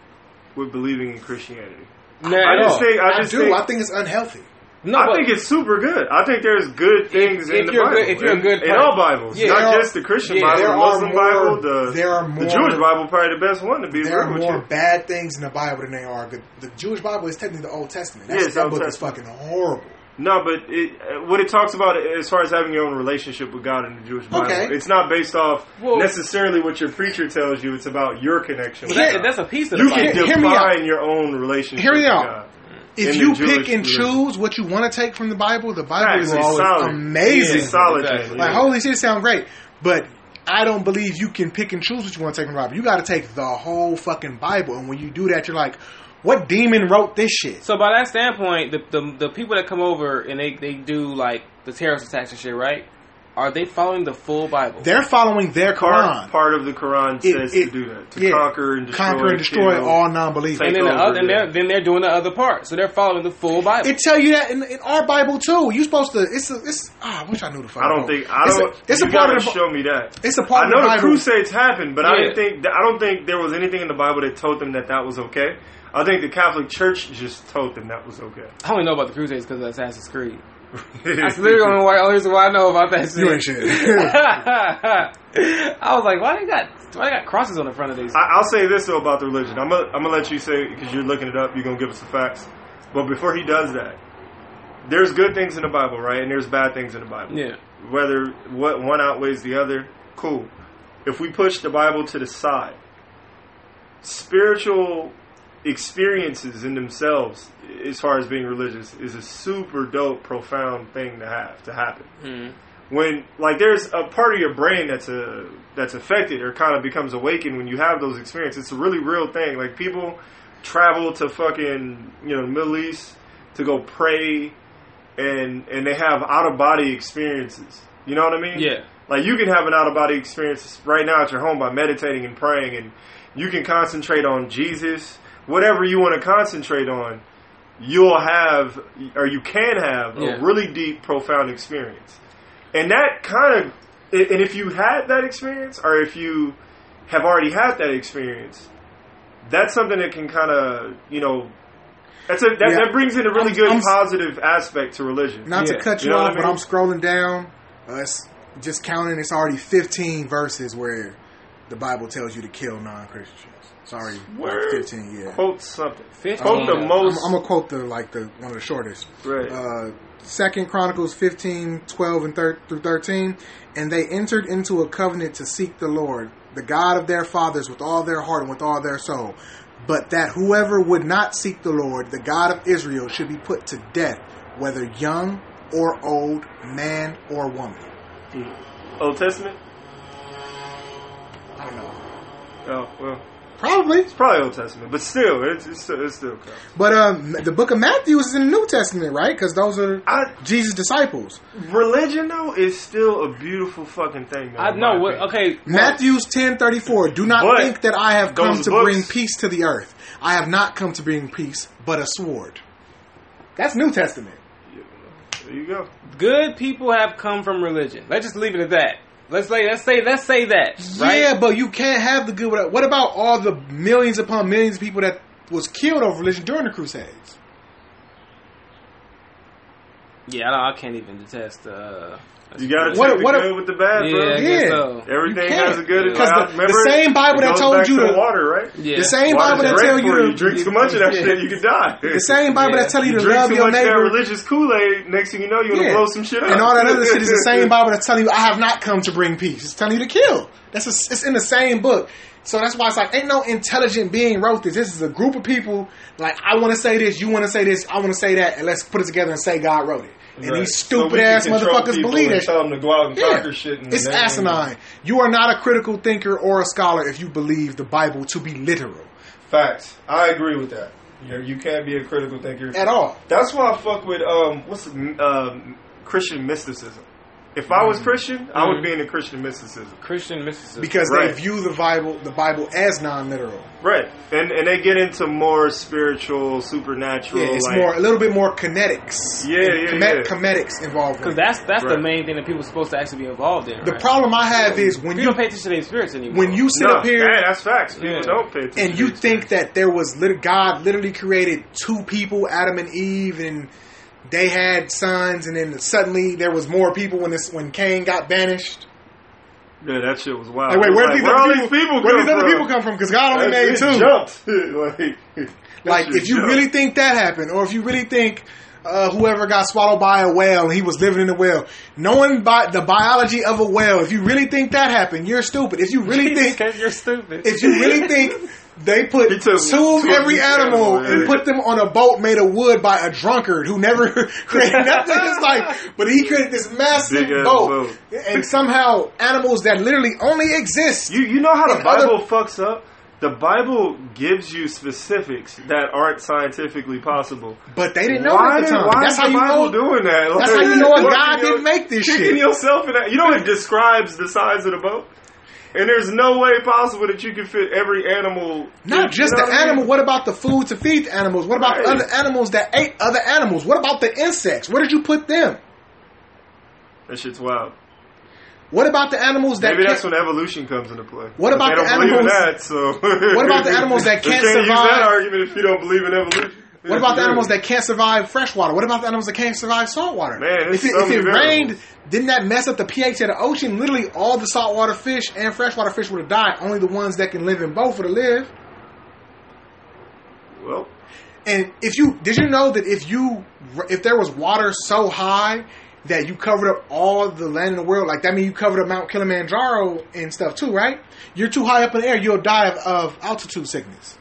Speaker 3: with believing in Christianity.
Speaker 2: Not
Speaker 3: I
Speaker 2: at
Speaker 3: just
Speaker 2: all.
Speaker 3: think I
Speaker 4: I
Speaker 3: just
Speaker 4: do.
Speaker 3: think
Speaker 4: I think it's unhealthy.
Speaker 2: No,
Speaker 3: I
Speaker 2: but-
Speaker 3: think it's super good. I think there's good things in
Speaker 2: if
Speaker 3: the
Speaker 2: you're a
Speaker 3: Bible.
Speaker 2: good- if you're a
Speaker 3: in,
Speaker 2: good
Speaker 3: in
Speaker 2: per-
Speaker 3: all Bibles,
Speaker 2: Yeah.
Speaker 3: not
Speaker 4: There
Speaker 3: just the Christian
Speaker 2: yeah,
Speaker 3: Bible,
Speaker 4: there
Speaker 3: the
Speaker 4: are
Speaker 3: Muslim
Speaker 4: more-
Speaker 3: Bible, the
Speaker 4: there are more-
Speaker 3: the Jewish Bible, probably the best one to be
Speaker 4: There are
Speaker 3: real with
Speaker 4: more
Speaker 3: you.
Speaker 4: bad things in the Bible than there are good. The Jewish Bible is technically the Old Testament. That's,
Speaker 3: Yeah, it's
Speaker 4: that
Speaker 3: Old
Speaker 4: book is fucking horrible.
Speaker 3: No, but it, uh, what it talks about as far as having your own relationship with God in the Jewish Bible,
Speaker 4: Okay.
Speaker 3: it's not based off
Speaker 2: Well-
Speaker 3: necessarily what your preacher tells you. It's about your connection.
Speaker 2: But
Speaker 3: With
Speaker 2: that,
Speaker 3: God.
Speaker 2: that's a piece of the
Speaker 4: You
Speaker 2: Bible.
Speaker 4: can-
Speaker 3: you
Speaker 4: hear
Speaker 3: can
Speaker 4: me out.
Speaker 3: define your own relationship.
Speaker 4: Hear me
Speaker 3: with
Speaker 4: out.
Speaker 3: God.
Speaker 4: If
Speaker 3: In
Speaker 4: you
Speaker 3: the Jewish
Speaker 4: pick and
Speaker 3: religion.
Speaker 4: choose what you want to take from the Bible, the Bible
Speaker 3: Facts,
Speaker 4: is
Speaker 3: it's
Speaker 4: always
Speaker 3: solid.
Speaker 4: amazing.
Speaker 3: It's solid.
Speaker 2: Exactly.
Speaker 3: man.
Speaker 4: Like holy shit, sound great, but I don't believe you can pick and choose what you want to take from the Bible. You got to take the whole fucking Bible, and when you do that, you're like, what demon wrote this shit?
Speaker 2: So by that standpoint, the, the the people that come over and they they do like the terrorist attacks and shit, right? Are they following the full Bible?
Speaker 4: They're following their
Speaker 3: part,
Speaker 4: Quran,
Speaker 3: part of the Quran
Speaker 4: It-
Speaker 3: says
Speaker 4: it-
Speaker 3: to do that to
Speaker 4: yeah.
Speaker 3: conquer and destroy,
Speaker 4: conquer and destroy
Speaker 3: kill.
Speaker 4: all non-believers.
Speaker 2: and then the
Speaker 3: over,
Speaker 2: other, and
Speaker 3: yeah.
Speaker 2: they're, then they're doing the other part. So they're following the full Bible.
Speaker 4: It tell you that in, in our Bible too. You supposed to. It's a, it's. ah, I wish I knew the fuck.
Speaker 3: I don't think I
Speaker 4: it's
Speaker 3: don't.
Speaker 4: A, it's a
Speaker 3: you
Speaker 4: part
Speaker 3: gotta
Speaker 4: of the.
Speaker 3: show me that.
Speaker 4: It's a part
Speaker 3: I
Speaker 4: of
Speaker 3: know the,
Speaker 4: the Bible.
Speaker 3: Crusades happened, but I
Speaker 2: Yeah.
Speaker 3: didn't think that, I don't think there was anything in the Bible that told them that that was okay. I think the Catholic Church just told them that was okay.
Speaker 2: I only know about the Crusades because of Assassin's Creed.
Speaker 3: *laughs*
Speaker 2: That's literally the only why- only reason why I know about that shit.
Speaker 4: You ain't shit.
Speaker 2: *laughs* I was like, why they got why they got crosses on the front of these?
Speaker 3: I, I'll say this though about the religion. I'm gonna, I'm gonna let you say because you're looking it up. You're gonna give us the facts. But before he does that, there's good things in the Bible, right? And there's bad things in the Bible.
Speaker 2: yeah,
Speaker 3: Whether what one outweighs the other, cool. If we push the Bible to the side, spiritual experiences in themselves, as far as being religious, is a super dope, profound thing to have to happen when like there's a part of your brain that's a that's affected or kind of becomes awakened when you have those experiences. It's a really real thing. Like people travel to fucking you know the Middle East to go pray, and and they have out of body experiences. You know what I mean?
Speaker 2: Yeah.
Speaker 3: Like you can have an out of body experience right now at your home by meditating and praying, and you can concentrate on Jesus, whatever you want to concentrate on. You'll have, or you can have,
Speaker 2: Yeah.
Speaker 3: a really deep, profound experience. And that kind of, and if you had that experience, or if you have already had that experience, that's something that can kind of, you know, that's a, that,
Speaker 4: Yeah.
Speaker 3: that brings in a really
Speaker 4: I'm-
Speaker 3: good
Speaker 4: I'm-
Speaker 3: positive aspect to religion.
Speaker 4: Not
Speaker 2: Yeah,
Speaker 4: to cut
Speaker 3: you
Speaker 4: you,
Speaker 3: know
Speaker 4: off,
Speaker 3: what I
Speaker 4: but I'm
Speaker 3: mean?
Speaker 4: scrolling down. Uh, it's just counting. It's already 15 verses where the Bible tells you to kill non-Christians. Sorry,
Speaker 3: Word.
Speaker 4: 15. Yeah,
Speaker 3: Quote something.
Speaker 2: 15.
Speaker 3: Quote the
Speaker 2: I'm-
Speaker 3: most.
Speaker 4: Oh, I'm, I'm gonna quote the like the one of the shortest.
Speaker 3: Right.
Speaker 4: Uh, Second Chronicles 15, 12, and thir- through 13. And they entered into a covenant to seek the Lord, the God of their fathers, with all their heart and with all their soul. But that whoever would not seek the Lord, the God of Israel, should be put to death, whether young or old, man or woman.
Speaker 3: Old Testament.
Speaker 4: I don't know.
Speaker 3: Oh well,
Speaker 4: Probably.
Speaker 3: it's probably Old Testament, but still, it's it's still, it's still counts.
Speaker 4: But um, the book of Matthew is in the New Testament, right? Because those are
Speaker 3: I,
Speaker 4: Jesus' disciples.
Speaker 3: religion though is still a beautiful fucking thing. Though,
Speaker 2: I
Speaker 3: in
Speaker 2: know.
Speaker 3: my
Speaker 2: What,
Speaker 3: opinion.
Speaker 2: okay,
Speaker 4: Matthew's ten thirty four. Do not
Speaker 3: But
Speaker 4: think that I have come
Speaker 3: those
Speaker 4: to
Speaker 3: books-
Speaker 4: bring peace to the earth. I have not come to bring peace, but a sword. That's New Testament.
Speaker 3: There you go.
Speaker 2: good people have come from religion. Let's just leave it at that. Let's say let's say let's say that. Right?
Speaker 4: Yeah, but you can't have the good without. What about all the millions upon millions of people that was killed over religion during the Crusades?
Speaker 2: Yeah, I, don't- I can't even detest. Uh,
Speaker 3: You gotta take
Speaker 4: What-
Speaker 3: the
Speaker 4: what-
Speaker 3: good with the bad,
Speaker 2: yeah,
Speaker 3: bro.
Speaker 2: I guess
Speaker 4: Yeah.
Speaker 2: so.
Speaker 3: Everything
Speaker 4: You can't,
Speaker 3: has a good and
Speaker 4: because
Speaker 3: bad.
Speaker 4: the-
Speaker 3: Remember,
Speaker 4: the same Bible
Speaker 3: it
Speaker 4: that
Speaker 3: goes
Speaker 4: told
Speaker 3: back
Speaker 4: you to-
Speaker 3: water, right?
Speaker 2: Yeah.
Speaker 4: The same
Speaker 3: Water's
Speaker 4: Bible that
Speaker 3: great
Speaker 4: tell
Speaker 3: for
Speaker 4: you to
Speaker 3: you drink too much of that
Speaker 2: Yeah.
Speaker 3: shit, you could die.
Speaker 4: *laughs* the same Bible
Speaker 2: Yeah.
Speaker 4: that tell you to
Speaker 3: drink
Speaker 4: love
Speaker 3: too
Speaker 4: your
Speaker 3: much of that
Speaker 4: neighbor.
Speaker 3: religious Kool Aid. Next thing you know, you're gonna
Speaker 4: Yeah.
Speaker 3: blow some shit up.
Speaker 4: And all that other shit is
Speaker 3: *laughs*
Speaker 4: the same Bible that's telling you, I have not come to bring peace. It's telling you to kill. That's a, it's in the same book. So that's why it's like, ain't no intelligent being wrote this. This is a group of people, like, I want to say this, you want to say this, I want to say that, and let's put it together and say God wrote it. And
Speaker 3: Right.
Speaker 4: these
Speaker 3: So we
Speaker 4: stupid
Speaker 3: can
Speaker 4: ass
Speaker 3: control
Speaker 4: motherfuckers
Speaker 3: people
Speaker 4: believe
Speaker 3: and
Speaker 4: that shit.
Speaker 3: Tell them to go out and
Speaker 4: Yeah.
Speaker 3: conquer shit. And
Speaker 4: It's
Speaker 3: they ain't-
Speaker 4: asinine. You are not a critical thinker or a scholar if you believe the Bible to be literal
Speaker 3: Facts. I agree with that. You, you can't be a critical thinker
Speaker 4: at all.
Speaker 3: That's why I fuck with um what's the, um Christian mysticism. If I was Christian, I would be into Christian mysticism.
Speaker 2: Christian mysticism.
Speaker 4: Because
Speaker 3: Right.
Speaker 4: they view the Bible the Bible as non literal.
Speaker 3: Right. And and they get into more spiritual, supernatural.
Speaker 4: Yeah, it's
Speaker 3: like,
Speaker 4: more a little bit more kinetics.
Speaker 3: Yeah, yeah, yeah.
Speaker 4: Kinetics involved.
Speaker 2: Because
Speaker 4: with it.
Speaker 2: that's that's the
Speaker 3: Right.
Speaker 2: main thing that people are supposed to actually be involved in.
Speaker 4: the
Speaker 2: right?
Speaker 4: problem I have is when
Speaker 2: People
Speaker 4: you
Speaker 2: don't pay attention to their spirits anymore.
Speaker 4: when
Speaker 2: *laughs*
Speaker 4: you sit
Speaker 3: No,
Speaker 4: up here
Speaker 3: yeah, that's facts. People
Speaker 2: Yeah.
Speaker 3: don't pay attention.
Speaker 4: and you
Speaker 3: to it.
Speaker 4: think that there was lit- God literally created two people, Adam and Eve, and they had sons, and then suddenly there was more people when this when Cain got banished.
Speaker 3: Yeah, that shit was wild.
Speaker 4: Like, wait,
Speaker 3: It was Uh, like,
Speaker 4: where did these
Speaker 3: where all
Speaker 4: other
Speaker 3: these
Speaker 4: people,
Speaker 3: people
Speaker 4: where
Speaker 3: come
Speaker 4: these other
Speaker 3: from?
Speaker 4: people come from? Because God only
Speaker 3: That
Speaker 4: made
Speaker 3: shit
Speaker 4: two.
Speaker 3: Jumped. *laughs* like, that
Speaker 4: Like,
Speaker 3: shit
Speaker 4: if you
Speaker 3: jumped.
Speaker 4: really think that happened, or if you really think uh, whoever got swallowed by a whale and he was living in a whale, knowing bi- the biology of a whale, if you really think that happened, you're stupid. If you
Speaker 3: *laughs*
Speaker 4: really think,
Speaker 2: Because you're stupid.
Speaker 4: if you really think they
Speaker 3: He
Speaker 4: put two
Speaker 3: took
Speaker 4: of
Speaker 3: two of
Speaker 4: every
Speaker 3: each
Speaker 4: animal
Speaker 3: animal,
Speaker 4: and
Speaker 3: yeah.
Speaker 4: put them on a boat made of wood by a drunkard who never *laughs*
Speaker 3: *laughs*
Speaker 4: created nothing in his life, but he created this massive
Speaker 3: Big-ass
Speaker 4: boat,
Speaker 3: boat.
Speaker 4: and somehow animals that literally only exist.
Speaker 3: You you know how the
Speaker 4: And other-
Speaker 3: Bible fucks up? The Bible gives you specifics that aren't scientifically possible.
Speaker 4: But they didn't know
Speaker 3: why
Speaker 4: it at
Speaker 3: did-
Speaker 4: the time.
Speaker 3: why
Speaker 4: That's
Speaker 3: is
Speaker 4: how
Speaker 3: the
Speaker 4: you
Speaker 3: Bible
Speaker 4: know.
Speaker 3: doing that?
Speaker 4: That's how you know
Speaker 3: Like,
Speaker 4: God
Speaker 3: fucking
Speaker 4: didn't
Speaker 3: your-
Speaker 4: make this
Speaker 3: kicking
Speaker 4: shit.
Speaker 3: yourself in that. You know it describes the size of the boat? And there's no way possible that you can fit every animal.
Speaker 4: Not just
Speaker 3: you know
Speaker 4: the
Speaker 3: what I mean?
Speaker 4: animal. What about the food to feed the animals? What about the
Speaker 3: Right.
Speaker 4: other animals that ate other animals? What about the insects? Where did you put them?
Speaker 3: That shit's wild.
Speaker 4: What about the animals that?
Speaker 3: Maybe
Speaker 4: can't-
Speaker 3: that's when evolution comes into play.
Speaker 4: What
Speaker 3: But
Speaker 4: about
Speaker 3: they
Speaker 4: the
Speaker 3: don't believe in
Speaker 4: animals-
Speaker 3: that? So what *laughs*
Speaker 4: about the animals that can't
Speaker 3: you can't Use
Speaker 4: survive-
Speaker 3: that argument if you don't believe in evolution.
Speaker 4: What about the animals that can't survive freshwater? What about the animals that can't survive saltwater?
Speaker 3: Man, there's
Speaker 4: if it,
Speaker 3: so
Speaker 4: if
Speaker 3: many
Speaker 4: it
Speaker 3: variables.
Speaker 4: rained, didn't that mess up the pH of the ocean? Literally, all the saltwater fish and freshwater fish would have died. Only the ones that can live in both would have lived.
Speaker 3: Well,
Speaker 4: And if you did, you know that if you if there was water so high that you covered up all the land in the world, like that means you covered up Mount Kilimanjaro and stuff too, right? You're too high up in the air, you'll die of, of altitude sickness.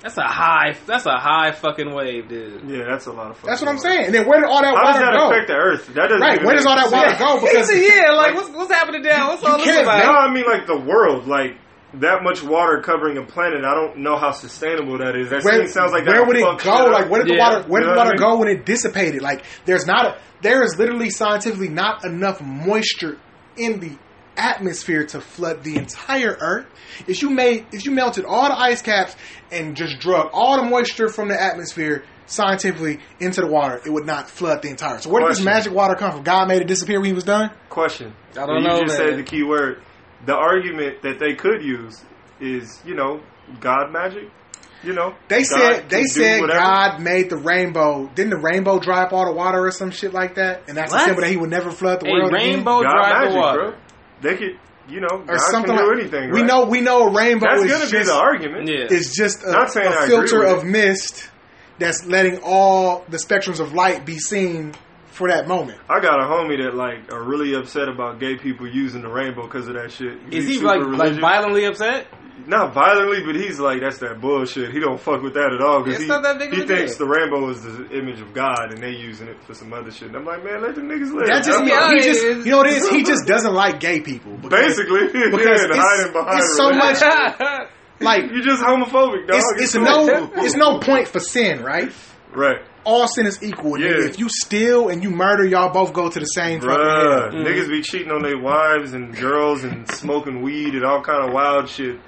Speaker 2: That's a high. That's a high fucking wave, dude.
Speaker 3: yeah, that's a lot of fun.
Speaker 4: That's what I'm saying. And then where did all that
Speaker 3: How does
Speaker 4: water
Speaker 3: that
Speaker 4: go?
Speaker 3: affect the Earth? That doesn't
Speaker 4: Right,
Speaker 3: even
Speaker 4: where does
Speaker 3: make
Speaker 4: all that
Speaker 3: sense.
Speaker 4: water go?
Speaker 2: He
Speaker 4: Because
Speaker 2: said, yeah, like,
Speaker 4: like,
Speaker 2: what's what's happening down? What's all this
Speaker 4: can't
Speaker 2: about?
Speaker 4: Like-
Speaker 3: No, I mean like the world, like that much water covering a planet. I don't know how sustainable that is. That
Speaker 4: where,
Speaker 3: seems- sounds like
Speaker 4: where
Speaker 3: that
Speaker 4: would it
Speaker 3: fuck shit
Speaker 4: go?
Speaker 3: up.
Speaker 4: Like where did the
Speaker 2: Yeah.
Speaker 4: water where did
Speaker 3: You
Speaker 4: the
Speaker 3: know
Speaker 4: water
Speaker 3: what I
Speaker 4: go when it dissipated? Like there's not a there is literally scientifically not enough moisture in the atmosphere to flood the entire earth. If you made if you melted all the ice caps and just drug all the moisture from the atmosphere scientifically into the water, it would not flood the entire. So where did this
Speaker 3: Question.
Speaker 4: magic water come from? God made it disappear when he was done?
Speaker 3: Question.
Speaker 2: I don't
Speaker 3: you
Speaker 2: know,
Speaker 3: just
Speaker 2: man.
Speaker 3: said the key word. The argument that they could use is, you know, God magic. You know,
Speaker 4: They
Speaker 3: God
Speaker 4: said
Speaker 3: can
Speaker 4: they
Speaker 3: do
Speaker 4: said
Speaker 3: whatever.
Speaker 4: God made the rainbow. Didn't the rainbow dry up all the water or some shit like that? And that's a
Speaker 2: What?
Speaker 4: symbol that he would never flood the
Speaker 2: A
Speaker 4: world again?
Speaker 2: rainbow
Speaker 3: God
Speaker 2: drive
Speaker 3: magic,
Speaker 2: the water.
Speaker 3: bro. They could, you know, God
Speaker 4: or something.
Speaker 3: can do
Speaker 4: like-
Speaker 3: anything.
Speaker 4: We
Speaker 3: right?
Speaker 4: know we know a rainbow
Speaker 3: that's
Speaker 4: is
Speaker 3: gonna
Speaker 4: just
Speaker 3: be the argument.
Speaker 2: Yeah.
Speaker 4: is just a,
Speaker 3: Not saying
Speaker 4: a
Speaker 3: I agree
Speaker 4: filter
Speaker 3: with
Speaker 4: of mist that's letting all the spectrums of light be seen for that moment.
Speaker 3: I got a homie that like are really upset about gay people using the rainbow because of that shit.
Speaker 2: Is
Speaker 3: He's
Speaker 2: he
Speaker 3: super
Speaker 2: like like
Speaker 3: religious.
Speaker 2: violently
Speaker 4: *laughs*
Speaker 2: upset?
Speaker 3: not violently, but he's like, that's that bullshit. He don't fuck with that at all
Speaker 2: It's
Speaker 3: because he,
Speaker 2: not that big of
Speaker 3: he
Speaker 2: a
Speaker 3: thinks
Speaker 2: deal.
Speaker 3: the rainbow is the image of God and they using it for some other shit. And I'm like, man, let the niggas live.
Speaker 4: That just
Speaker 3: I'm
Speaker 4: means
Speaker 2: Yeah,
Speaker 3: like,
Speaker 4: he
Speaker 2: it
Speaker 4: just
Speaker 2: is.
Speaker 4: you know what it is.
Speaker 3: *laughs*
Speaker 4: He just doesn't like gay people because,
Speaker 3: basically *laughs* yeah,
Speaker 4: because
Speaker 3: and
Speaker 4: it's,
Speaker 3: hiding behind
Speaker 4: it's so
Speaker 3: religion.
Speaker 4: much
Speaker 3: *laughs*
Speaker 4: like
Speaker 3: You're just homophobic, dog.
Speaker 4: it's, it's no it's no point for sin, right?
Speaker 3: right,
Speaker 4: All sin is equal. nigga.
Speaker 3: Yeah.
Speaker 4: If you steal and you murder, y'all both go to the same fucking hell.
Speaker 3: bruh. Niggas be cheating on their wives and girls
Speaker 4: *laughs*
Speaker 3: and smoking weed and all kind of wild shit.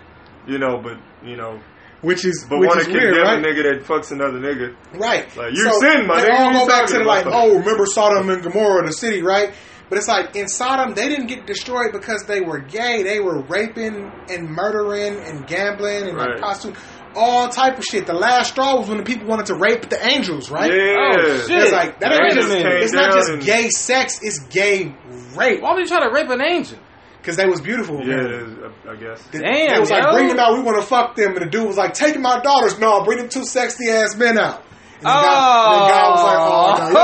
Speaker 3: You know, but you know,
Speaker 4: Which is
Speaker 3: but
Speaker 4: which
Speaker 3: want
Speaker 4: is
Speaker 3: to condemn
Speaker 4: weird, right?
Speaker 3: a nigga that fucks another nigga.
Speaker 4: Right.
Speaker 3: Like, you sin, my
Speaker 4: they
Speaker 3: nigga, you
Speaker 4: all go back to
Speaker 3: talking
Speaker 4: the like,
Speaker 3: about?
Speaker 4: oh, remember Sodom and Gomorrah, the city, right? But it's like in Sodom, they didn't get destroyed because they were gay. They were raping and murdering and gambling and like
Speaker 3: Right.
Speaker 4: prostitute, all type of shit. The last straw was when the people wanted to rape the angels, right?
Speaker 3: Yeah,
Speaker 2: Oh, shit.
Speaker 4: It's like that
Speaker 2: Wait
Speaker 4: ain't
Speaker 2: a
Speaker 4: just,
Speaker 2: minute.
Speaker 4: it's not just
Speaker 3: Came down
Speaker 4: gay sex; it's gay rape
Speaker 2: Why would you try to *laughs* rape an angel?
Speaker 4: because they was beautiful.
Speaker 3: Yeah,
Speaker 4: man.
Speaker 3: it is, I- I guess.
Speaker 4: The-
Speaker 2: Damn,
Speaker 4: they was like,
Speaker 2: yo.
Speaker 4: bring them out. We want to fuck them. And the dude was like, taking my daughters. No, bring them two sexy ass men out. And the, guy, and the guy was like, oh, no,
Speaker 2: *laughs*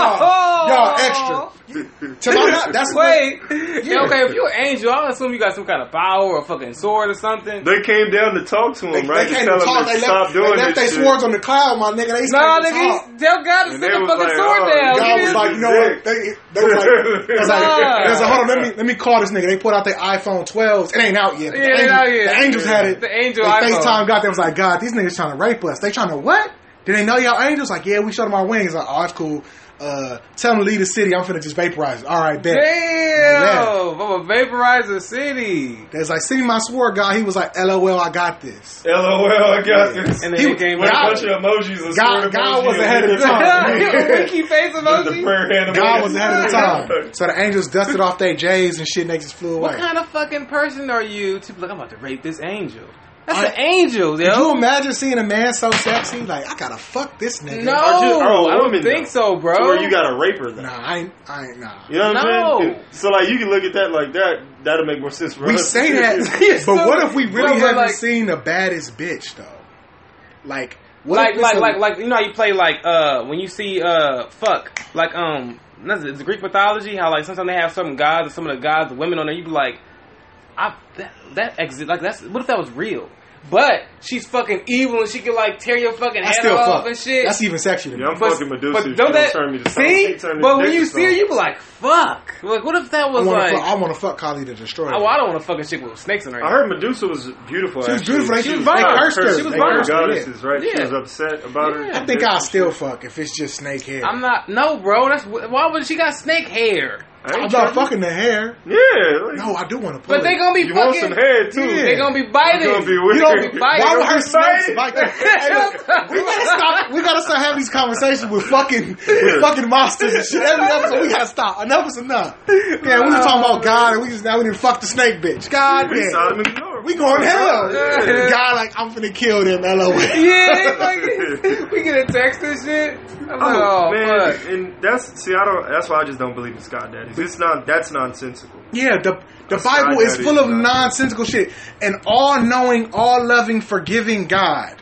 Speaker 4: y'all, y'all extra. To
Speaker 3: *laughs*
Speaker 4: my not, that's what,
Speaker 2: Wait. Yeah, okay, if you're an angel, I'll assume you got some kind of power or a fucking sword or something.
Speaker 3: They came down to talk to him,
Speaker 4: they,
Speaker 3: right?
Speaker 4: they
Speaker 3: to
Speaker 4: came
Speaker 3: tell
Speaker 4: to
Speaker 3: him
Speaker 4: talk.
Speaker 3: to
Speaker 4: They
Speaker 3: stop
Speaker 4: left,
Speaker 3: doing
Speaker 4: they
Speaker 3: this
Speaker 4: left their
Speaker 3: shit.
Speaker 4: swards on the cloud, my nigga. They
Speaker 2: No,
Speaker 4: started to
Speaker 2: nigga,
Speaker 4: talk.
Speaker 2: he- tell God to
Speaker 3: And
Speaker 2: stick
Speaker 3: they
Speaker 2: the
Speaker 3: was
Speaker 2: fucking
Speaker 3: like,
Speaker 2: sword
Speaker 3: oh,
Speaker 2: down.
Speaker 3: God
Speaker 4: God was
Speaker 2: nigga.
Speaker 4: like, you know what? They, they was like, they was like,
Speaker 2: Nah. *laughs*
Speaker 4: they was like, hold on, let me let me call this nigga. They pulled out their iPhone 12s. It ain't out yet.
Speaker 2: Yeah, it ain't out yet.
Speaker 4: The angels had it.
Speaker 2: The angel
Speaker 4: they
Speaker 2: iPhone.
Speaker 4: FaceTime got there. Was like, God, these niggas trying to rape us. They trying to what? Did they know y'all angels? Like, yeah, we showed them our wings. Like, oh, that's cool. Uh, tell them to leave the city. I'm finna just vaporize. it. All right, bet.
Speaker 2: Damn, I'm a vaporizer city.
Speaker 4: They was like, send me my sword, God. He was like, LOL, I got this.
Speaker 3: LOL, I got this.
Speaker 2: And
Speaker 3: And
Speaker 2: then
Speaker 4: He-
Speaker 2: it came
Speaker 4: when
Speaker 3: a
Speaker 4: God-
Speaker 2: out.
Speaker 3: bunch of emojis. and
Speaker 4: God-
Speaker 3: sword
Speaker 4: God
Speaker 3: emoji
Speaker 4: was
Speaker 3: and
Speaker 4: ahead of
Speaker 2: *laughs*
Speaker 4: the
Speaker 3: the-
Speaker 4: time. *laughs*
Speaker 2: Winky face
Speaker 3: The
Speaker 2: emoji.
Speaker 3: prayer hand
Speaker 4: God
Speaker 3: emoji.
Speaker 4: was ahead of
Speaker 3: *laughs*
Speaker 4: the time. So the angels dusted off their J's and shit, and they just flew away.
Speaker 2: What kind of fucking person are you to be like, I'm about to rape this angel? That's an angel,
Speaker 4: Could you
Speaker 2: yo.
Speaker 4: imagine seeing a man so sexy? Like, I gotta fuck this nigga.
Speaker 2: No,
Speaker 3: Aren't you- oh,
Speaker 2: I don't
Speaker 3: women,
Speaker 2: think
Speaker 3: though.
Speaker 2: so, bro.
Speaker 3: To where you got a raper though.
Speaker 4: Nah, I ain't, I ain't, nah.
Speaker 3: You know what I'm
Speaker 2: No.
Speaker 3: saying? So like you can look at that like that. That'll make more sense for
Speaker 4: We
Speaker 2: *laughs*
Speaker 3: us.
Speaker 4: say that,
Speaker 2: Yes,
Speaker 4: but
Speaker 2: sir.
Speaker 4: what if we
Speaker 2: Bro,
Speaker 4: really
Speaker 2: but
Speaker 4: haven't
Speaker 2: like-
Speaker 4: seen the baddest bitch, though? Like, what
Speaker 2: like,
Speaker 4: if it's
Speaker 2: like,
Speaker 4: a-
Speaker 2: like, like, you know how you play like uh when you see uh fuck like um that's- it's Greek mythology how like sometimes they have some gods and some of the gods the women on there you be like I that, that exit like that's what if that was real but she's fucking evil and she can like tear your fucking
Speaker 4: I
Speaker 2: head
Speaker 4: still
Speaker 2: off
Speaker 4: fuck.
Speaker 2: and shit
Speaker 4: That's even sexier than
Speaker 3: Yeah, I'm
Speaker 2: but,
Speaker 3: fucking Medusa.
Speaker 2: but
Speaker 3: She
Speaker 2: don't
Speaker 3: gonna
Speaker 2: that
Speaker 3: turn me to something.
Speaker 2: see
Speaker 3: She turn me
Speaker 2: but
Speaker 3: to
Speaker 2: when
Speaker 3: dick
Speaker 2: you
Speaker 3: or
Speaker 2: see her you be like fuck like what if that
Speaker 4: I
Speaker 2: was
Speaker 4: wanna,
Speaker 2: like
Speaker 4: fuck, I wanna fuck Kali the Destroyer.
Speaker 2: oh I don't want to fucking shit with snakes in her
Speaker 3: I heard Medusa was beautiful.
Speaker 4: she was
Speaker 3: actually.
Speaker 4: beautiful. Like,
Speaker 2: She was
Speaker 4: they
Speaker 2: violent.
Speaker 4: cursed her.
Speaker 2: She was
Speaker 4: They
Speaker 2: violent.
Speaker 4: cursed her, yeah.
Speaker 3: goddesses, right? She
Speaker 2: Yeah.
Speaker 3: was upset about her.
Speaker 2: Yeah.
Speaker 4: I think I'll still fuck if it's just snake hair.
Speaker 2: I'm not no bro that's why would she got snake hair
Speaker 3: I ain't
Speaker 4: I'm
Speaker 3: trying to-
Speaker 4: not fucking the hair.
Speaker 3: Yeah, like,
Speaker 4: No, I do want to pull
Speaker 2: but they
Speaker 4: it.
Speaker 2: gonna be
Speaker 3: you want
Speaker 2: fucking
Speaker 3: some head too.
Speaker 4: Yeah.
Speaker 2: they gonna be
Speaker 3: It's
Speaker 2: biting
Speaker 3: gonna be
Speaker 4: You
Speaker 3: weird.
Speaker 4: don't be
Speaker 2: Bite.
Speaker 4: Why would her
Speaker 2: Don't
Speaker 4: snakes
Speaker 3: bite.
Speaker 4: bite them? Hey, look, we gotta stop. We gotta start having these conversations with fucking with fucking monsters and shit. Every episode, we gotta stop. Enough is enough. Yeah, we were talking about God, and we just now we didn't fuck the snake bitch. God
Speaker 3: We
Speaker 4: damn,
Speaker 3: Sodom and Gomorrah.
Speaker 4: we going to hell.
Speaker 2: Yeah.
Speaker 4: God, like I'm finna kill them. Lol.
Speaker 2: *laughs* Yeah,
Speaker 3: *laughs*
Speaker 2: like, we get a text and shit. I'm like,
Speaker 3: Oh,
Speaker 2: oh,
Speaker 3: man,
Speaker 2: fuck.
Speaker 3: and that's see, I don't. That's why I just don't believe in Scott Daddies. It's not. That's nonsensical.
Speaker 4: Yeah, the the
Speaker 3: That's
Speaker 4: Bible
Speaker 3: not
Speaker 4: is
Speaker 3: that
Speaker 4: full of
Speaker 3: easy, man.
Speaker 4: nonsensical shit. An all knowing, all loving, forgiving God.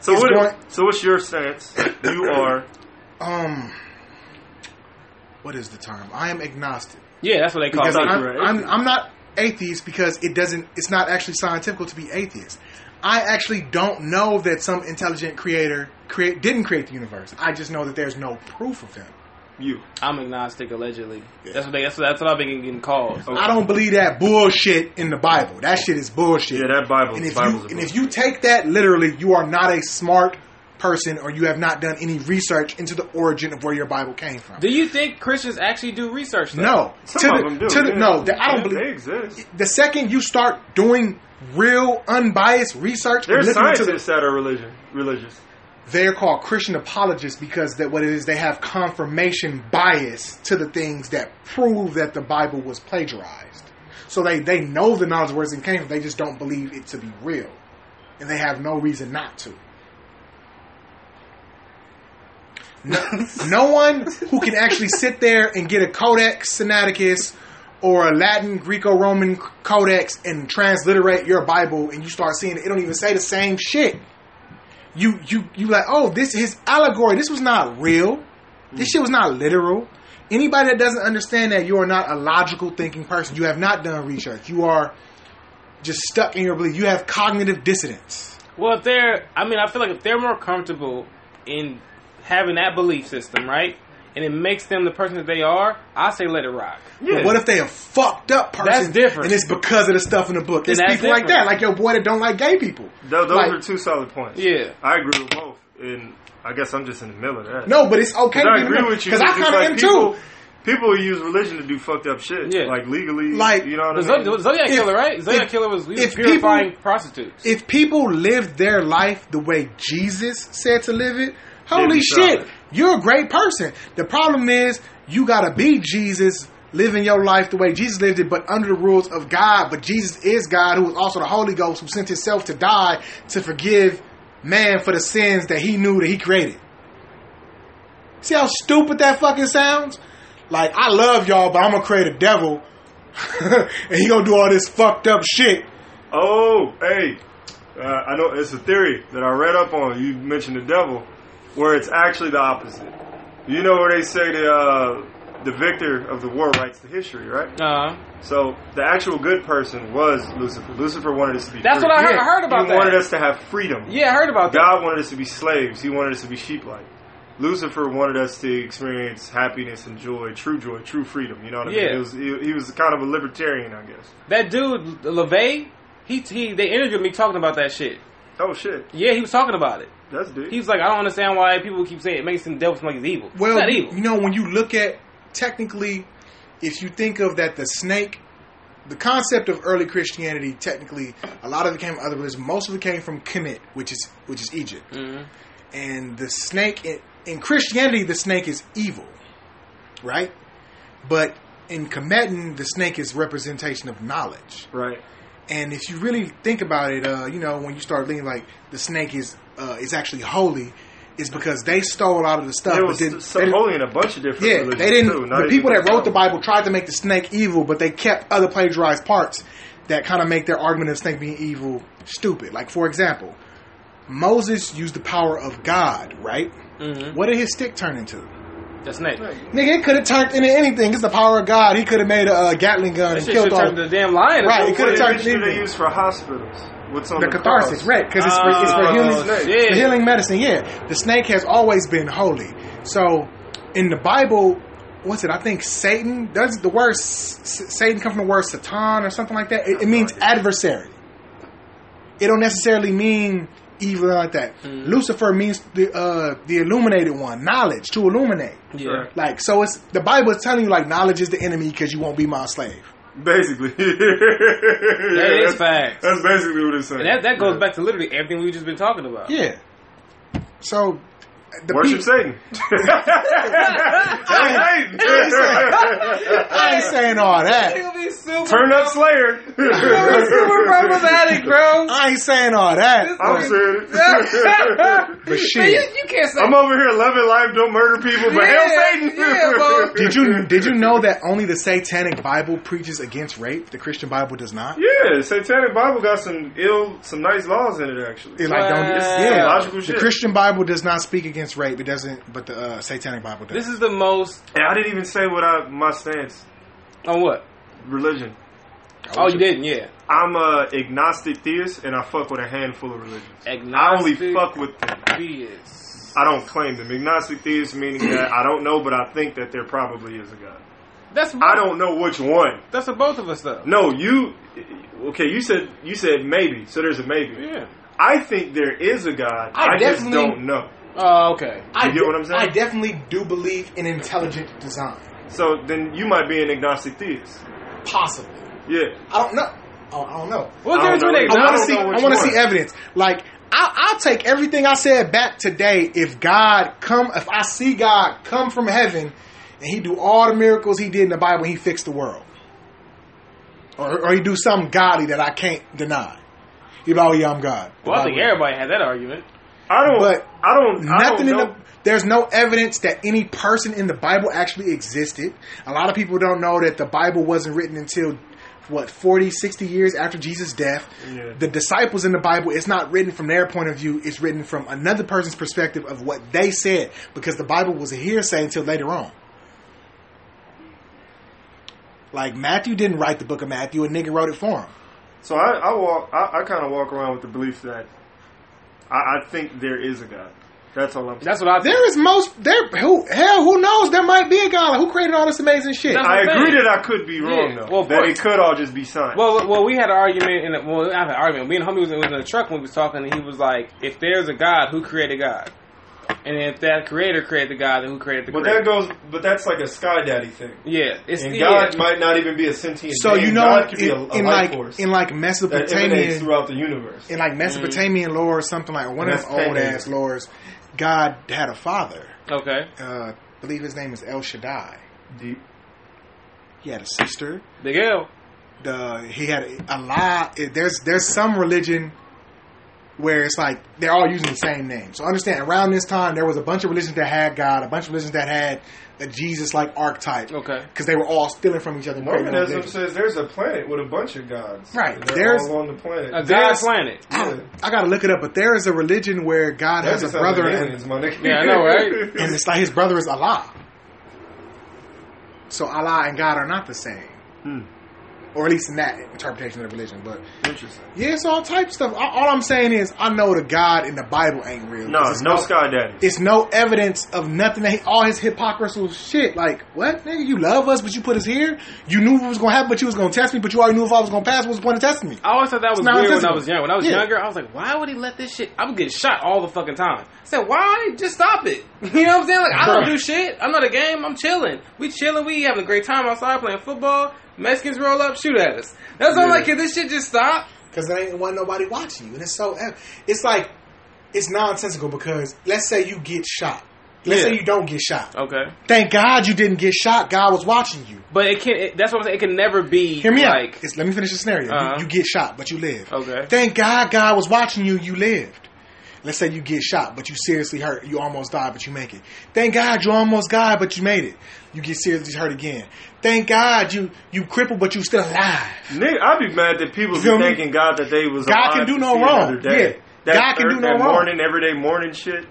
Speaker 3: So
Speaker 4: It's
Speaker 3: what?
Speaker 4: going-
Speaker 3: so what's your stance? You are.
Speaker 4: Um, what is the term? I am agnostic.
Speaker 2: Yeah, that's what they call
Speaker 4: because
Speaker 3: thought
Speaker 2: it.
Speaker 3: you
Speaker 4: I'm,
Speaker 3: were
Speaker 4: I'm, I'm not atheist because it doesn't it's not actually scientific to be atheist i actually don't know that some intelligent creator create didn't create the universe i just know that there's no proof of him
Speaker 3: You.
Speaker 2: I'm agnostic, allegedly. That's what they, that's, that's what I've been getting called.
Speaker 4: i don't believe that bullshit in the bible that shit is bullshit
Speaker 3: Yeah, that Bible.
Speaker 4: and if
Speaker 3: Bible's
Speaker 4: you
Speaker 3: a
Speaker 4: and
Speaker 3: book.
Speaker 4: if you take that literally you are not a smart person or you have not done any research into the origin of where your bible came from
Speaker 2: Do you think Christians actually do research? Though?
Speaker 4: no to
Speaker 3: Some of
Speaker 4: the,
Speaker 3: them do.
Speaker 4: to the,
Speaker 3: yeah.
Speaker 4: no that- i
Speaker 3: Yeah,
Speaker 4: don't believe
Speaker 3: they exist.
Speaker 4: the second you start doing real unbiased research and
Speaker 3: There's
Speaker 4: looking into
Speaker 3: scientists
Speaker 4: the,
Speaker 3: that are religion, religious.
Speaker 4: they're called christian apologists because that what it is they have confirmation bias to the things that prove that the bible was plagiarized so they, they know the knowledge where it came from they just don't believe it to be real and they have no reason not to no, no one who can actually sit there and get a codex sinaiticus or a latin greco-roman codex and transliterate your bible and you start seeing it, it don't even say the same shit you you you like oh this is allegory this was not real this shit was not literal anybody that doesn't understand that you are not a logical thinking person you have not done research you are just stuck in your belief you have cognitive dissonance
Speaker 2: Well, if they're, I mean, I feel like if they're more comfortable in having that belief system, right, and it makes them the person that they are, I say let it rock.
Speaker 4: But what if they a fucked up person?
Speaker 2: That's different.
Speaker 4: And it's because of the stuff in the book.
Speaker 2: Then
Speaker 4: It's
Speaker 2: that's
Speaker 4: people like
Speaker 2: different.
Speaker 4: that, like your boy that don't like gay people.
Speaker 3: Tho- those
Speaker 4: Like-
Speaker 3: are two solid points.
Speaker 2: Yeah.
Speaker 3: I agree with both, and I guess I'm just in the middle of that.
Speaker 4: No, but it's okay
Speaker 3: And
Speaker 4: to
Speaker 3: I
Speaker 4: be
Speaker 3: agree with you
Speaker 4: because I
Speaker 3: it's
Speaker 4: kind of
Speaker 3: like
Speaker 4: am
Speaker 3: people,
Speaker 4: too.
Speaker 3: People use religion to do fucked up shit,
Speaker 2: Yeah.
Speaker 3: like legally,
Speaker 4: Like-
Speaker 3: you know what
Speaker 2: The
Speaker 3: I mean.
Speaker 2: Zod- Zodiac
Speaker 4: If-
Speaker 2: killer, right? Zodiac
Speaker 4: if-
Speaker 2: killer was, he was
Speaker 4: if
Speaker 2: purifying
Speaker 4: people-
Speaker 2: prostitutes.
Speaker 4: If people lived their life the way Jesus said to live it,
Speaker 3: be
Speaker 4: holy shit,
Speaker 3: solid.
Speaker 4: you're a great person. The problem is you gotta be Jesus. Living your life the way Jesus lived it, but under the rules of God. But Jesus is God, who is also the Holy Ghost, who sent Himself to die to forgive man for the sins that He knew that He created. See how stupid that fucking sounds? Like, I love y'all, but I'm gonna create a devil *laughs* and he gonna do all this fucked up shit.
Speaker 3: Oh, hey, uh, I know it's a theory that I read up on. You mentioned the devil, where it's actually the opposite. You know where they say the uh, the victor of the war writes the history, right?
Speaker 2: Uh,
Speaker 3: So the actual good person was Lucifer. Lucifer wanted us to be.
Speaker 2: That's
Speaker 3: free.
Speaker 2: what I heard- I heard about
Speaker 3: He
Speaker 2: that.
Speaker 3: wanted us to have freedom.
Speaker 2: yeah, I heard about that.
Speaker 3: God wanted us to be slaves. He wanted us to be sheep-like. Lucifer wanted us to experience happiness and joy, true joy, true freedom. You know what I mean?
Speaker 2: Yeah.
Speaker 3: He was, he, he was kind of a libertarian, I guess.
Speaker 2: That dude, LeVay, he, he, they interviewed me talking about that shit.
Speaker 3: Oh shit,
Speaker 2: Yeah, he was talking about it.
Speaker 3: that's deep.
Speaker 2: He was like, I don't understand why people keep saying it makes him devil seem like he's evil. Well,
Speaker 4: Well,
Speaker 2: he's not
Speaker 4: you,
Speaker 2: evil.
Speaker 4: you know, when you look at technically, if you think of that, the snake, the concept of early Christianity, technically, a lot of it came from other religions. Most of it came from Kemet, which is which is Egypt,
Speaker 3: Mm-hmm.
Speaker 2: Mhm.
Speaker 4: and the snake in, in Christianity, the snake is evil, right? But in Kemetan, the snake is representation of knowledge.
Speaker 3: right.
Speaker 4: And if you really think about it, uh, you know, when you start thinking like the snake is uh, is actually holy, is because they stole a lot of the stuff,
Speaker 3: There
Speaker 4: but
Speaker 3: was
Speaker 4: didn't.
Speaker 3: so
Speaker 4: they didn't-
Speaker 3: holy in a bunch of different
Speaker 4: yeah,
Speaker 3: religions,
Speaker 4: they didn't.
Speaker 3: too, not
Speaker 4: the people
Speaker 3: even
Speaker 4: that wrote the
Speaker 3: Islam.
Speaker 4: Bible tried to make the snake evil, but they kept other plagiarized parts that kind of make their argument of snake being evil stupid. Like for example, Moses used the power of God, right?
Speaker 2: Mhm.
Speaker 4: What did his stick turn into?
Speaker 2: The snake.
Speaker 4: Nigga, it could have turned into anything. It's the power of God. He could have made a, uh Gatling gun
Speaker 2: That
Speaker 4: and
Speaker 2: shit should
Speaker 4: killed all
Speaker 2: turn the damn lion.
Speaker 4: Right,
Speaker 2: into
Speaker 4: it
Speaker 2: a
Speaker 4: could
Speaker 3: What
Speaker 2: wood.
Speaker 4: have turned
Speaker 3: image do they
Speaker 4: evil.
Speaker 3: use for hospitals? What's on
Speaker 4: the
Speaker 3: the,
Speaker 4: catharsis,
Speaker 3: cross?
Speaker 4: right? Because it's, for it's for
Speaker 2: Oh,
Speaker 4: healing,
Speaker 2: shit.
Speaker 4: for healing medicine. Yeah, the snake has always been holy. So in the Bible, what's it? I think Satan does the word s- s- Satan come from the word Satan or something like that. It, it means adversary. It don't necessarily mean evil like that. Lucifer means the uh, the illuminated one, knowledge to illuminate.
Speaker 2: Yeah.
Speaker 4: Like so, it's the Bible is telling you like knowledge is the enemy because you won't be my slave. *laughs*
Speaker 3: Basically, that
Speaker 2: is facts.
Speaker 3: That's basically what it's saying.
Speaker 2: And that, that goes back to literally everything we've just been talking about.
Speaker 4: Yeah. So the
Speaker 3: Worship
Speaker 4: peop- *laughs*
Speaker 3: Satan. That ain't Satan.
Speaker 4: I ain't saying all that.
Speaker 2: Nigga be super,
Speaker 3: Turn up
Speaker 4: *laughs*
Speaker 3: Slayer.
Speaker 2: be super problematic,
Speaker 3: *laughs*
Speaker 2: bro.
Speaker 4: I ain't saying all that.
Speaker 3: I'm serious.
Speaker 2: *laughs*
Speaker 4: But
Speaker 2: Man, you,
Speaker 4: shit.
Speaker 2: you can't say
Speaker 3: *laughs* I'm over here loving life, don't murder people, but hell,
Speaker 2: Yeah,
Speaker 3: Satan.
Speaker 2: yeah,
Speaker 3: *laughs*
Speaker 2: bro.
Speaker 4: Did you did you know that only the Satanic Bible preaches against rape? The Christian Bible does not.
Speaker 3: Yeah, Satanic Bible got some ill, some nice laws in it actually.
Speaker 4: It like don't
Speaker 2: Wow.
Speaker 4: yeah.
Speaker 3: Logical
Speaker 4: the
Speaker 3: shit.
Speaker 4: Christian Bible does not speak against rape. It doesn't, but the uh, Satanic Bible does.
Speaker 2: this is the most
Speaker 3: And I didn't even say what I my stance,
Speaker 2: on what?
Speaker 3: religion.
Speaker 2: Oh, you didn't? Yeah.
Speaker 3: I'm a agnostic theist, and I fuck with a handful of religions. I only
Speaker 2: Agnostic
Speaker 3: fuck with them.
Speaker 2: theists.
Speaker 3: I don't claim them. Agnostic theist meaning that I don't know, but I think that there probably is a god.
Speaker 2: That's
Speaker 3: I don't know which one.
Speaker 2: That's for both of us though.
Speaker 3: No, you. Okay, you said you said maybe. So there's a maybe.
Speaker 2: Yeah.
Speaker 3: I think there is a god.
Speaker 4: I
Speaker 3: I, just
Speaker 4: definitely-
Speaker 3: don't know.
Speaker 2: Oh, okay.
Speaker 4: I
Speaker 3: get what I'm saying?
Speaker 4: I definitely do believe in intelligent design.
Speaker 3: So then you might be an agnostic theist.
Speaker 4: Possibly.
Speaker 3: Yeah.
Speaker 4: I don't know. Oh, I don't know.
Speaker 2: What's
Speaker 3: I
Speaker 2: the
Speaker 3: don't
Speaker 2: difference
Speaker 3: know.
Speaker 2: between
Speaker 4: I want to
Speaker 3: don't
Speaker 4: see.
Speaker 3: know which
Speaker 4: I want to
Speaker 3: one.
Speaker 4: see evidence. Like I, I'll take everything I said back today. If God come, if I see God come from heaven, and He do all the miracles He did in the Bible, He fixed the world, or, or He do something godly that I can't deny. You know, oh yeah, I'm God. The
Speaker 2: Well, I
Speaker 4: Bible-
Speaker 2: think everybody had that argument.
Speaker 3: I don't.
Speaker 4: But
Speaker 3: I don't.
Speaker 4: Nothing
Speaker 3: I
Speaker 4: in
Speaker 3: don't
Speaker 4: the
Speaker 3: know.
Speaker 4: there's no evidence that any person in the Bible actually existed. A lot of people don't know that the Bible wasn't written until what 40 60 years after Jesus' death.
Speaker 3: Yeah.
Speaker 4: The disciples in the Bible it's not written from their point of view, it's written from another person's perspective of what they said because the Bible was a hearsay until later on. Like Matthew didn't write the book of Matthew, a nigga wrote it for him.
Speaker 3: So I, I walk. I, I kind of walk around with the belief that I, I think there is a God. That's all I'm saying.
Speaker 2: That's what I think.
Speaker 4: There is most there who hell who knows there might be a God like, who created all this amazing shit.
Speaker 2: That's-
Speaker 3: I
Speaker 2: what I'm
Speaker 3: agree
Speaker 2: saying.
Speaker 3: that I could be wrong
Speaker 2: Yeah,
Speaker 3: though.
Speaker 2: well, of
Speaker 3: that it
Speaker 2: course.
Speaker 3: could all just be science.
Speaker 2: Well, well, we had an argument, and well, not an argument. Me and homie was, was in the truck when we was talking, and he was like, "If there's a God, who created God? And if that creator created the God, then who created the
Speaker 3: but
Speaker 2: creator?"
Speaker 3: that goes. But that's like a sky daddy thing.
Speaker 2: yeah, it's
Speaker 3: And
Speaker 2: yeah.
Speaker 3: God might not even be a sentient.
Speaker 4: So
Speaker 3: being.
Speaker 4: you know,
Speaker 3: God could
Speaker 4: in,
Speaker 3: be a, a life
Speaker 4: in like
Speaker 3: force
Speaker 4: in like
Speaker 3: that emanates
Speaker 4: Mesopotamian,
Speaker 3: throughout the universe.
Speaker 4: in like Mesopotamian lore or something like one of those old
Speaker 3: Mesopotamian.
Speaker 4: ass lores, God had a father.
Speaker 2: okay,
Speaker 4: Uh, I believe his name is El Shaddai.
Speaker 3: Deep.
Speaker 4: He had a sister.
Speaker 2: Big L.
Speaker 4: The he had a lot. There's there's some religion where it's like they're all using the same name. So understand around this time there was a bunch of religions that had God, a bunch of religions that had a Jesus like archetype.
Speaker 2: Okay.
Speaker 4: Because they were all stealing from each other. and creating their own
Speaker 3: Mormonism
Speaker 4: religion.
Speaker 3: says there's a planet with a bunch of gods.
Speaker 4: Right,
Speaker 3: And They're
Speaker 4: there's-
Speaker 3: all on the planet.
Speaker 2: A God
Speaker 4: There's-
Speaker 2: planet.
Speaker 4: I, don't- I gotta look it up, but there is a religion where God
Speaker 3: That
Speaker 4: has
Speaker 3: just
Speaker 4: a
Speaker 3: sounds like
Speaker 4: brother and
Speaker 3: aliens, my nigga.
Speaker 2: Yeah, I know, right?
Speaker 4: and it's like his brother is Allah. So Allah and God are not the same,
Speaker 3: Hmm.
Speaker 4: or at least in that interpretation of the religion. But
Speaker 3: *laughs* Interesting.
Speaker 4: yeah, it's all type stuff. All, all I'm saying is, I know the God in the Bible ain't real.
Speaker 3: No,
Speaker 4: 'Cause it's
Speaker 3: no sky daddy.
Speaker 4: It's no evidence of nothing. That he, all his hypocritical shit. Like what, nigga? You love us, but you put us here. You knew what was gonna happen, but you was gonna test me. But you already knew if I was gonna pass. What's the point of testing me?
Speaker 2: I always thought that was
Speaker 4: It's not
Speaker 2: weird when I
Speaker 4: physical.
Speaker 2: was young. When I was
Speaker 4: Yeah.
Speaker 2: younger, I was like, "Why would he let this shit?" I'm getting shot all the fucking time. I said, "Why? Just stop it." *laughs* You know what I'm saying? Like, I don't do shit. I'm not a game. I'm chilling. We chilling. We having a great time outside playing football. Mexicans roll up, shoot at us. That's all I'm like. Can this shit just stop?
Speaker 4: because there ain't one nobody watching you, and it's so it's like it's nonsensical because let's say you get shot, Let's say
Speaker 2: Yeah.
Speaker 4: you don't get shot.
Speaker 2: Okay.
Speaker 4: Thank God you didn't get shot. God was watching you.
Speaker 2: But it can. It, that's what I'm saying. It can never be.
Speaker 4: Hear me
Speaker 2: like,
Speaker 4: out. It's- let me finish the scenario. You-
Speaker 2: Uh-huh.
Speaker 4: You, get shot, but you live.
Speaker 2: Okay.
Speaker 4: Thank God God was watching you. You lived. Let's say you get shot, but you seriously hurt. You almost die, but you make it. Thank God you almost died, but you made it. You get seriously hurt again. Thank God you you crippled, but you still alive.
Speaker 3: Nigga, I'd be mad that people
Speaker 4: You
Speaker 3: be
Speaker 4: feel me?
Speaker 3: thanking God that they was
Speaker 4: God can
Speaker 3: alive
Speaker 4: do
Speaker 3: to
Speaker 4: no
Speaker 3: see
Speaker 4: wrong.
Speaker 3: another Day.
Speaker 4: Yeah.
Speaker 3: That
Speaker 4: God can
Speaker 3: thir-
Speaker 4: do no
Speaker 3: that
Speaker 4: wrong.
Speaker 3: Morning, everyday morning shit.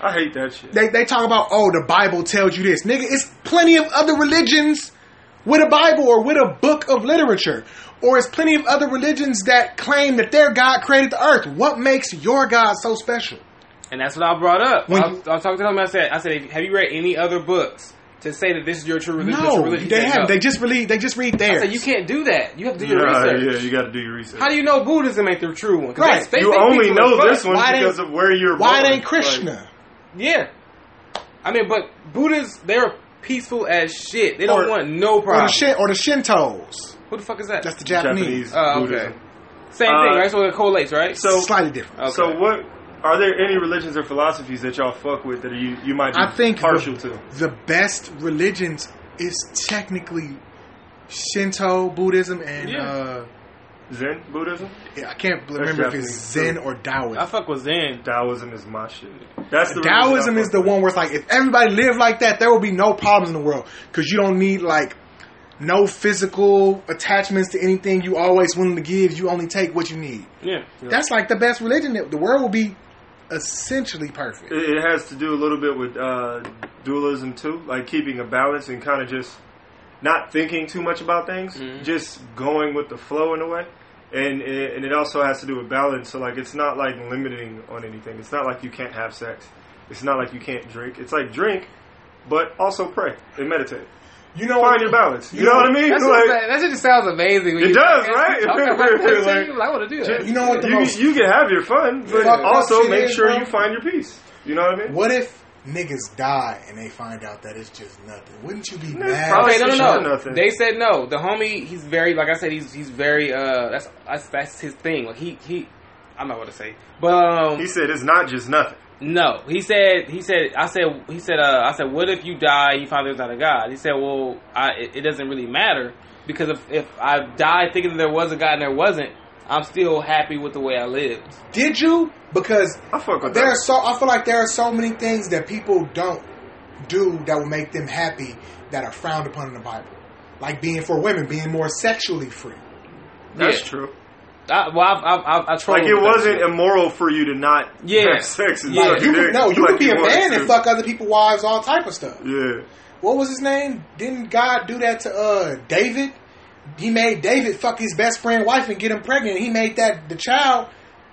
Speaker 3: I hate that shit.
Speaker 4: They they talk about oh the Bible tells you this, nigga. It's plenty of other religions with a Bible or with a book of literature, or it's plenty of other religions that claim that their God created the earth. What makes your God so special?
Speaker 2: And that's what I brought up.
Speaker 4: When
Speaker 2: I,
Speaker 4: you-
Speaker 2: was, I was talking to him. I said, I said, have you read any other books to say that this is your true religion? this is your
Speaker 4: No,
Speaker 2: religion? He
Speaker 4: they
Speaker 2: said, "No."
Speaker 4: have. They just read. They just read
Speaker 2: I
Speaker 4: theirs.
Speaker 2: said, you can't do that. You have to do your
Speaker 3: Nah,
Speaker 2: research.
Speaker 3: yeah, you got to do your research.
Speaker 2: How do you know Buddhism ain't the true one? 'Cause
Speaker 4: Right.
Speaker 2: that's- they
Speaker 3: you
Speaker 2: think
Speaker 3: only
Speaker 2: people
Speaker 3: know
Speaker 2: are
Speaker 3: this
Speaker 2: fucked.
Speaker 3: one
Speaker 4: Why they-
Speaker 3: because of where you're
Speaker 4: Why it
Speaker 3: born.
Speaker 4: ain't Krishna?
Speaker 2: Yeah. I mean, but Buddhists, they're peaceful as shit. They don't
Speaker 4: Or-
Speaker 2: want no
Speaker 4: or the
Speaker 2: problem.
Speaker 4: Shin, or the Shintos?
Speaker 2: Who the fuck is that?
Speaker 4: That's the
Speaker 3: Like,
Speaker 4: Japanese.
Speaker 3: Japanese
Speaker 4: Uh,
Speaker 2: Oh, okay.
Speaker 3: Buddhism.
Speaker 2: Same
Speaker 3: Uh,
Speaker 2: thing, right? So uh, it collates, right?
Speaker 3: So,
Speaker 4: Slightly different.
Speaker 2: Okay.
Speaker 3: so what are there any religions or philosophies that y'all fuck with that you you might be
Speaker 4: I think
Speaker 3: partial
Speaker 4: the,
Speaker 3: to?
Speaker 4: the best religions is technically Shinto, Buddhism, and
Speaker 2: Yeah.
Speaker 4: uh,
Speaker 3: Zen Buddhism,
Speaker 4: yeah, I can't remember if
Speaker 3: Japanese,
Speaker 4: it's
Speaker 3: too.
Speaker 4: Zen or
Speaker 2: I
Speaker 4: Taoism.
Speaker 2: fuck with Zen.
Speaker 3: Taoism is my shit. That's the religion I
Speaker 4: Taoism is
Speaker 3: fuck
Speaker 4: the
Speaker 3: with.
Speaker 4: one where it's like if everybody lived like that, there would be no problems in the world because you don't need like no physical attachments to anything. You always willing to give. You only take what you need.
Speaker 2: Yeah.
Speaker 4: That's like the best religion. The world will be essentially perfect.
Speaker 3: It, it has to do a little bit with uh, dualism too, like keeping a balance and kind of just not thinking too much about things, just going with the flow in a way. And it, and it also has to do with balance. So like, it's not like limiting on anything. It's not like you can't have sex. It's not like you can't drink. It's like drink, but also pray and meditate.
Speaker 4: You know
Speaker 3: Find your balance. You, know, what I mean?
Speaker 2: That's
Speaker 3: Like,
Speaker 2: just, that shit just sounds amazing. When
Speaker 3: It
Speaker 2: you
Speaker 3: does,
Speaker 2: talk-
Speaker 3: right?
Speaker 2: talk about that
Speaker 3: *laughs* Like-
Speaker 2: shit, I want to do that.
Speaker 4: You know what the
Speaker 3: you,
Speaker 4: most
Speaker 3: you can have your fun, but
Speaker 4: Fuck
Speaker 3: also
Speaker 4: that shit
Speaker 3: make
Speaker 4: is,
Speaker 3: sure
Speaker 4: bro.
Speaker 3: you find your peace. You know what I mean?
Speaker 4: What if niggas die and they find out that it's just nothing? Wouldn't you be
Speaker 3: That's
Speaker 4: mad?
Speaker 3: probably
Speaker 2: Okay, no,
Speaker 3: Sure,
Speaker 2: no, no.
Speaker 3: nothing.
Speaker 2: They said no. The homie, he's very, like I said, he's he's very. uh That's that's, that's his thing. Like he he, I'm not what to say, but um,
Speaker 3: He said it's not just nothing.
Speaker 2: no. He said he said I said he said uh I said what if you die? You find there's not a god. He said well I it, it doesn't really matter because if if I died thinking that there was a god and there wasn't, I'm still happy with the way I lived.
Speaker 4: Did you? Because
Speaker 3: I fuck with
Speaker 4: there are
Speaker 3: that.
Speaker 4: so I feel like there are so many things that people don't do that will make them happy that are frowned upon in the Bible. Like being for women, being more sexually free.
Speaker 3: That's
Speaker 2: yeah.
Speaker 3: true.
Speaker 2: I, well, I've, I've, I've, I trolled
Speaker 3: Like it
Speaker 2: with that
Speaker 3: wasn't
Speaker 2: shit.
Speaker 3: immoral for you to not
Speaker 2: Yeah.
Speaker 3: have sex and
Speaker 2: Yeah.
Speaker 3: suck
Speaker 4: You
Speaker 3: dick
Speaker 4: could, no, you
Speaker 3: like
Speaker 4: could be a
Speaker 3: wanted
Speaker 4: man and
Speaker 3: to.
Speaker 4: fuck other people's wives, all type of stuff.
Speaker 3: Yeah,
Speaker 4: What was his name? Didn't God do that to uh David? He made David fuck his best friend wife and get him pregnant. He made that the child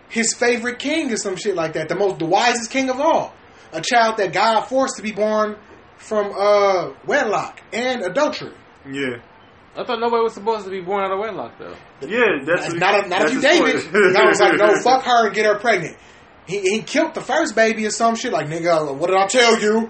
Speaker 4: his favorite king or some shit like that. The most the wisest king of all. A child that God forced to be born from uh wedlock and adultery.
Speaker 3: yeah,
Speaker 2: I thought nobody was supposed to be born out of wedlock though.
Speaker 3: yeah. That's
Speaker 4: That's
Speaker 3: what-
Speaker 4: not a, not
Speaker 3: that's
Speaker 4: if you
Speaker 3: his
Speaker 4: David.
Speaker 3: point.
Speaker 4: No, it's like
Speaker 3: *laughs*
Speaker 4: no, fuck her and get her pregnant. He he killed the first baby or some shit. Like nigga, what did I tell you?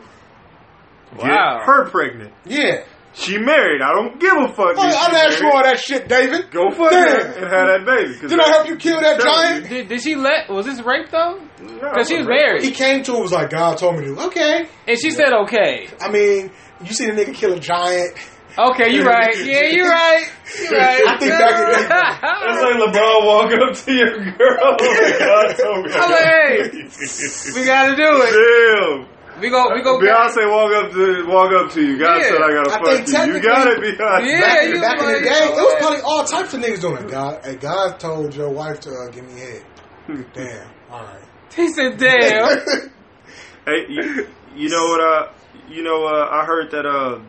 Speaker 3: Get
Speaker 2: Wow.
Speaker 3: her pregnant.
Speaker 4: Yeah,
Speaker 3: She married. I don't give a fuck.
Speaker 4: I,
Speaker 3: that she
Speaker 4: I asked for all
Speaker 3: married.
Speaker 4: that shit, David.
Speaker 3: Go fuck
Speaker 4: Damn.
Speaker 3: her and have that baby. 'cause
Speaker 4: Did I
Speaker 3: that-
Speaker 4: help you kill that
Speaker 3: Tell
Speaker 4: giant?
Speaker 2: Did, did she let? Was this rape though?
Speaker 3: No,
Speaker 2: Because she was
Speaker 3: right.
Speaker 4: He
Speaker 2: married,
Speaker 4: came to him was like, God told me to. Okay.
Speaker 2: and she said okay.
Speaker 4: I mean, you see the nigga kill a giant.
Speaker 2: Okay, you right. Yeah, you right. You right.
Speaker 4: I think back
Speaker 3: That's like LeBron walk up to your girl. *laughs* God told me.
Speaker 2: I'm like, hey, *laughs* we gotta do it.
Speaker 3: Damn.
Speaker 2: We go. We go.
Speaker 3: Beyonce walk up to walk up to you. God
Speaker 2: Yeah.
Speaker 3: said I gotta
Speaker 4: I
Speaker 3: fuck
Speaker 4: think
Speaker 3: you. You got it, Beyonce.
Speaker 2: Yeah,
Speaker 4: back
Speaker 2: you
Speaker 4: back in
Speaker 2: like, "Oh,
Speaker 4: the day, it was
Speaker 2: okay.
Speaker 4: probably all types of niggas doing it. God, hey, God told your wife to uh, give me head. Damn. All right.
Speaker 2: He said, "Damn." *laughs*
Speaker 3: Hey, you, you know what? Uh, you know, uh, I heard that uh,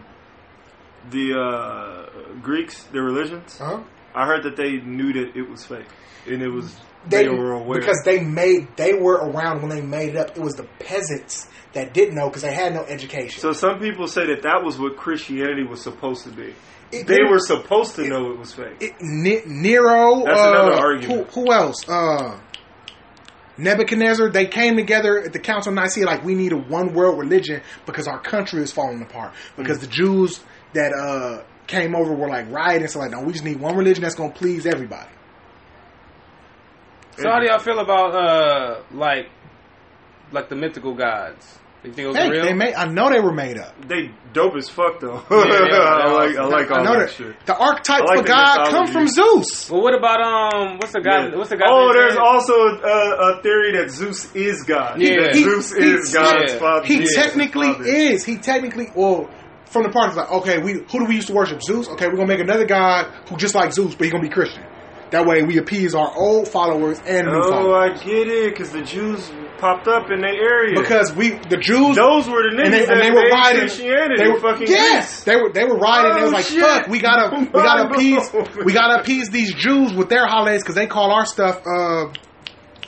Speaker 3: the uh, Greeks, their religions.
Speaker 4: Huh?
Speaker 3: I heard that they knew that it was fake, and it was
Speaker 4: They,
Speaker 3: they, were aware.
Speaker 4: because they made they were around when they made it up. It was the peasants that didn't know because they had no education.
Speaker 3: so some people say that that was what Christianity was supposed to be.
Speaker 4: It-
Speaker 3: They were supposed to know it was fake.
Speaker 4: it, Ne- Nero.
Speaker 3: That's
Speaker 4: uh,
Speaker 3: another argument.
Speaker 4: Who, who else? Uh, Nebuchadnezzar. They came together at the Council of Nicaea like we need a one world religion because our country is falling apart. Because
Speaker 3: Mm.
Speaker 4: the Jews that uh, came over were like rioting. So like, no, we just need one religion that's going to please everybody.
Speaker 2: So how do y'all feel about uh like like the mythical gods? You think it was
Speaker 4: Hey,
Speaker 2: real?
Speaker 4: they made. I know they were made up.
Speaker 3: They dope as fuck though.
Speaker 2: yeah,
Speaker 3: *laughs* I
Speaker 2: yeah.
Speaker 3: like I like
Speaker 4: I
Speaker 3: all
Speaker 4: know
Speaker 3: that
Speaker 4: that
Speaker 3: shit.
Speaker 4: the archetype
Speaker 3: I like
Speaker 4: for
Speaker 3: the
Speaker 4: God come
Speaker 3: mythology.
Speaker 4: from Zeus.
Speaker 2: well, what about um? What's the guy?
Speaker 3: Yeah.
Speaker 2: What's the guy?
Speaker 3: oh,
Speaker 2: that
Speaker 3: there's
Speaker 2: said-
Speaker 3: also a, a theory that Zeus is God.
Speaker 2: Yeah.
Speaker 3: that
Speaker 2: He-
Speaker 3: Zeus
Speaker 4: he-
Speaker 3: is God's
Speaker 2: yeah.
Speaker 3: father.
Speaker 4: He
Speaker 3: Jesus'
Speaker 4: technically
Speaker 3: father.
Speaker 4: is. He technically well from the part it's like okay, we who do we used to worship Zeus? Okay, we're gonna make another god who just like Zeus, but he's gonna be Christian. That way we appease our old followers and new
Speaker 3: Oh,
Speaker 4: followers
Speaker 3: I get it, because the Jews popped up in their area.
Speaker 4: because we the Jews
Speaker 3: those were the niggas
Speaker 4: and they,
Speaker 3: that
Speaker 4: and they were
Speaker 3: made
Speaker 4: riding.
Speaker 3: Christianity.
Speaker 4: They were
Speaker 3: fucking
Speaker 4: yes,
Speaker 3: Greece.
Speaker 4: they were they were riding. they
Speaker 3: Oh,
Speaker 4: was like,
Speaker 3: shit.
Speaker 4: "Fuck, we
Speaker 3: *laughs*
Speaker 4: gotta we
Speaker 3: Oh,
Speaker 4: gotta
Speaker 3: no.
Speaker 4: appease we gotta appease these Jews with their holidays because they call our stuff uh,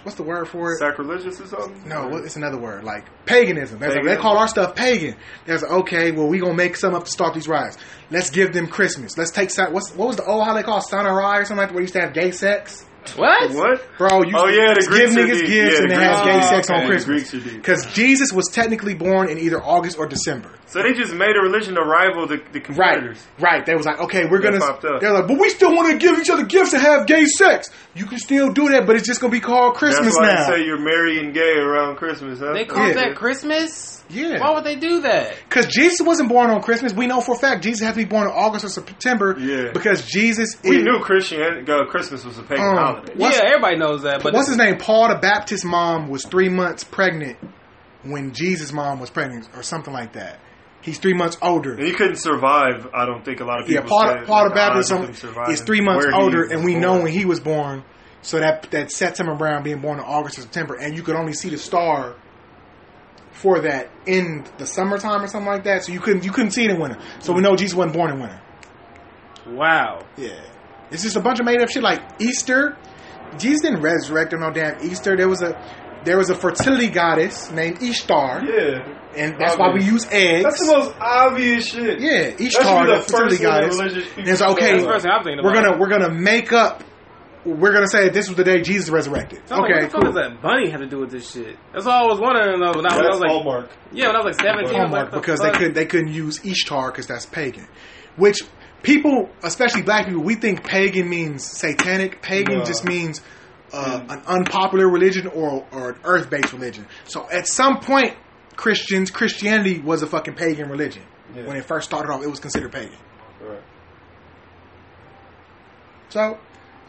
Speaker 4: what's the word for it?
Speaker 3: sacrilegious or something.
Speaker 4: No, what- it's another word like paganism. That's
Speaker 3: Paganism.
Speaker 4: they call our stuff pagan. That's okay. Well, we gonna make some up to start these riots. Let's give them Christmas. Let's take Sa- what's what was the old holiday called? Samurai or something like that, where you used to have gay sex.
Speaker 2: what?
Speaker 3: What?
Speaker 4: Bro, you
Speaker 3: Oh, yeah, the
Speaker 4: give
Speaker 3: Greeks are
Speaker 4: niggas
Speaker 3: deep.
Speaker 4: gifts
Speaker 3: Yeah, the
Speaker 4: and they
Speaker 3: Greeks
Speaker 4: have
Speaker 2: are
Speaker 4: gay
Speaker 2: deep.
Speaker 4: sex
Speaker 2: Okay.
Speaker 4: on
Speaker 2: The
Speaker 4: Christmas
Speaker 3: Greeks are deep.
Speaker 4: because Jesus was technically born in either August or December.
Speaker 3: So they just made a religion to rival the, the
Speaker 4: Right,
Speaker 3: competitors.
Speaker 4: right. They was like, okay, we're
Speaker 3: They
Speaker 4: gonna.
Speaker 3: popped up.
Speaker 4: They're like, but we still want to give each other gifts and have gay sex. You can still do that, but it's just gonna be called Christmas
Speaker 3: That's why
Speaker 4: now.
Speaker 3: they say you're merry and gay around Christmas. Huh?
Speaker 2: They call
Speaker 4: Yeah.
Speaker 2: that Christmas?
Speaker 4: Yeah.
Speaker 2: Why would they do that?
Speaker 4: Because Jesus wasn't born on Christmas. We know for a fact Jesus had to be born in August or September.
Speaker 3: Yeah.
Speaker 4: Because Jesus
Speaker 3: We
Speaker 4: is.
Speaker 3: knew Christian uh, Christmas was a pagan
Speaker 4: Um,
Speaker 3: holiday.
Speaker 4: What's-
Speaker 2: yeah, everybody knows that. But
Speaker 4: What's his name? Paul the Baptist's mom was three months pregnant when Jesus' mom was pregnant or something like that. He's three months
Speaker 3: And
Speaker 4: older.
Speaker 3: you couldn't survive. I don't think a lot of
Speaker 4: Yeah,
Speaker 3: people.
Speaker 4: Paul,
Speaker 3: said,
Speaker 4: Paul the
Speaker 3: like,
Speaker 4: Baptist
Speaker 3: odds of him surviving
Speaker 4: is three months
Speaker 3: where he
Speaker 4: older,
Speaker 3: was
Speaker 4: and we
Speaker 3: born.
Speaker 4: know when he was born. So that that sets him around being born in August or September, and you could only see the star for that in the summertime or something like that. So you couldn't you couldn't see it in winter. So we know Jesus wasn't born in winter.
Speaker 2: Wow.
Speaker 4: Yeah. It's just a bunch of made up shit like Easter. Jesus didn't resurrect on no damn Easter. There was a there was a fertility goddess named Ishtar,
Speaker 3: Yeah,
Speaker 4: and that's why we use eggs.
Speaker 3: that's the most obvious shit.
Speaker 4: yeah,
Speaker 3: That should
Speaker 4: Ishtar,
Speaker 3: be
Speaker 4: the,
Speaker 3: the
Speaker 4: fertility
Speaker 3: first thing that
Speaker 4: goddess.
Speaker 3: religious
Speaker 4: And
Speaker 3: people
Speaker 4: it's
Speaker 3: say.
Speaker 4: okay.
Speaker 2: That's the first thing I'm thinking
Speaker 4: We're
Speaker 2: about.
Speaker 4: gonna we're gonna make up. We're gonna say this was the day Jesus resurrected.
Speaker 2: So I'm like,
Speaker 4: okay,
Speaker 2: what the
Speaker 4: cool.
Speaker 2: fuck does that bunny have to do with this shit? That's all I was wondering though. When I, when I
Speaker 3: That's
Speaker 2: was like,
Speaker 3: Hallmark.
Speaker 2: yeah, when I was like 17, I was like,
Speaker 4: Hallmark
Speaker 2: the
Speaker 4: because
Speaker 2: fuck?
Speaker 4: they could they couldn't use Ishtar because that's pagan, which people, especially black people, we think pagan means satanic. Pagan
Speaker 3: No.
Speaker 4: just means uh, an unpopular religion or or an earth based religion. So at some point, Christians Christianity was a fucking pagan religion.
Speaker 3: Yeah.
Speaker 4: When it first started off, it was considered pagan.
Speaker 3: Right.
Speaker 4: So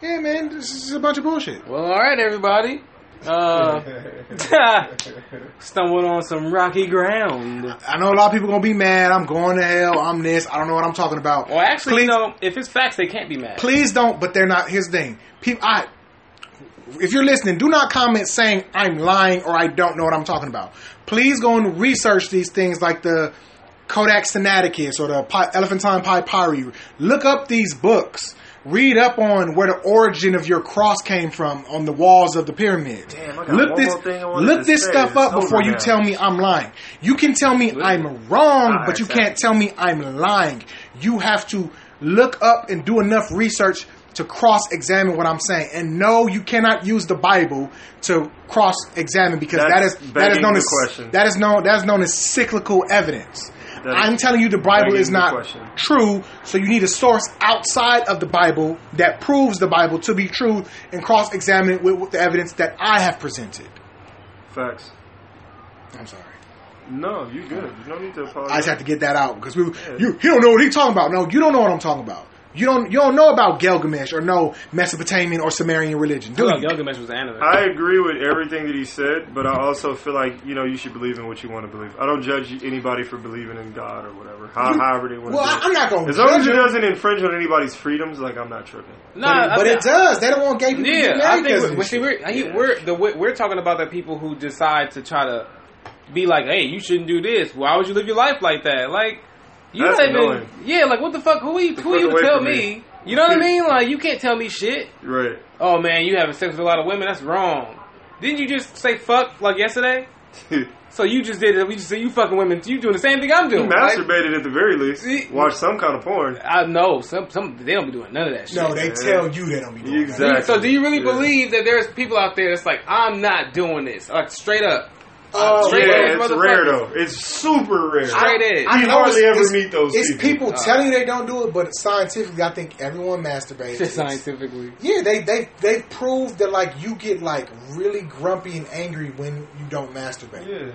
Speaker 4: yeah, man, this is a bunch of bullshit.
Speaker 2: Well, all right, everybody.
Speaker 3: *laughs*
Speaker 2: Uh, stumbled on some rocky ground.
Speaker 4: I know a lot of people gonna be mad. I'm going to hell. I'm this. I don't know what I'm talking about.
Speaker 2: Well, actually,
Speaker 4: Please-
Speaker 2: you know, if it's facts, they can't be mad.
Speaker 4: Please don't, but they're not. Here's the thing. People, I, if you're listening, do not comment saying I'm lying or I don't know what I'm talking about. Please go and research these things like the Kodak Sinaiticus or the Pi- Elephantine Papyri. Look up these books. Read up on where the origin of your cross came from on the walls of the pyramid.
Speaker 3: Damn, I got
Speaker 4: look
Speaker 3: one
Speaker 4: this,
Speaker 3: more thing I wanted
Speaker 4: look
Speaker 3: to
Speaker 4: this
Speaker 3: say.
Speaker 4: stuff
Speaker 3: It's
Speaker 4: up
Speaker 3: over
Speaker 4: before you
Speaker 3: now.
Speaker 4: tell me I'm lying. You can tell me I'm wrong, but you can't tell me I'm lying. You have to look up and do enough research to cross examine what I'm saying. And no, you cannot use the Bible to cross examine because that
Speaker 3: That's
Speaker 4: is that is
Speaker 3: begging
Speaker 4: known
Speaker 3: the
Speaker 4: as
Speaker 3: question.
Speaker 4: that is known that is known as cyclical evidence.
Speaker 3: That
Speaker 4: I'm
Speaker 3: is
Speaker 4: telling you the Bible
Speaker 3: begging
Speaker 4: is
Speaker 3: the
Speaker 4: not
Speaker 3: question.
Speaker 4: true, so you need a source outside of the Bible that proves the Bible to be true and cross examine it with, with the evidence that I have presented.
Speaker 3: Facts.
Speaker 4: I'm sorry.
Speaker 3: No, you good. You don't need to apologize.
Speaker 4: I just have to get that out because we you he don't know what he's talking about. No, you don't know what I'm talking about. You don't you don't know about Gilgamesh or no Mesopotamian or Sumerian religion, do
Speaker 2: Look,
Speaker 4: you?
Speaker 2: Gilgamesh was anime.
Speaker 3: I agree with everything that he said, but I also feel like you know you should believe in what you want to believe. I don't judge anybody for believing in God or whatever, how, however they want
Speaker 4: Well,
Speaker 3: to.
Speaker 4: I,
Speaker 3: do it.
Speaker 4: I'm not gonna.
Speaker 3: as long as
Speaker 4: judge
Speaker 3: it
Speaker 4: him,
Speaker 3: doesn't infringe on anybody's freedoms, like I'm not tripping.
Speaker 2: Nah, I
Speaker 4: but
Speaker 2: think-
Speaker 4: it does. They don't want gay people. to get
Speaker 2: Yeah, I
Speaker 4: married
Speaker 2: think.
Speaker 4: 'cause
Speaker 2: We're,
Speaker 4: of
Speaker 2: well,
Speaker 4: this
Speaker 2: see, we're
Speaker 4: shit.
Speaker 2: I- we're the we're we're talking about the people who decide to try to be like, hey, you shouldn't do this. Why would you live your life like that? Like, you
Speaker 3: That's
Speaker 2: not even-
Speaker 3: annoying.
Speaker 2: yeah, like what the fuck? Who are you? Who
Speaker 3: fuck
Speaker 2: are you to
Speaker 3: away
Speaker 2: tell
Speaker 3: from
Speaker 2: me?
Speaker 3: me.
Speaker 2: You know what I mean? Like, you can't tell me shit.
Speaker 3: Right?
Speaker 2: Oh man, you having sex with a lot of women? That's wrong. Didn't you just say fuck like yesterday?
Speaker 3: you
Speaker 2: So you just did it. We just said you fucking women. You doing the same thing I'm doing. right?
Speaker 3: masturbated at the very
Speaker 2: See?
Speaker 3: least. Watch some kind of porn.
Speaker 2: I know some some they don't be doing none of that shit.
Speaker 4: No, they tell you they don't be doing that.
Speaker 3: Exactly.
Speaker 2: So do you really
Speaker 3: Yeah.
Speaker 2: believe that there's people out there that's like, I'm not doing this, like straight up,
Speaker 4: Oh,
Speaker 2: Straight
Speaker 3: Yeah,
Speaker 2: edge
Speaker 3: it's
Speaker 2: motherfuckers.
Speaker 3: rare though. It's super rare.
Speaker 2: straight edge.
Speaker 3: I- You hardly ever meet those
Speaker 4: It's
Speaker 3: people.
Speaker 4: people
Speaker 2: Uh,
Speaker 4: telling you they don't do it, but scientifically, I think everyone masturbates. It's-
Speaker 2: scientifically.
Speaker 4: Yeah, they they they proved that like you get like really grumpy and angry when you don't masturbate.
Speaker 3: Yeah.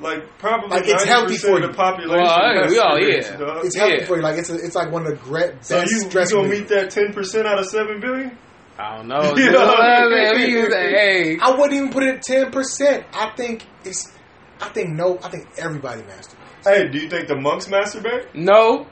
Speaker 3: Like probably
Speaker 4: Like, it's
Speaker 3: 90%
Speaker 4: healthy for
Speaker 3: of
Speaker 4: you.
Speaker 3: the population.
Speaker 2: Well, hey,
Speaker 3: has
Speaker 2: we all-
Speaker 3: cigarettes,
Speaker 2: yeah.
Speaker 3: dog.
Speaker 4: It's healthy
Speaker 2: Yeah.
Speaker 4: for you. Like it's a, it's like one of the great
Speaker 3: So
Speaker 4: best
Speaker 3: you, you
Speaker 4: stress
Speaker 3: gonna
Speaker 4: relievers.
Speaker 3: meet that ten percent out of seven billion?
Speaker 2: I don't
Speaker 4: *laughs*
Speaker 2: know.
Speaker 3: Yeah.
Speaker 2: You know what I mean? We use that- hey.
Speaker 4: I wouldn't even put it at ten percent. I think it's. I think no. I think everybody mastered.
Speaker 3: Hey, do you think the monks masturbate?
Speaker 2: No,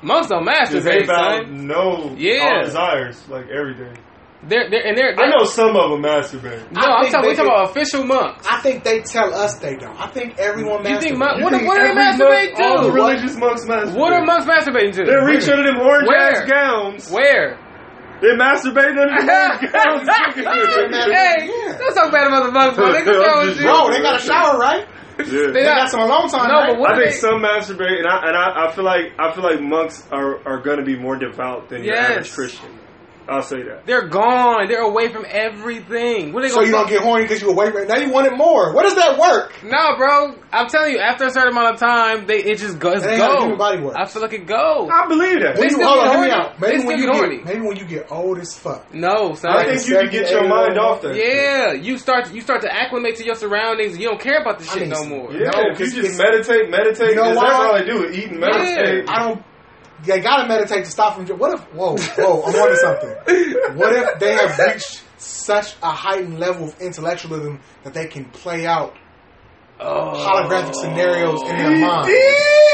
Speaker 2: monks don't
Speaker 3: Because they
Speaker 2: masturbate,
Speaker 3: about
Speaker 2: son.
Speaker 3: no
Speaker 2: Yeah.
Speaker 3: all desires like everything.
Speaker 2: They're, they're, and they're,
Speaker 3: I
Speaker 2: they're-
Speaker 3: know some of them masturbate.
Speaker 2: No,
Speaker 4: I
Speaker 2: I'm
Speaker 4: think
Speaker 2: talking.
Speaker 4: they
Speaker 2: We talking
Speaker 4: could-
Speaker 2: about official monks.
Speaker 4: I think they tell us they don't. I think everyone
Speaker 2: You
Speaker 4: masturbates.
Speaker 2: think monk?
Speaker 3: You
Speaker 2: What,
Speaker 3: think
Speaker 2: what do they
Speaker 3: every
Speaker 2: masturbate
Speaker 3: monk- All
Speaker 2: to?
Speaker 3: the
Speaker 2: What,
Speaker 3: religious monks masturbate.
Speaker 2: what are monks masturbating to?
Speaker 3: They reach under them orange
Speaker 2: Where?
Speaker 3: ass gowns.
Speaker 4: *laughs*
Speaker 2: Where? *laughs*
Speaker 3: They're masturbating under them
Speaker 2: hey, *laughs*
Speaker 3: orange gowns. *laughs*
Speaker 2: don't talk bad about the monks, bro. They can
Speaker 3: I'm
Speaker 2: throw
Speaker 3: just-
Speaker 2: shit.
Speaker 4: Bro, Oh, they got a shower, right?
Speaker 3: Yeah.
Speaker 2: They
Speaker 4: They
Speaker 2: got-
Speaker 4: got some alone time,
Speaker 2: No,
Speaker 4: right?
Speaker 2: but what-
Speaker 3: I think
Speaker 2: they-
Speaker 3: some masturbate, and I and I, I feel like I feel like monks are, are going to be more devout than your
Speaker 2: Yes.
Speaker 3: average Christian. I'll say that.
Speaker 2: They're gone. They're away from everything. What are they
Speaker 4: So
Speaker 2: gonna
Speaker 4: you don't
Speaker 2: fuck-
Speaker 4: get horny because you awake right now. You want it more. Where does that work?
Speaker 2: No, bro. I'm telling you, after a certain amount of time, they it just goes.
Speaker 4: That ain't how the
Speaker 2: go.
Speaker 4: human body works.
Speaker 2: I feel like it go.
Speaker 3: I believe that.
Speaker 2: They
Speaker 4: When you,
Speaker 2: still
Speaker 4: hold
Speaker 2: get
Speaker 4: on, hear
Speaker 2: horny.
Speaker 4: me out. Maybe
Speaker 2: They
Speaker 4: when
Speaker 2: still
Speaker 4: you
Speaker 2: get
Speaker 4: get,
Speaker 2: horny.
Speaker 4: maybe when you get old as fuck.
Speaker 2: No, son.
Speaker 3: I think you can get your mind off that.
Speaker 2: yeah, you start you start to acclimate to your surroundings. and You don't care about this
Speaker 4: I
Speaker 2: shit
Speaker 4: mean,
Speaker 2: no
Speaker 4: it's-
Speaker 2: more.
Speaker 3: Yeah,
Speaker 4: No,
Speaker 3: if you
Speaker 4: 'cause
Speaker 3: just
Speaker 4: it's-
Speaker 3: meditate, meditate.
Speaker 4: You know
Speaker 3: 'cause
Speaker 4: why?
Speaker 3: that's all I do. Eat and meditate.
Speaker 4: I don't. They gotta meditate to stop from. What if? Whoa, whoa! I'm onto something. What if they have reached such a heightened level of intellectualism that they can play out
Speaker 2: Oh,
Speaker 4: holographic scenarios in their mind?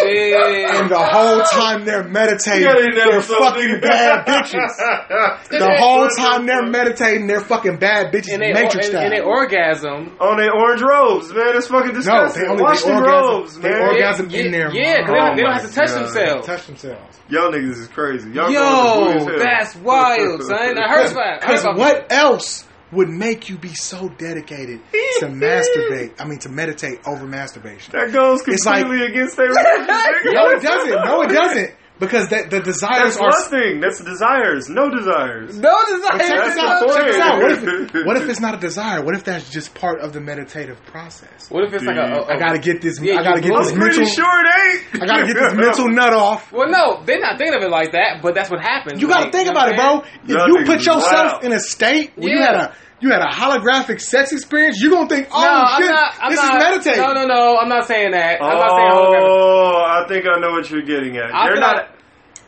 Speaker 4: And the whole time they're meditating,
Speaker 3: Yeah, they never
Speaker 4: they're
Speaker 3: so
Speaker 4: fucking
Speaker 3: do.
Speaker 2: *laughs*
Speaker 4: bad bitches. The
Speaker 2: They-
Speaker 4: whole
Speaker 3: they-
Speaker 4: time they're meditating, they're fucking bad bitches.
Speaker 2: And they, or,
Speaker 4: Matrix
Speaker 2: and, and they
Speaker 4: style.
Speaker 2: orgasm.
Speaker 3: *laughs* on their orange robes, man. It's fucking
Speaker 4: No,
Speaker 3: disgusting.
Speaker 4: they only
Speaker 3: Watch
Speaker 4: they
Speaker 3: the
Speaker 4: orgasm.
Speaker 3: robes,
Speaker 4: they
Speaker 3: man.
Speaker 4: orgasm
Speaker 2: Yeah,
Speaker 4: in their
Speaker 2: yeah, 'cause they
Speaker 3: Oh
Speaker 2: don't, they don't
Speaker 3: my
Speaker 2: have to touch
Speaker 3: God.
Speaker 2: themselves.
Speaker 4: touch themselves.
Speaker 3: Y'all niggas is crazy. Y'all going to
Speaker 2: Yo, that's wild, son. I heard about. I heard
Speaker 4: Because
Speaker 2: about-
Speaker 4: what else would make you be so dedicated
Speaker 2: *laughs*
Speaker 4: to masturbate? I mean, to meditate over masturbation?
Speaker 3: That goes
Speaker 4: It's like-
Speaker 3: completely against
Speaker 4: *laughs*
Speaker 3: their religion. nigga.
Speaker 4: No, it doesn't. No, it doesn't. Because that the desires
Speaker 3: That's
Speaker 4: are.
Speaker 3: one thing. That's desires. No desires.
Speaker 2: No desire.
Speaker 4: But check
Speaker 3: That's
Speaker 4: this out.
Speaker 3: the
Speaker 4: Check this
Speaker 3: point.
Speaker 4: out. What if, what if it's not a desire? What if that's just part of the meditative process?
Speaker 2: What if it's like a? a-
Speaker 4: I gotta get this.
Speaker 2: Yeah,
Speaker 4: I gotta
Speaker 2: you
Speaker 4: get
Speaker 2: blew
Speaker 4: this
Speaker 2: it.
Speaker 3: I'm pretty
Speaker 4: mental.
Speaker 3: sure it ain't.
Speaker 4: I gotta get this
Speaker 3: *laughs*
Speaker 4: mental nut off.
Speaker 2: Well, no, they're not thinking of it like that, but that's what happens.
Speaker 4: You got to
Speaker 2: Like,
Speaker 4: think
Speaker 2: you know
Speaker 4: about it,
Speaker 2: what I'm
Speaker 4: bro. If
Speaker 3: Y'all
Speaker 4: you
Speaker 3: niggas
Speaker 4: put
Speaker 3: is
Speaker 4: yourself
Speaker 3: wild.
Speaker 4: in a state where
Speaker 2: Yeah.
Speaker 4: you had a you had a holographic sex experience, you're gonna think, oh
Speaker 2: no, I'm
Speaker 4: shit,
Speaker 2: not. I'm
Speaker 4: this
Speaker 2: not,
Speaker 4: is meditating.
Speaker 2: No, no, no. I'm not saying that. I'm not saying holographic.
Speaker 3: Oh, I think I know what you're getting at.
Speaker 2: I
Speaker 3: they're
Speaker 2: feel
Speaker 3: not.
Speaker 2: like-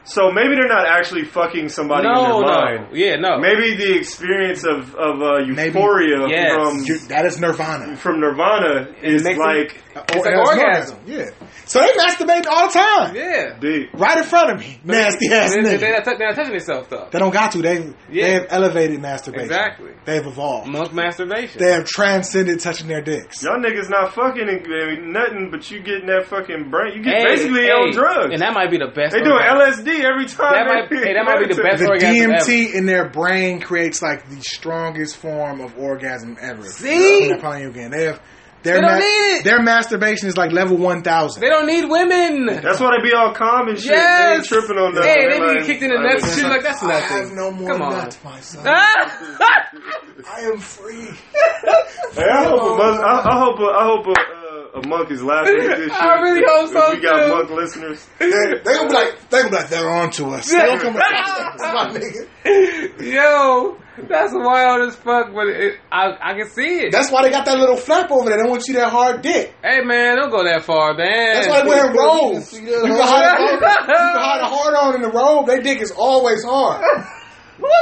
Speaker 3: so maybe they're not actually fucking somebody
Speaker 2: No,
Speaker 3: in their
Speaker 2: no.
Speaker 3: mind.
Speaker 2: Yeah, no.
Speaker 3: Maybe the experience of of uh,
Speaker 4: Maybe.
Speaker 3: euphoria
Speaker 2: Yes.
Speaker 3: from
Speaker 4: You- that is nirvana.
Speaker 3: from Nirvana is
Speaker 2: makes it-
Speaker 3: like
Speaker 4: Or-
Speaker 2: like
Speaker 4: that is
Speaker 2: orgasm.
Speaker 4: Yeah. So they masturbate all the time,
Speaker 2: Yeah.
Speaker 3: deep.
Speaker 4: right in front of me, nasty ass
Speaker 2: They- they-
Speaker 4: nigga.
Speaker 2: They're
Speaker 4: They,
Speaker 2: not, tou- they're not touching themselves though.
Speaker 4: don't got to. They
Speaker 2: Yeah.
Speaker 4: they have elevated masturbation.
Speaker 2: Exactly.
Speaker 4: They've evolved.
Speaker 2: Monk masturbation.
Speaker 4: They have transcended touching their dicks.
Speaker 3: Y'all niggas not fucking and- and nothing, but you getting that fucking brain. You get
Speaker 2: Hey,
Speaker 3: basically
Speaker 2: hey,
Speaker 3: on drugs.
Speaker 2: and that might be the best.
Speaker 3: they doing
Speaker 2: orgasm.
Speaker 3: LSD every time.
Speaker 2: That might-
Speaker 3: they-
Speaker 2: hey, that might be the best
Speaker 4: The
Speaker 2: orgasm
Speaker 4: DMT in their brain creates like the strongest form of orgasm ever.
Speaker 2: See?
Speaker 4: When they're playing your game. They have their
Speaker 2: They don't need it.
Speaker 4: Their masturbation is like level one thousand.
Speaker 2: They don't need women. *laughs*
Speaker 3: That's why they be all calm and shit. They ain't
Speaker 2: Yes.
Speaker 3: tripping on nothing.
Speaker 2: Hey, they be
Speaker 3: like-
Speaker 2: kicked in the
Speaker 3: like-
Speaker 2: nuts and shit like that's
Speaker 4: I
Speaker 2: nothing.
Speaker 4: have no more
Speaker 2: Come on.
Speaker 4: nut, my son.
Speaker 2: Ah!
Speaker 4: I am free.
Speaker 3: Hey, I hope a monk, I, I hope a, I hope a, uh, a monk is laughing at this shit.
Speaker 2: *laughs* I really hope so,
Speaker 3: If we got
Speaker 2: too.
Speaker 3: monk listeners.
Speaker 4: They they gonna be like, they gonna be like, they're on to us. They
Speaker 2: *laughs*
Speaker 4: don't come back. my nigga.
Speaker 2: Yo, that's wild as fuck, but it, I I can see it.
Speaker 4: That's why they got that little flap over there. They want you that hard dick.
Speaker 2: hey man, don't go that far, man.
Speaker 4: That's why they wearing robes. You can
Speaker 2: *laughs*
Speaker 4: hide a, you can hide a hard on in the robe. Their dick is always hard.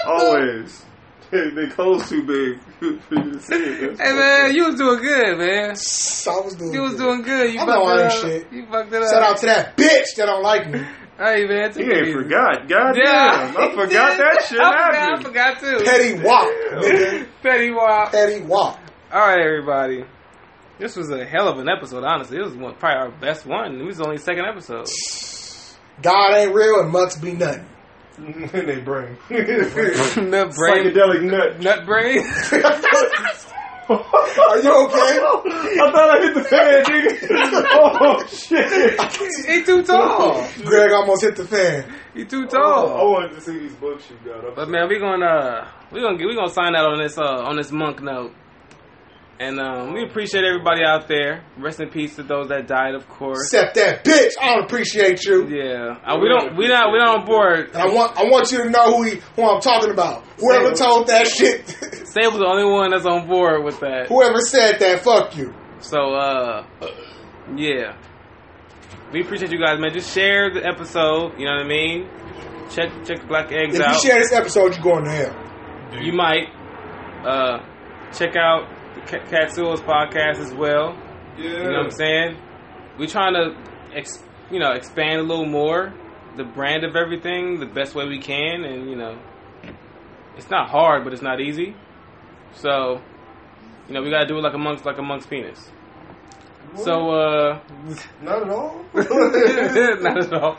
Speaker 3: Always. *laughs* they clothes too big *laughs* for you to see it. That's
Speaker 2: Hey man, you was doing good, man.
Speaker 4: So I was doing.
Speaker 2: You was
Speaker 4: good.
Speaker 2: doing good. You
Speaker 4: I'm
Speaker 2: fucked
Speaker 4: not
Speaker 2: it
Speaker 4: lying
Speaker 2: up.
Speaker 4: shit.
Speaker 2: You fucked it up.
Speaker 4: Shout out to that bitch that don't like me.
Speaker 2: Hey man, take
Speaker 3: You
Speaker 2: it
Speaker 3: ain't
Speaker 2: easy.
Speaker 3: forgot. God damn. I
Speaker 2: *laughs*
Speaker 3: forgot that shit
Speaker 2: I
Speaker 3: happened.
Speaker 2: forgot, I forgot too.
Speaker 4: Petty Wop, nigga.
Speaker 2: Petty Wop.
Speaker 4: Petty Wop.
Speaker 2: All right, everybody. This was a hell of an episode. Honestly, it was one, probably our best one. It was only second
Speaker 3: *laughs*
Speaker 2: episode.
Speaker 4: God ain't real and mucks be nothing. *laughs*
Speaker 3: And *laughs* they bring.
Speaker 2: nut brain,
Speaker 3: Psychedelic nut. *laughs*
Speaker 2: nut brain. *laughs*
Speaker 4: Are you okay?
Speaker 3: I thought I hit the fan, nigga. *laughs* Oh, shit.
Speaker 2: he too tall.
Speaker 3: Oh.
Speaker 4: Greg almost hit the fan.
Speaker 2: He too
Speaker 3: I
Speaker 2: tall.
Speaker 3: wanted to see these books you got. I'm
Speaker 2: But man, we gonna uh, we gonna get- we gonna sign out on this uh, on this monk note. And um, we appreciate everybody out there. Rest in peace to those that died, of course.
Speaker 4: Except that bitch. I don't appreciate you.
Speaker 2: Yeah, uh, we don't we not we not on board.
Speaker 4: And I want I want you to know who he, who I'm talking about. Whoever told that shit,
Speaker 2: *laughs* Sable's the only one that's on board with that.
Speaker 4: whoever said that, fuck you.
Speaker 2: So, uh, Yeah. We appreciate you guys, man. Just share the episode. You know what I mean. Check check the black eggs
Speaker 5: If
Speaker 2: out.
Speaker 5: you share this episode, you're going to hell.
Speaker 2: You might uh, check out the Ca- Cat Sewell's podcast as well.
Speaker 3: Yeah.
Speaker 2: You know what I'm saying? We're trying to, ex- you know, expand a little more the brand of everything the best way we can, and you know, it's not hard, but it's not easy. So, you know, we gotta do it like a monk's like a monk's penis. So, uh, *laughs*
Speaker 5: Not at all.
Speaker 2: not at all,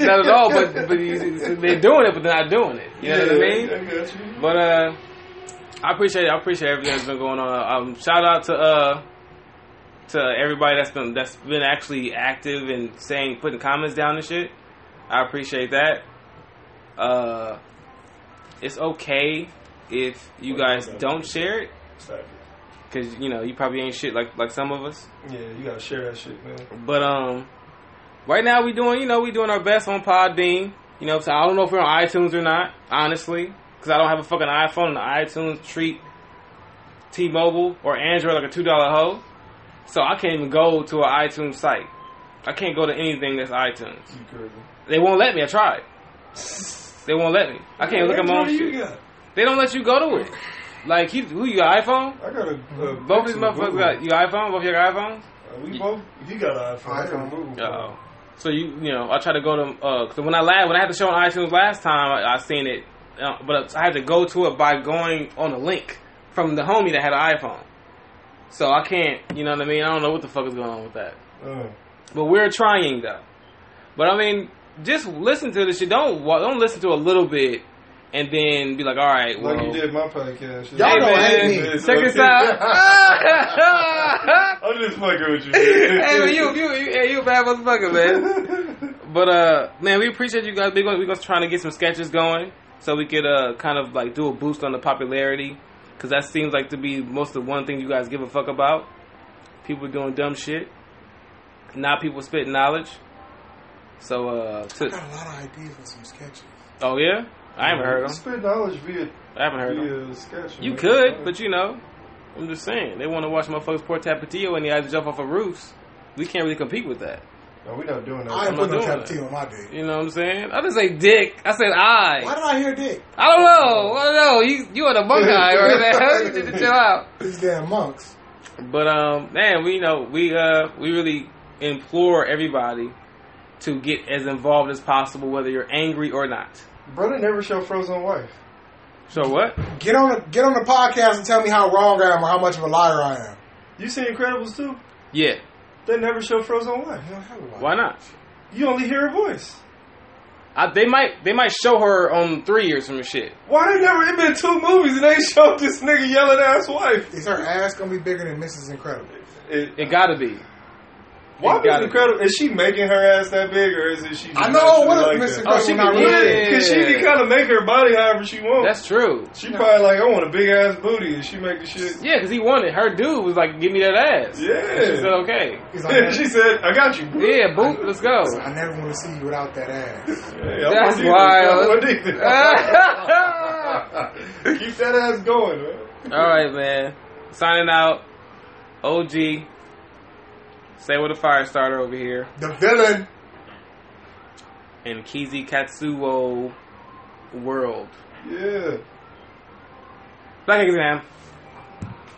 Speaker 2: not at all. But but you,
Speaker 3: *laughs*
Speaker 2: they're doing it, but they're not doing it. You know what I mean?
Speaker 3: got you.
Speaker 2: But uh, I appreciate it. I appreciate everything that's been going on. Um, shout out to uh, to everybody that's been that's been actually active and saying putting comments down and shit. I appreciate that. Uh, it's okay if you guys don't share it
Speaker 3: Exactly.
Speaker 2: because you know you probably ain't shit like like some of us.
Speaker 3: Yeah, you gotta share that shit, man.
Speaker 2: But um, right now we doing you know we doing our best on Podbean. You know, so I don't know if we're on iTunes or not, honestly, because I don't have a fucking iPhone. And iTunes treat T-Mobile or Android like a two dollar hoe, so I can't even go to an iTunes site. I can't go to anything that's iTunes.
Speaker 3: You crazy.
Speaker 2: They won't let me. I tried. *laughs* They won't let me. I can't look at my own
Speaker 3: What do you
Speaker 2: shit.
Speaker 3: got?
Speaker 2: They don't let you go to it. Like, you, who you got iPhone?
Speaker 3: I got a. Uh,
Speaker 2: Both these
Speaker 3: Pixel
Speaker 2: motherfuckers
Speaker 3: Google.
Speaker 2: got you got iPhone. Both of you got iPhones.
Speaker 3: Uh, we both. He got an iPhone. I got a Google.
Speaker 2: Oh. So you you know I try to go to uh 'cause when I last when I had the show on iTunes last time I, I seen it uh, but I had to go to it by going on a link from the homie that had an iPhone so I can't you know what I mean I don't know what the fuck is going on with that
Speaker 3: Uh,
Speaker 2: but we're trying though but I mean just listen to this shit don't wa- don't listen to a little bit and then be like all right well
Speaker 3: like you did my podcast.
Speaker 5: Y'all
Speaker 2: hey
Speaker 5: don't
Speaker 2: man
Speaker 5: hate
Speaker 3: me.
Speaker 2: check this
Speaker 3: *laughs*
Speaker 2: out *laughs*
Speaker 3: I'm just fucking with you.
Speaker 2: hey man,
Speaker 3: *laughs*
Speaker 2: you you you, hey, you a bad motherfucker man. But uh, man, we appreciate you guys. We're gonna, we're gonna try to get some sketches going so we could uh kind of like do a boost on the popularity because that seems like to be most of the one thing you guys give a fuck about. People doing dumb shit, not people spitting knowledge. So uh, to,
Speaker 5: got a lot of ideas for some sketches.
Speaker 2: oh yeah, I haven't heard them.
Speaker 3: Spit knowledge via
Speaker 2: I haven't heard them.
Speaker 3: via sketch.
Speaker 2: You could, but you know, I'm just saying they want to watch motherfuckers pour tapatio and they have to jump off of roofs. We can't really compete with that.
Speaker 3: no, we not doing that.
Speaker 5: I ain't
Speaker 2: not
Speaker 5: putting no
Speaker 2: doing
Speaker 5: type
Speaker 2: that.
Speaker 5: on my dick.
Speaker 2: You know what I'm saying? I didn't say dick. I said I.
Speaker 5: Why did I hear dick?
Speaker 2: I don't know. I don't know. You you are the bug eye right now. you need to *laughs* chill out.
Speaker 5: These damn monks.
Speaker 2: But um, man, we you know we uh we really implore everybody to get as involved as possible, whether you're angry or not.
Speaker 3: Brother never show Frozen wife.
Speaker 2: So what?
Speaker 5: Get on, the, get on the podcast and tell me how wrong I am or how much of a liar I am.
Speaker 3: You seen Incredibles too?
Speaker 2: Yeah.
Speaker 3: They never show Frozen wife.
Speaker 5: You don't have a liar.
Speaker 2: Why not?
Speaker 3: You only hear her voice.
Speaker 2: I, they might they might show her on three years from shit.
Speaker 3: Why they never? It been two movies and they *laughs* showed this nigga yelling ass wife.
Speaker 5: Is her ass gonna be bigger than Mrs. Incredible?
Speaker 3: It,
Speaker 2: It gotta be.
Speaker 3: why
Speaker 2: it gotta
Speaker 3: is Incredible? Is she making her ass that big or is it she? Just
Speaker 5: I know, what
Speaker 3: naturally
Speaker 5: if Mr.
Speaker 3: that?
Speaker 5: Incredible
Speaker 2: Oh, she
Speaker 5: not
Speaker 2: can-
Speaker 5: really?
Speaker 2: yeah.
Speaker 3: Cause she can kind of make her body however she wants.
Speaker 2: That's true.
Speaker 3: she probably like, I want a big ass booty, and she make the shit.
Speaker 2: Yeah, because he wanted her dude was like, give me that ass.
Speaker 3: Yeah.
Speaker 2: And she said okay.
Speaker 5: He's like,
Speaker 3: And
Speaker 5: "Man, *laughs*
Speaker 3: *laughs* she said, I got you. boo."
Speaker 2: Yeah, boop. Let's
Speaker 3: *laughs*
Speaker 2: go. *laughs*
Speaker 5: I never want to see you without that ass.
Speaker 3: Hey, I'm
Speaker 2: That's
Speaker 3: Adidas.
Speaker 2: wild.
Speaker 3: I'm *laughs* Adidas. *laughs* Keep that ass going, man.
Speaker 2: All right, man. Signing out. OG. Say with a fire starter over here.
Speaker 5: The villain.
Speaker 2: And Kizi Katsuo World.
Speaker 3: Yeah.
Speaker 2: Black exam.